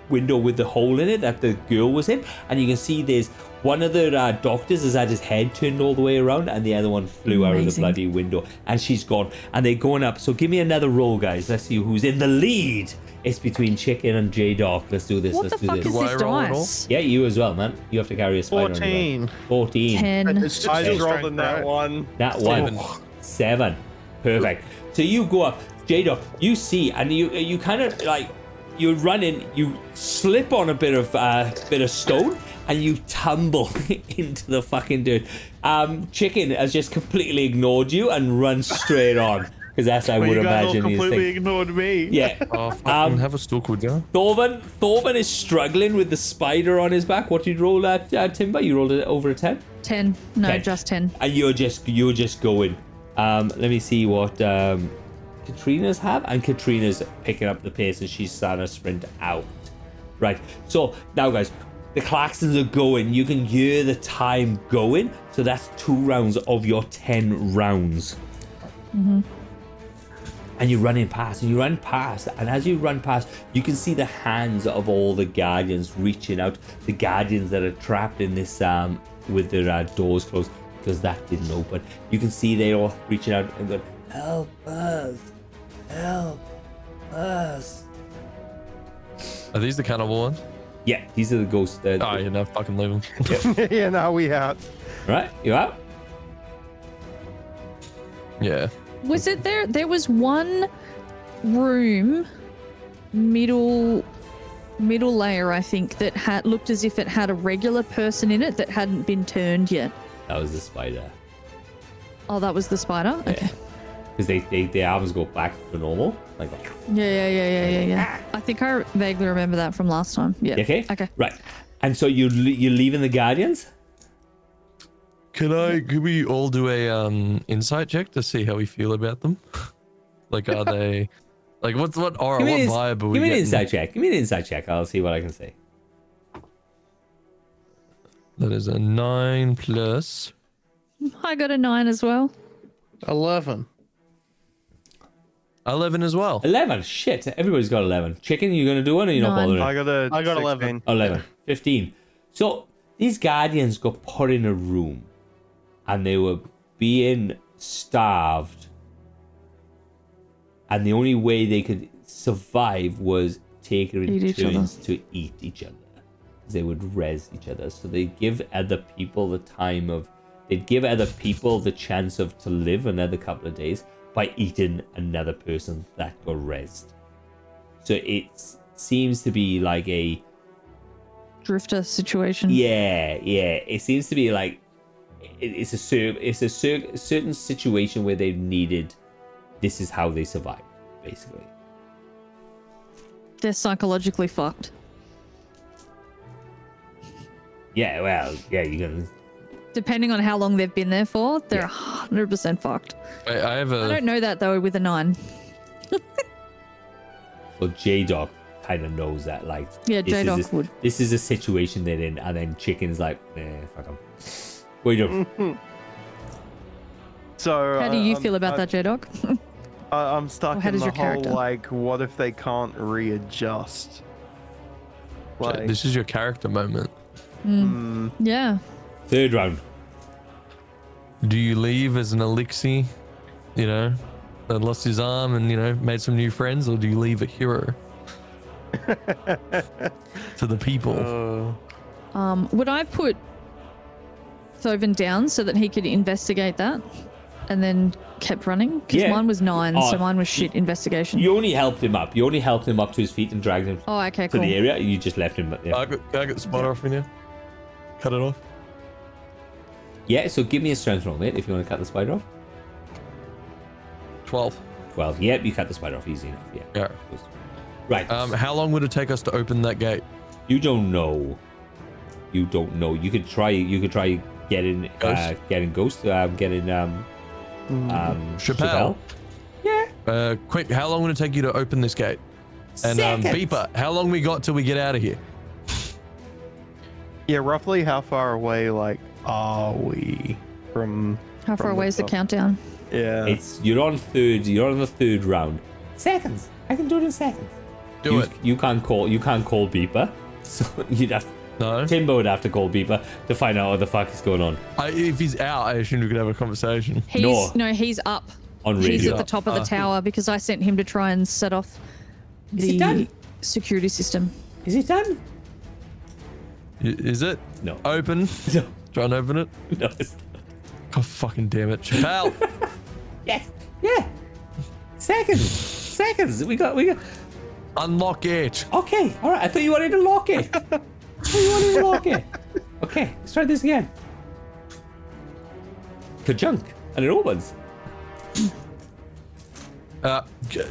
window with the hole in it that the girl was in and you can see there's one of the uh, doctors has had his head turned all the way around and the other one flew out of the
Amazing.
bloody window and she's gone and they're going up so give me another roll guys let's see who's in the lead it's between chicken and j-doc let's do this
What
let's
the
do
fuck
this
is
Do I
this
roll at all?
dice?
yeah you as well man you have to carry a spider on your
Fourteen.
back. 14
10.
It's
I
still
just rolled
strength,
in that
right?
one.
That one. Seven. Perfect. So you go up, Jado, you see, and you you kind of like you're running, you slip on a bit of uh, bit of stone, and you tumble into the fucking dirt. Um, Chicken has just completely ignored you and run straight on, because that's I
Well,
would
you guys all
imagine he's
completely
thinking.
ignored me.
Yeah.
oh, fucking
Um,
have a stool cool down.
Thorvan, Thorvan is struggling with the spider on his back. What did you roll at uh, Timber? You rolled it over a ten.
10. No,
10.
just 10.
and Uh, you're just you're just going. Um, let me see what um, Katrina's have, and Katrina's picking up the pace as she's starting to sprint out. Right. So now, guys, the claxons are going. You can hear the time going. So that's two rounds of your ten rounds. And you're running past, and you run past, and as you run past, you can see the hands of all the guardians reaching out. The guardians that are trapped in this um with their uh, doors closed because that didn't open. You can see they're all reaching out and going, "Help us! Help us!"
Are these the cannibal ones?
Yeah, these are the ghosts. That,
Oh, yeah, no, fucking leave them.
yeah, now we out.
Right, you out?
yeah.
Was it there? There was one room, middle, middle layer, I think, that had looked as if it had a regular person in it that hadn't been turned yet.
That was the spider.
Oh, that was the spider. Okay.
because they, they their arms go back to normal. Like that.
Yeah, yeah, yeah, yeah, yeah, yeah. I think I vaguely remember that from last time. Yeah.
okay,
Okay.
right. And so you le- you're leaving the guardians.
Can I? Could we all do a um insight check to see how we feel about them? like, are they? Like, what's what are
Give
what
me, an,
vibe are
ins- give
we
me an
getting?
inside check. Give me an inside check. I'll see what I can say.
That is a nine plus.
I got a nine as well.
Eleven.
11 as well.
Eleven. Shit. Everybody's got eleven. Chicken. You're gonna do one, or you're not
Nine.
bothering?
I got a.
I got 11.
16.
11, 15. So these guardians got put in a room and they were being starved. And the only way they could survive was
Eat
taking
each other.
turns to eat each other. They would res each other. So they give other people the time of, they'd give other people the chance of to live another couple of days by eating another person that got resed. So it s- seems to be like a
Drifter situation.
yeah, yeah. It seems to be like it, it's a cer- it's a cer- certain situation where they've needed. This is how they survive, basically.
They're psychologically fucked.
Yeah, well, yeah. You're gonna.
Depending on how long they've been there for, they're 100% fucked.
I, I have
Uh.
I
a.
don't know that though with a nine.
Well, J Dog kind of knows that, like.
Yeah,
this is-
J-Doc
this-
would.
This is a situation they're in, and then Chicken's like, nah, fuck 'em. What you doing?
So
How do
I-
you
I'm-
feel about
um, I-
that, J-Doc?
I, I'm stuck
Or how
in
does
the
your
whole
character-
like, what if they can't readjust? Like,
This is your character moment.
yeah.
Third round.
Do you leave as an elixir, you know, that lost his arm and, you know, made some new friends, or do you leave a hero to the people?
Uh,
Um, would I have put Thoven down so that he could investigate that and then kept running? Because
Yeah.
mine was nine,
Oh,
so mine was shit investigation.
You only helped him up. You only helped him up to his feet and dragged him
oh, okay,
to
cool.
the area. You just left him. Yeah.
I got, I got spot off in you. Cut it off.
yeah. So give me a strength roll, mate, if you want to cut the spider off.
12.
Twelve. Yep, you cut the spider off easy enough. Yeah.
Yeah.
Right.
Um, how long would it take us to open that gate?
You don't know. You don't know. You could try. You could try getting uh,
Ghost?
getting ghost. Uh, getting um um
Chappelle.
Yeah.
Uh, quick, how long would it take you to open this gate? And um,
Seconds.
Beeper, how long we got till we get out of here?
yeah, roughly how far away like are we from?
How far
From
away
the
is the
top.
countdown?
Yeah,
It's you're on third. You're on the third round. Seconds. I can do it in seconds.
Do
you,
it.
You can't call. You can't call beeper. So you'd have.
No.
Timbo would have to call beeper to find out what the fuck is going on
I, if he's out, I assume we could have a conversation.
He's
No.
no, he's up.
on
He's
radio.
at the top of the
Uh,
tower because I sent him to try and set off
Is he done?
the security system.
Is it done?
I- Is it?
No.
Open.
No.
Try and open it.
No. It's,
God fucking damn it. Chappelle.
yes. Yeah. Seconds. seconds. We got. We got.
unlock it.
Okay, all right. I thought you wanted to lock it. I thought you wanted to lock it. Okay, let's try this again. Kajunk, and it opens.
Uh, g-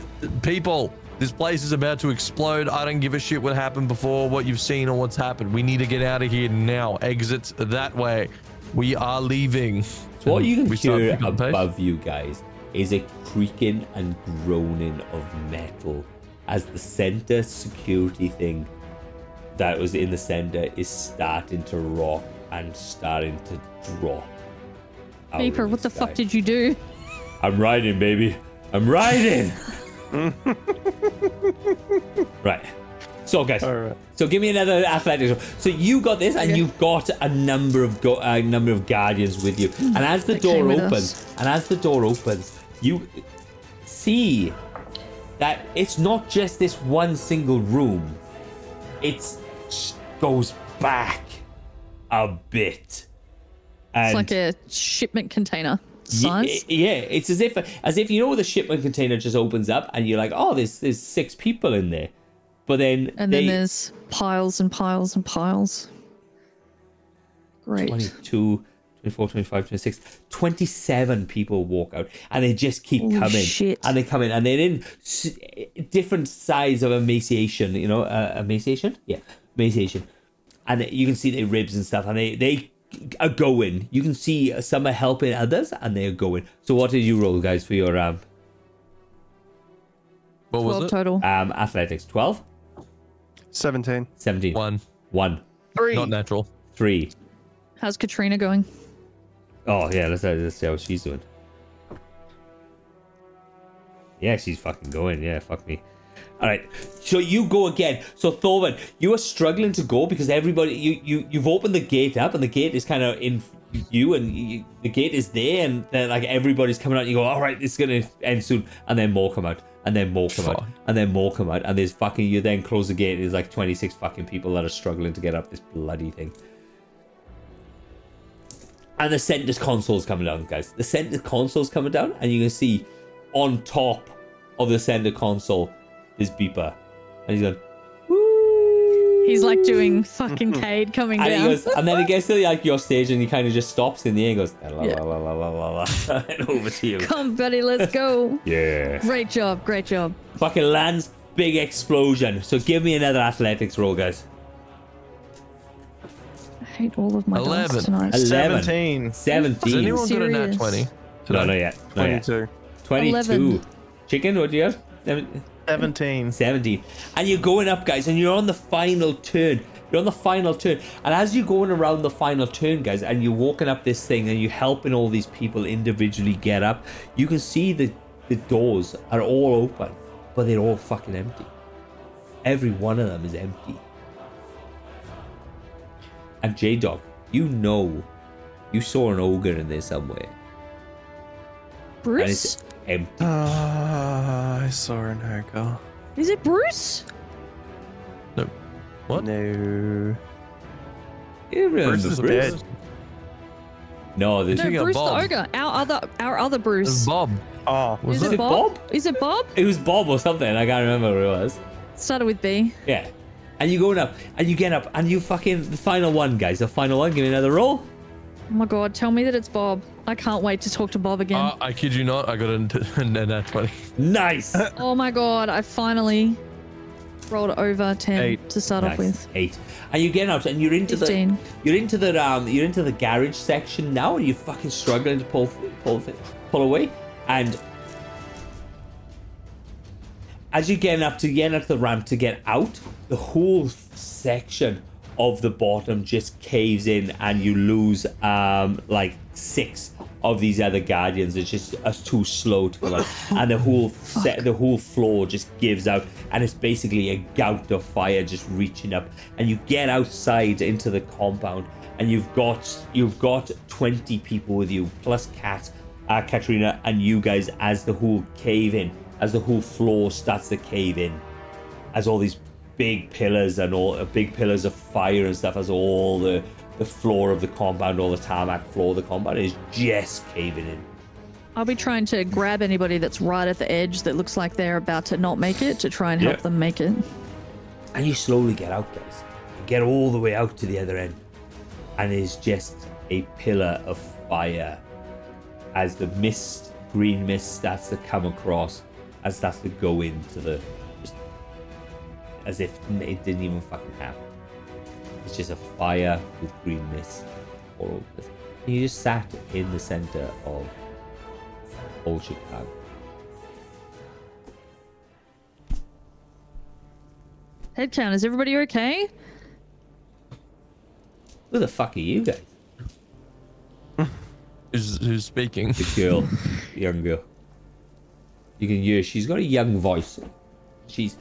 people, this place is about to explode. I don't give a shit what happened before, what you've seen, or what's happened. We need to get out of here now. Exits that way. We are leaving.
So what you can
We start
hear
picking up the pace.
above you guys is a creaking and groaning of metal as the center security thing that was in the center is starting to rock and starting to drop. out of
Beeper, what the
sky.
fuck did you do?
I'm riding, baby. I'm riding. right. So, guys.
Alright.
So, give me another athletics. So, you got this, and
Okay.
you've got a number of go- a number of guardians with you. And as the
They
door
came Hmm. with
opens, and as the door opens, you see that it's not just this one single room. It's goes back a bit. And
It's like a shipment container
Ye- eh,
size.
Yeah, it's as if as if you know the shipment container just opens up and you're like, oh, there's there's six people in there, but then
And
they,
then there's piles and piles and piles. Great.
22, 24, 25, 26, 27 people walk out and they just keep
Holy
coming.
Oh, shit.
And they come in and they're in s- different size of emaciation, you know, uh, emaciation? Yeah, emaciation. And you can see their ribs and stuff and they, they are going. You can see some are helping others and they're going. So what did you roll, guys, for your um,
What was
12
it?
total.
um athletics? 12,
17.
17,
One.
1,
Three.
Not natural.
3.
How's Katrina going?
Oh, yeah, let's, let's see how she's doing. Yeah, she's fucking going. Yeah, fuck me. All right, so you go again. So Thorvin, you are struggling to go because everybody, you you you've opened the gate up, and the gate is kind of in you, and you, the gate is there, and then like everybody's coming out. You go, all right, it's gonna end soon, and then more come out, and then more come out,
Fuck.
and then more come out, and there's fucking you. Then close the gate. and There's like twenty six fucking people that are struggling to get up this bloody thing. And the center's console's coming down, guys. The center console's coming down, and you can see on top of the center console is Beeper. And he's going,
He's like doing fucking Cade coming
and, he
down.
goes, and then he gets to like your stage and he kind of just stops in the air and goes, la,
Yeah.
la, la, la, la, la, la, and over to you.
Come, buddy, let's go.
Yeah.
Great job, great job.
Fucking lands, big explosion. So give me another athletics roll, guys.
I hate all of my
Eleven.
dice tonight.
11.
17.
17.
Has anyone got a nat
serious.
20?
No, not yet. Not yet.
22.
22.
Eleven.
Chicken, what do you have? Seven-
17.
17 and you're going up guys and you're on the final turn you're on the final turn and as you're going around the final turn guys and you're walking up this thing and you're helping all these people individually get up you can see the the doors are all open but they're all fucking empty every one of them is empty and j-dog you know you saw an ogre in there somewhere and
Bruce?
it's empty
Ah, I saw an ogre.
Is it Bruce?
No. What?
No.
You remember
Bruce is
Bruce?
dead.
no there's
No,
Speaking of
Bruce the
Bob.
ogre. Our other, our other Bruce.
Bob.
Oh,
Was
Is
it
it
it?
Bob?
Bob?
Is it Bob?
it was bob or something i can't remember what it was
Started with B.
Yeah. And you're going up, and you get up, and you fucking the final one, guys. The final one. Give me another roll.
Oh my god, tell me that it's Bob. I can't wait to talk to Bob again.
Uh, I kid you not, I got a, n- a nat 20.
Nice.
oh my god, I finally rolled over 10
Eight.
to start
nice.
off with.
Eight. And you get out, and you're into
Fifteen.
the you're into the um you're into the garage section now, and you're fucking struggling to pull pull pull away, and as you're getting up to the end of the ramp to get out, the whole section of the bottom just caves in, and you lose um like six of these other guardians. It's just uh, too slow to come out, and the whole set, the whole floor just gives out, and it's basically a gout of fire just reaching up. And you get outside into the compound, and you've got you've got twenty people with you plus Cat, uh, Katrina, and you guys as the whole cave in as the whole floor starts to cave in, as all these big pillars and all uh, big pillars of fire and stuff, as all the the floor of the compound, all the tarmac floor of the compound is just caving in.
I'll be trying to grab anybody that's right at the edge that looks like they're about to not make it to try and help
Yeah.
them make it.
And you slowly get out, guys. You get all the way out to the other end. And it's just a pillar of fire. As the mist, green mist, starts to come across and starts to go into the. Just, as if it didn't even fucking happen. It's just a fire with green mist all over it. And you just sat in the center of old Chicago.
Headcount, is everybody okay?
Who the fuck are you guys?
Who's, who's speaking?
the girl, young girl. You can hear she's got a young voice. She's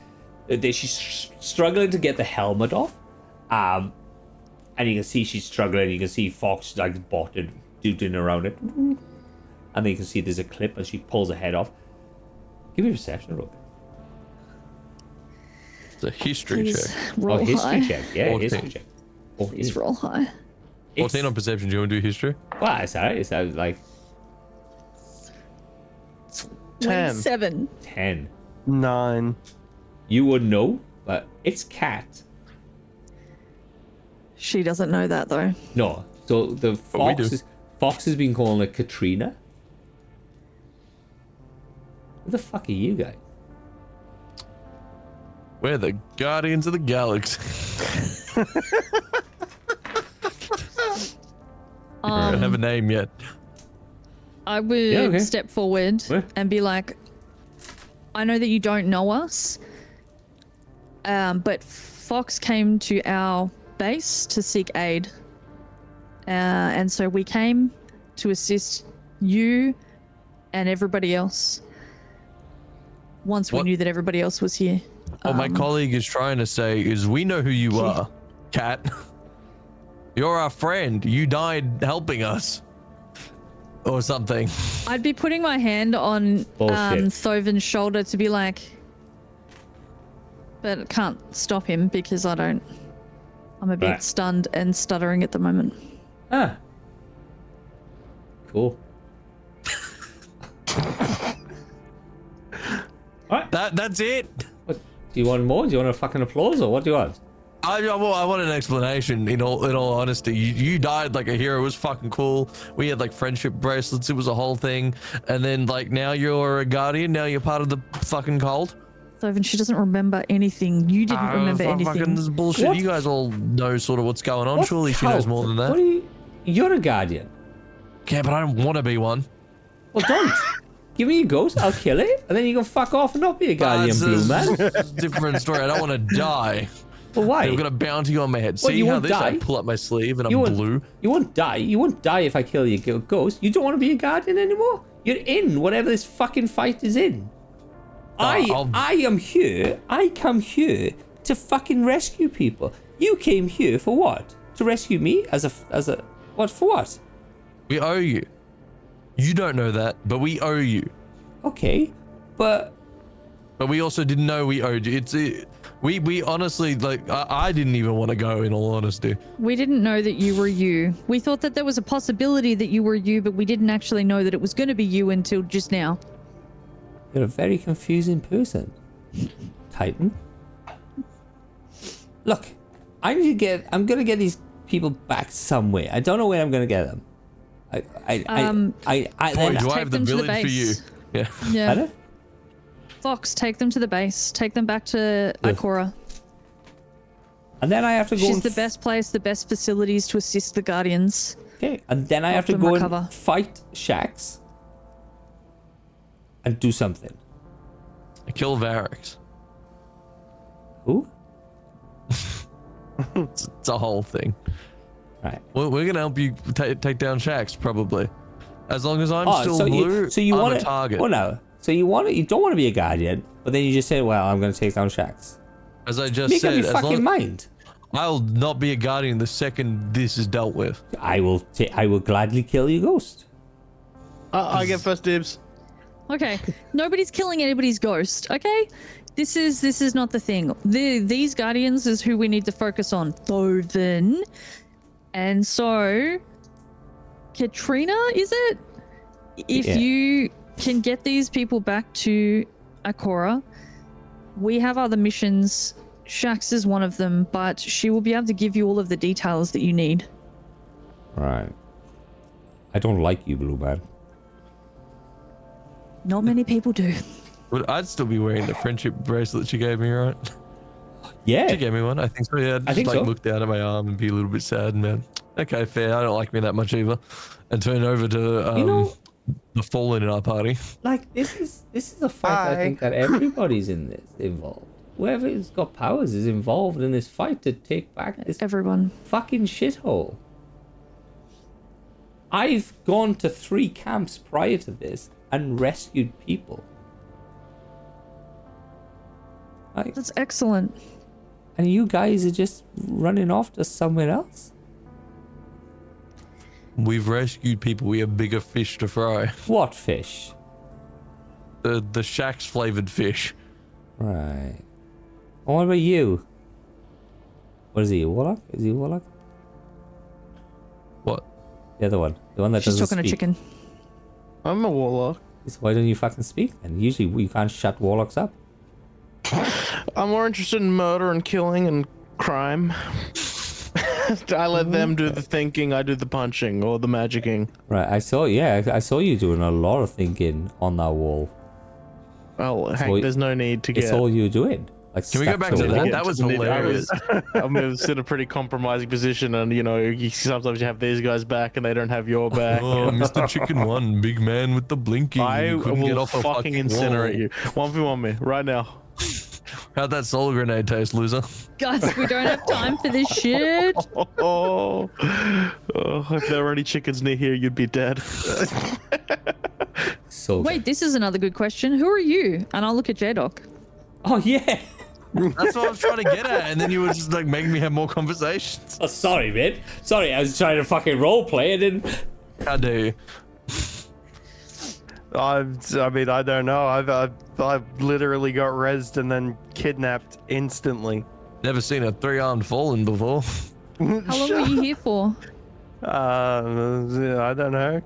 uh, there- she's s- struggling to get the helmet off, um, and you can see she's struggling. You can see Fox like botted dooting around it, and then you can see there's a clip, and she pulls her head off. Give me a perception roll.
It's a history
Please
check.
Oh,
roll
history
high.
check. Yeah,
Fourteen.
history check.
Please
Fourteen.
roll high.
14 on perception. Do you want to do history?
Well, it's alright. It's uh, like
10.
27.
ten.
9.
You would know, but it's cat.
She doesn't know that though.
No. So the
But Oh, we
fox
do.
is, Fox has been calling it Katrina. Who the fuck are you guys?
We're the Guardians of the Galaxy. I don't have a name yet.
I would
Yeah, okay.
step forward
What?
and be like, I know that you don't know us, um, but Fox came to our base to seek aid. Uh, and so we came to assist you and everybody else once we
What?
knew that everybody else was here.
What my
Um,
colleague is trying to say is we know who you are, Cat. You're our friend. You died helping us. Or something.
I'd be putting my hand on um,
Bullshit.
Thoven's shoulder to be like, but can't stop him because I don't. I'm a bit
Right.
stunned and stuttering at the moment.
Ah. Cool. Alright.
That that's it.
What, do you want more? Do you want a fucking applause or what do you want?
I, I, wa- I want an explanation. In all in all honesty, you, you died like a hero. It was fucking cool. We had like friendship bracelets. It was a whole thing. And then like now you're a guardian. Now you're part of the fucking cult.
Thoven, she doesn't remember anything. You didn't
Ah,
remember
fu- Fucking
anything.
this is bullshit.
What?
You guys all know sort of what's going on.
What
Surely she knows
cult?
more than that.
What are you, you're a guardian.
yeah, but I don't want to be one.
Well, don't. Give me a ghost, I'll kill it, and then you can fuck off and not be a guardian
That's a
blue man.
different story. I don't want to die.
Well, why?
I've got a bounty on my head. See
Well, you
how
won't
this? I
die.
pull up my sleeve and I'm
you won't,
blue.
You won't die. You won't die if I kill your g- ghost. You don't want to be a guardian anymore. You're in whatever this fucking fight is in. I
I'll-
I am here. I come here to fucking rescue people. You came here for what? To rescue me as a f- as a what for what?
We owe you. You don't know that, but we owe you.
Okay, but
But we also didn't know we owed you. It's it, we we honestly like I, I didn't even want to go in all honesty.
We didn't know that you were you. We thought that there was a possibility that you were you, but we didn't actually know that it was going to be you until just now.
you're a very confusing person, Titan. Look, I need to get. I'm gonna get these people back somewhere. I don't know where I'm gonna get them. I I I
Um,
I, I,
Boy,
then-
do I
take
have the
them to the
village for you?
base.
Yeah.
Yeah.
Pardon?
Fox, take them to the base. Take them back to
Yeah.
Ikora.
And then I have to go.
She's
and
the
f-
best place, the best facilities to assist the Guardians.
Okay, and then I have to
After my
go
cover.
and fight Shax. And do something.
I kill Varix.
Who?
It's, it's a whole thing.
Right.
We're, we're gonna help you ta take down Shax probably, as long as I'm still
Oh, so
blue.
you so you
I'm
want
a target.
Well, no. So you want to, you don't want to be a guardian, but then you just say, "Well, I'm going to take down Shax."
As I just
Make up
said,
your
as
fucking
long,
mind.
I'll not be a guardian the second this is dealt with.
I will. Ta- I will gladly kill your ghost.
I, I get first dibs.
Okay, nobody's killing anybody's ghost. Okay, this is this is not the thing. The, these guardians is who we need to focus on, Thoven, and so Katrina is it? If
Yeah.
you can get these people back to Akora, we have other missions. Shax is one of them, but she will be able to give you all of the details that you need.
Right. I don't like you, Blue Man.
Not many people do.
Would I'd still be wearing the friendship bracelet she gave me, right? She
Yeah.
gave me one, I think so. Yeah, I'd just
I think
like
so.
look down at my arm and be a little bit sad, man. Okay, fair. I don't like me that much either. And turn over to um,
You know-
the fallen in our party.
Like this is this is a fight. I
Hi.
think that everybody's in this involved. Whoever has got powers is involved in this fight to take back this
Everyone.
fucking shithole. I've gone to three camps prior to this and rescued people. Like,
That's excellent.
and you guys are just running off to somewhere else?
We've rescued people. We have bigger fish to fry.
What fish?
The the shacks flavored fish.
Right. And what about you? What is he, a warlock? Is he a warlock?
What?
The other one. The one that
She's
doesn't
talking to
speak.
chicken.
I'm a warlock.
So Why don't you fucking speak then? Usually you can't shut warlocks up.
I'm more interested in murder and killing and crime. I let them do the thinking. I do the punching or the magicking.
Right, I saw. Yeah, I I saw you doing a lot of thinking on that wall.
Oh, Hank,
all-
there's no need to
It's
get.
all you were doing. Like,
Can we go
steps
back to
away.
that? That was
I was-
hilarious.
I mean, it's in a pretty compromising position, and you know, you, sometimes you have these guys back, and they don't have your back.
Oh, Mr. Chicken One, big man with the blinking.
I
who couldn't get
will
off a
fucking,
wall.
incinerate you. One v one me right now.
How'd that soul grenade taste, loser?
Guys, we don't have time for this shit.
Oh, oh, if there were any chickens near here, you'd be dead.
So
Wait, this is another good question. Who are you? And I'll look at J-Doc.
Oh yeah.
That's what I was trying to get at, and then you were just like making me have more conversations.
Oh, sorry, man. Sorry, I was trying to fucking role play and then
How dare you?
I've, I mean, I don't know. I've, I've, I've literally got rezzed and then kidnapped instantly.
Never seen a three-armed fallen before.
How long were you here for?
Uh, Um, I don't know.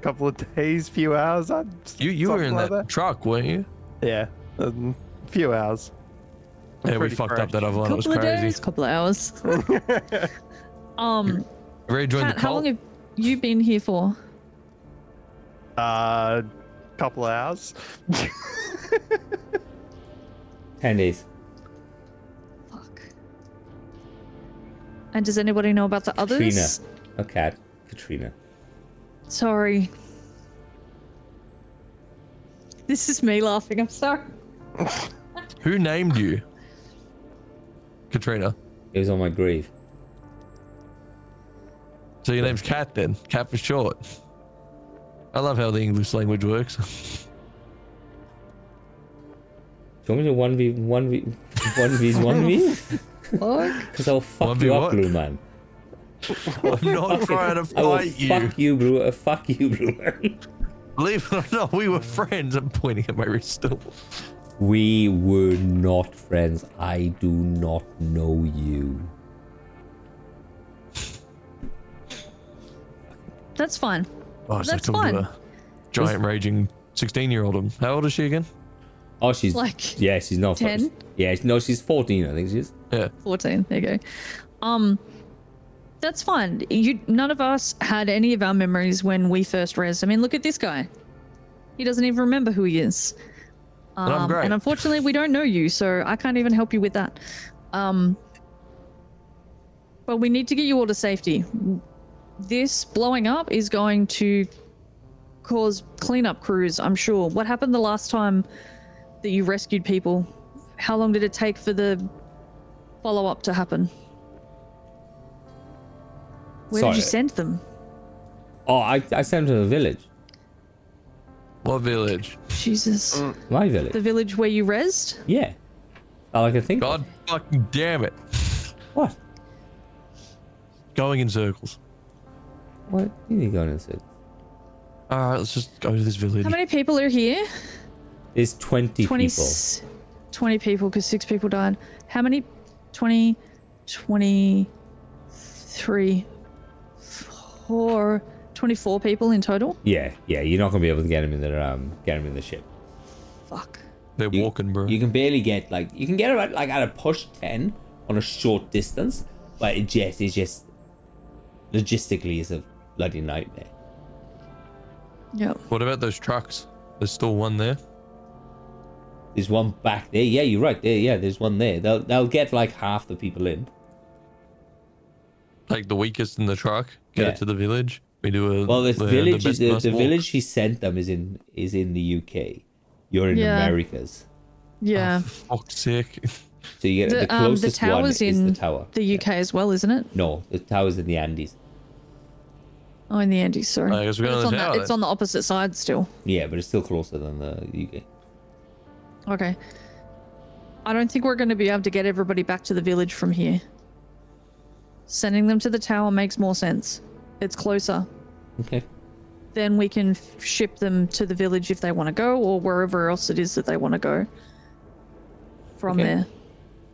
Couple of days, few hours. I,
You you were in
something like
that, truck, weren't you?
Yeah, um, few hours.
Yeah, we
pretty
fucked up
fresh.
that other one. It was
couple of days,
crazy.
couple of hours. um,
Rejoined
Kat,
the
how long
cult.
have you been here for?
Uh, couple of hours.
ten days.
Fuck. And does anybody know about the others?
Katrina. A cat. Katrina.
Sorry. This is me laughing. I'm sorry.
Who named you? Katrina.
It was on my grave.
So your name's Kat then. Kat for short. I love how the English language works.
Do you want me to one v one v one v one v?
Look.
Because I'll fuck you
1v1.
up, Blue Man.
I'm not trying to
I will
fight you.
fuck you, Blue. Uh, fuck you, Blue Man.
Believe it or not, we were friends. I'm pointing at my wrist still.
We were not friends. I do not know you.
That's fine.
Oh, it's
That's
talking
fine.
To a giant raging 16 year old. How old is she again?
Oh, she's
Like,
yeah, she's not
10?
Yeah, no, she's fourteen. I think she is.
Yeah.
14. There you go. Um, that's fine. You none of us had any of our memories when we first res. I mean, look at this guy. He doesn't even remember who he is. Um,
I'm great.
And unfortunately, we don't know you, so I can't even help you with that. Um, but we need to get you all to safety. This blowing up is going to cause cleanup crews, I'm sure. What happened the last time that you rescued people? How long did it take for the follow up to happen? Where did
Sorry.
you send them?
Oh, I I sent her to the village.
What village?
Jesus.
My village.
The village where you resed?
Yeah. All I can think.
God fucking damn it.
Of. What?
Going in circles.
What? You need to go into.
All right, let's just go to this village.
How many people are here?
There's twenty
20,
people.
20 people because six people died. How many? 20, 23, 4, 24 people in total?
Yeah, yeah. You're not gonna be able to get them in the um get them in the ship.
Fuck.
They're
You-
walking, bro.
You can barely get like you can get about like at a push ten on a short distance, but it just it's just logistically it's a bloody nightmare.
Yep.
What about those trucks? There's still one there.
There's one back there. Yeah, you're right. There, yeah, there's one there. They'll they'll get like half the people in.
Take the weakest in the truck, get
Yeah.
it to the village. We do a
Well, this
the, the
village,
best
the,
bus
the
walk.
village he sent them is in is in the UK. You're in
Yeah.
Americas,
Oh.
Yeah.
Fuck's sake.
so you get the,
the, um, the
closest one
tower's
is
in
the tower.
the UK as well, isn't it?
No, the tower's in the Andes.
Oh, in the Andes, sorry.
I guess we
But
go
it's,
to
on
the
that-
tower
it's
then.
on the opposite side still.
Yeah, but it's still closer than the UK.
Okay. I don't think we're going to be able to get everybody back to the village from here. Sending them to the tower makes more sense. It's closer.
Okay.
Then we can f- ship them to the village if they want to go or wherever else it is that they want to go from
Okay.
there.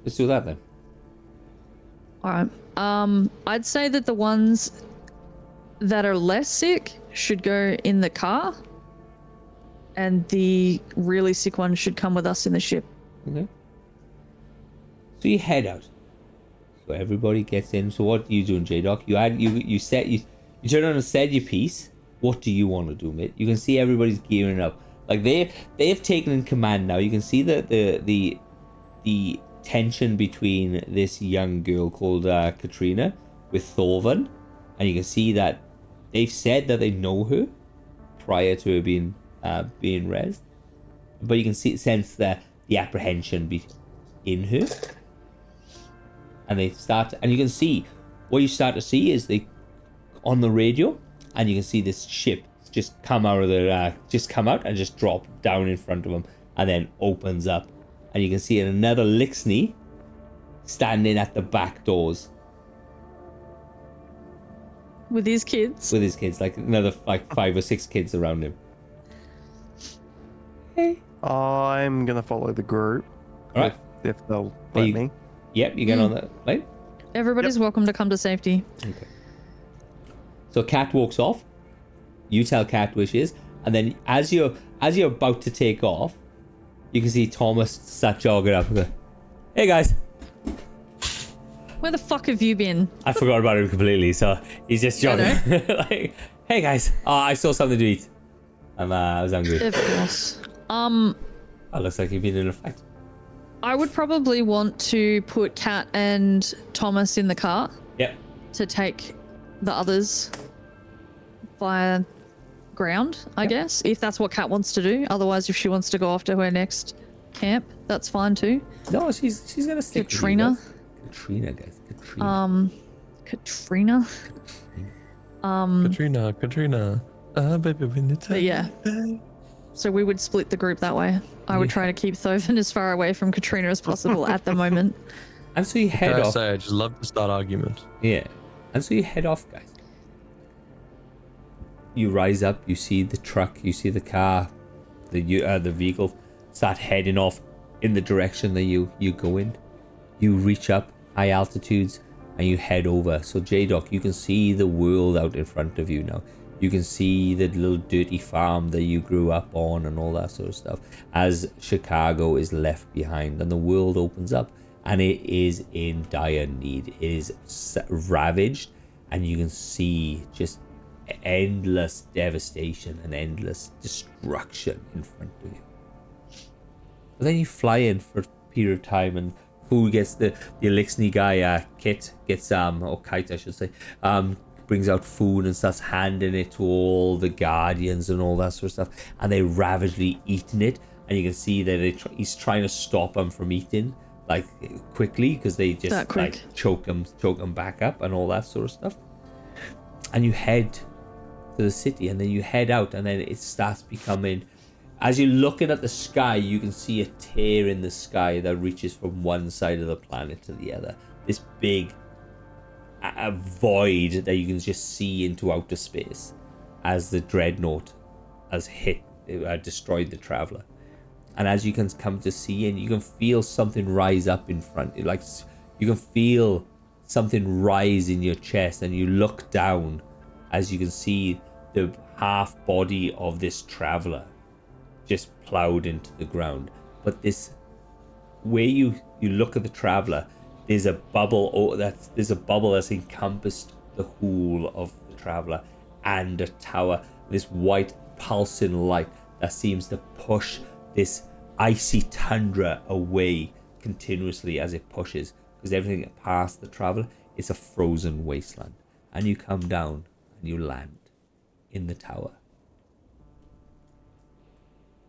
Let's do that then.
All right. Um, I'd say that the ones that are less sick should go in the car, and the really sick ones should come with us in the ship.
Okay. So you head out. Everybody gets in. So what are you doing, J Doc? You add you you set you you turn on and set your piece. What do you want to do, mate? You can see everybody's gearing up. Like they they have taken in command now. You can see the the the the tension between this young girl called uh, Katrina with Thorvan, and you can see that they've said that they know her prior to her being uh, being res, but you can see sense the the apprehension be- in her, and they start and you can see what you start to see is they on the radio, and you can see this ship just come out of the uh, just come out and just drop down in front of them, and then opens up, and you can see another Lixney standing at the back doors
with these kids.
with his kids, like another like five or six kids around him.
Hey.
I'm gonna follow the group
All right.
if they'll
Are
let
you-
me.
Yep, you get on that plane.
Everybody's welcome to come to safety.
So Cat walks off. You tell Cat wishes, and then as you're as you're about to take off, you can see Thomas start jogging up. and go, Hey guys,
Where the fuck have you been?
I forgot about him completely. So he's just jogging.
Hello.
like, hey guys, oh, I saw something to eat. I'm, uh, I was hungry.
Of course. Um,
That looks like you've been in a fight.
I would probably want to put Kat and Thomas in the car
Yep.
to take the others via ground, I guess, if that's what Kat wants to do. Otherwise, if she wants to go off to her next camp, that's fine too.
No, she's she's gonna stick. with you
Katrina?
guys. Katrina, guys. Katrina.
Um, Katrina.
Katrina, Katrina. Uh, baby, when you
But
take
yeah. So we would split the group that way. I would try to keep Thoven as far away from Katrina as possible at the moment.
and so you head
Can I
off.
say, I just love to start arguments.
Yeah. And so you head off, guys. You rise up, you see the truck, you see the car, the you- uh, the vehicle start heading off in the direction that you you go in. You reach up high altitudes and you head over. So J Doc, you can see the world out in front of you now. You can see the little dirty farm that you grew up on and all that sort of stuff. As Chicago is left behind and the world opens up and it is in dire need. It is s- ravaged and you can see just endless devastation and endless destruction in front of you. But then you fly in for a period of time, and who gets the the Elixni guy? Uh, Kit gets um or Kite, I should say. Um, brings out food and starts handing it to all the guardians and all that sort of stuff, and they ravagely eating it. And you can see that they tr- he's trying to stop them from eating like quickly because they just
That quick.
like choke them, choke them back up, and all that sort of stuff. And you head to the city and then you head out and then it starts becoming as you're looking at the sky you can see a tear in the sky that reaches from one side of the planet to the other this big uh, uh, void that you can just see into outer space as the dreadnought has hit uh, destroyed the traveler and as you can come to see and you can feel something rise up in front you like s- you can feel something rise in your chest and you look down as you can see the half body of this traveler just plowed into the ground but this where you you look at the traveler there's a bubble or that's there's a bubble that's encompassed the whole of the traveler and a tower this white pulsing light that seems to push this icy tundra away continuously as it pushes because everything past the traveler is a frozen wasteland and you come down and you land in the tower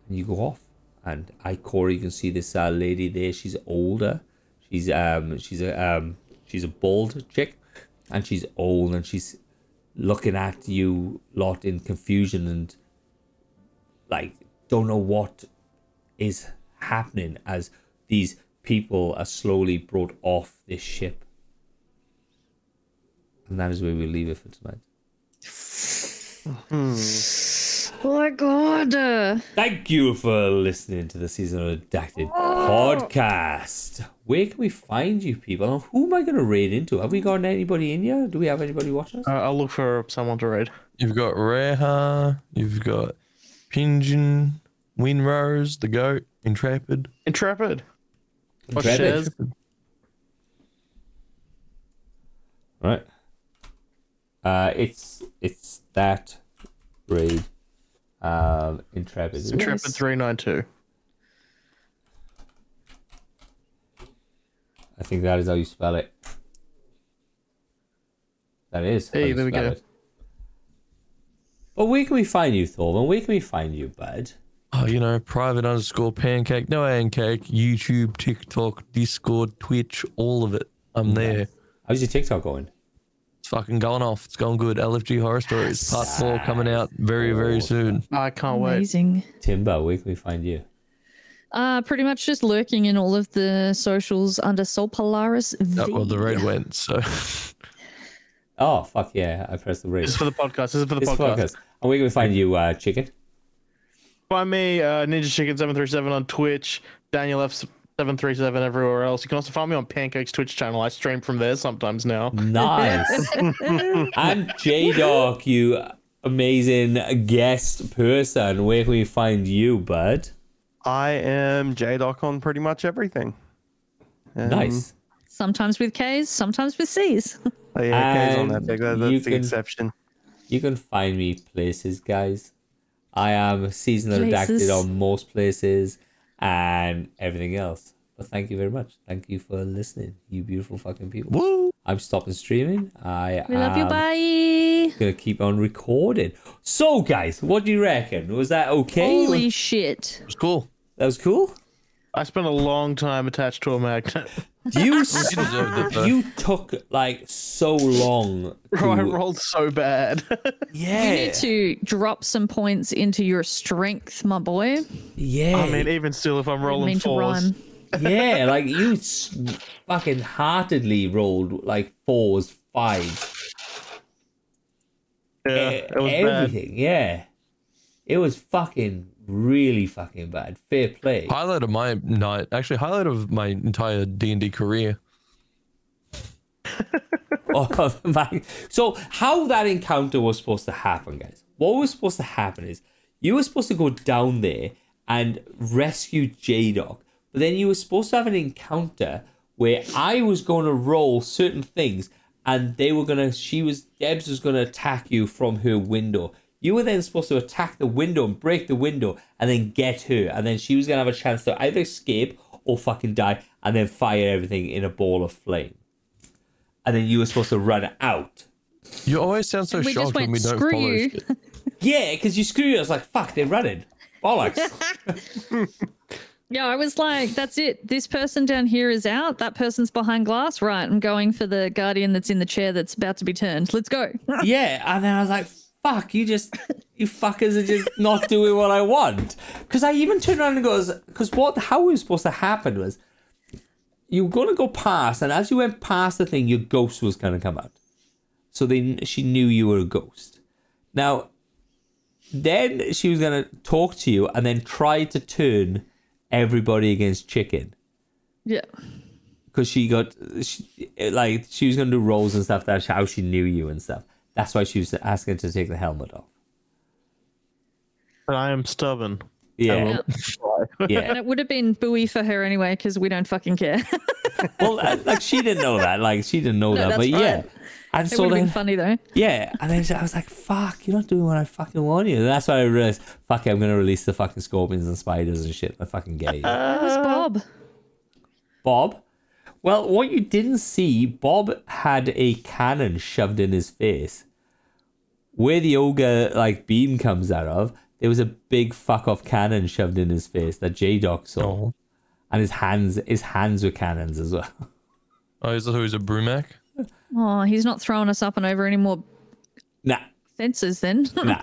and you go off. And I, Corey, you can see this uh, lady there. She's older. She's um she's a um she's a bald chick, and she's old and she's looking at you lot in confusion and like don't know what is happening as these people are slowly brought off this ship. And that is where we leave it for tonight.
Oh my god! Uh,
Thank you for listening to the Season of Redacted podcast. Where can we find you people? And who am I going to raid into? Have we got anybody in here? Do we have anybody watching us?
Uh, I'll look for someone to read.
You've got Reha, you've got Pingin, Winrose, the goat, Intrepid.
Intrepid. Or
Intrepid.
Shares.
Right. Uh, it's it's that raid. Um, intrepid. isn't it?
Intrepid
Yes.
392.
I think that is how you spell it. That is. how
Hey,
you
there we
spell
go.
it. But where can we find you, Thorman? Where can we find you, bud?
Oh, you know, private underscore pancake, no pancake, YouTube, TikTok, Discord, Twitch, all of it. I'm there.
How's your TikTok going?
It's fucking going off. It's going good. LFG Horror Stories, part four coming out very, very soon.
I can't wait.
Amazing.
Timber, where can we find you?
Uh, pretty much just lurking in all of the socials under Sol Polaris.
Oh, well, the raid went, so.
Oh fuck yeah! I pressed the ring.
This is for the podcast. This is for the
It's
podcast.
podcast. And where can we find you, uh, Chicken?
Find me, uh, Ninja Chicken seven three seven on Twitch. Daniel F seven three seven everywhere else. You can also find me on Pancake's Twitch channel. I stream from there sometimes now.
Nice. and J Dog, you amazing guest person. Where can we find you, bud?
I am JDoc on pretty much everything. Um,
Nice.
Mm-hmm. Sometimes with K's, sometimes with C's.
oh yeah, Kay's on that.
And
Big, that
you
that's the
can-
exception.
You can find me places, guys. I am seasonal
Places.
redacted on most places and everything else. But thank you very much. Thank you for listening, you beautiful fucking people.
Woo!
I'm stopping streaming. I
We love you.
am
Bye.
gonna keep on recording. So, guys, what do you reckon? Was that okay?
Holy shit.
It's cool.
that was cool.
I spent a long time attached to a magnet.
You
You deserved it, though.
you took like so long. to-
I rolled so bad.
yeah,
You need to drop some points into your strength, my boy.
yeah,
I mean, even still, if I'm rolling
mean to
fours,
rhyme.
yeah. Like you s- fucking heartedly rolled like fours, fives,
yeah,
Eh,
e-
Uh, it was bad.
everything. Yeah, it was fucking really fucking bad. Fair play.
Highlight of my night, actually, highlight of my entire D&D career.
Oh, man. so how that encounter was supposed to happen, guys? What was supposed to happen is you were supposed to go down there and rescue J Dog, but then you were supposed to have an encounter where I was going to roll certain things, and they were gonna. She was Debs was gonna attack you from her window. You were then supposed to attack the window and break the window, and then get her, and then she was gonna have a chance to either escape or fucking die, and then fire everything in a ball of flame and then you were supposed to run out.
You always sound so
And we just
shocked when
went,
we don't
"Screw
follow
you."
shit.
Yeah, because you screwed. I was like, fuck, they're running. Bollocks.
Yeah, I was like, that's it. This person down here is out. That person's behind glass. Right. I'm going for the guardian that's in the chair that's about to be turned. Let's go.
yeah, and then I was like, fuck, you just, you fuckers are just not doing what I want. Because I even turned around and goes, because what, how it was supposed to happen was, you were going to go past, and as you went past the thing, your ghost was going to come out. So they, she knew you were a ghost. Now, then she was going to talk to you and then try to turn everybody against chicken.
Yeah.
because she got she, like she was gonna do roles and stuff. That's how she knew you and stuff. That's why she was asking to take the helmet
Oh,
off.
But I am stubborn.
Yeah,
And
yeah.
it would have been buoy for her anyway, because we don't fucking care. it
Well, uh, like she didn't know that. Like she didn't know that. But
that's
yeah,
right.
and so
would have
then
been funny though.
yeah, and then I was like, "Fuck, you're not doing what I fucking want you." And that's why I realized, "Fuck, it, I'm gonna release the fucking scorpions and spiders and shit." I fucking gay.
That was Bob.
Bob. Well, what you didn't see, Bob had a cannon shoved in his face. Where the ogre like beam comes out of, there was a big fuck off cannon shoved in his face that J Doc saw,
Oh,
and his hands his hands were cannons as well.
oh is that who's a Brumac?
Oh, he's not throwing us up and over any more
nah,
fences then.
nah.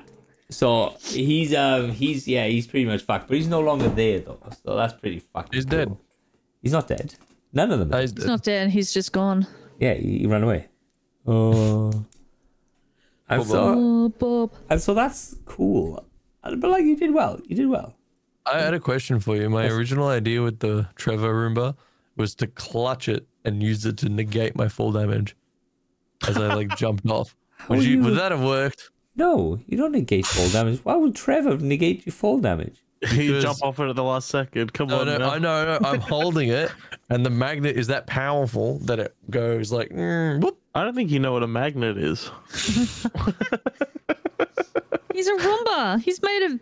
So he's um he's yeah he's pretty much fucked, but he's no longer there though. So that's pretty fucking.
He's
cool.
dead. Uh,
He's not dead. None of them.
No,
are
he's
he's
dead.
not dead. He's just gone.
yeah, he, he ran away. Oh, I'm
um,
so
Oh, Bob.
And so that's cool. And- But like you did well. You did well.
I had a question for you. My original idea with the Trevor Roomba was to clutch it and use it to negate my full damage as I like jumped off. Would
are
you,
you-
would that have worked?
No, you don't negate fall damage. Why would Trevor negate your fall damage?
You
Because-
jump off it at the last second. Come
No,
on.
no,
now.
I know, no, I'm holding it, and the magnet is that powerful that it goes like, mm, whoop,
I don't think you know what a magnet is.
He's a Roomba. He's made of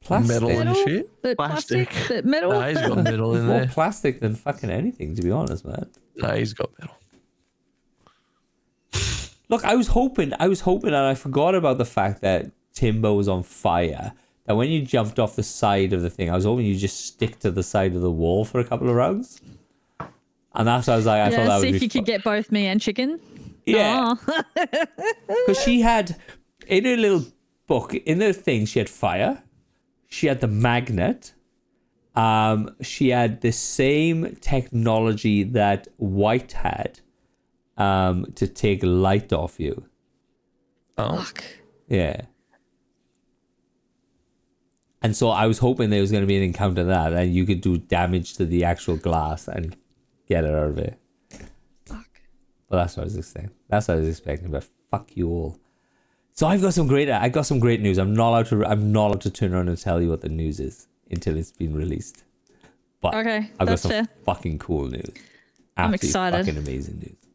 Plastic.
Metal and
metal,
shit.
but plastic,
Plastic.
but metal.
Nah, he's got metal in
More
there.
plastic than fucking anything, to be honest, man.
Nah, he's got metal.
Look, I was hoping, I was hoping, and I forgot about the fact that Timbo was on fire. That when you jumped off the side of the thing, I was hoping you just stick to the side of the wall for a couple of rounds. And that's what I was like, I thought
yeah,
that
see
would
if
be Eh,
you could get both me and chicken.
yeah,
Oh,
because she had in her little book, in her thing, she had fire, she had the magnet, um, she had the same technology that White had, um, to take light off you.
Oh,
fuck.
Yeah. And so I was hoping there was going to be an encounter that, and you could do damage to the actual glass and get it out of it.
Fuck.
But that's what I was expecting. That's what I was expecting. But fuck you all. So I've got some great. I got some great news. I'm not allowed to. I'm not allowed to turn around and tell you what the news is until it's been released. But
Okay,
I've got
that's
some
fair.
fucking cool news.
I'm
Absolutely
excited.
Fucking amazing news.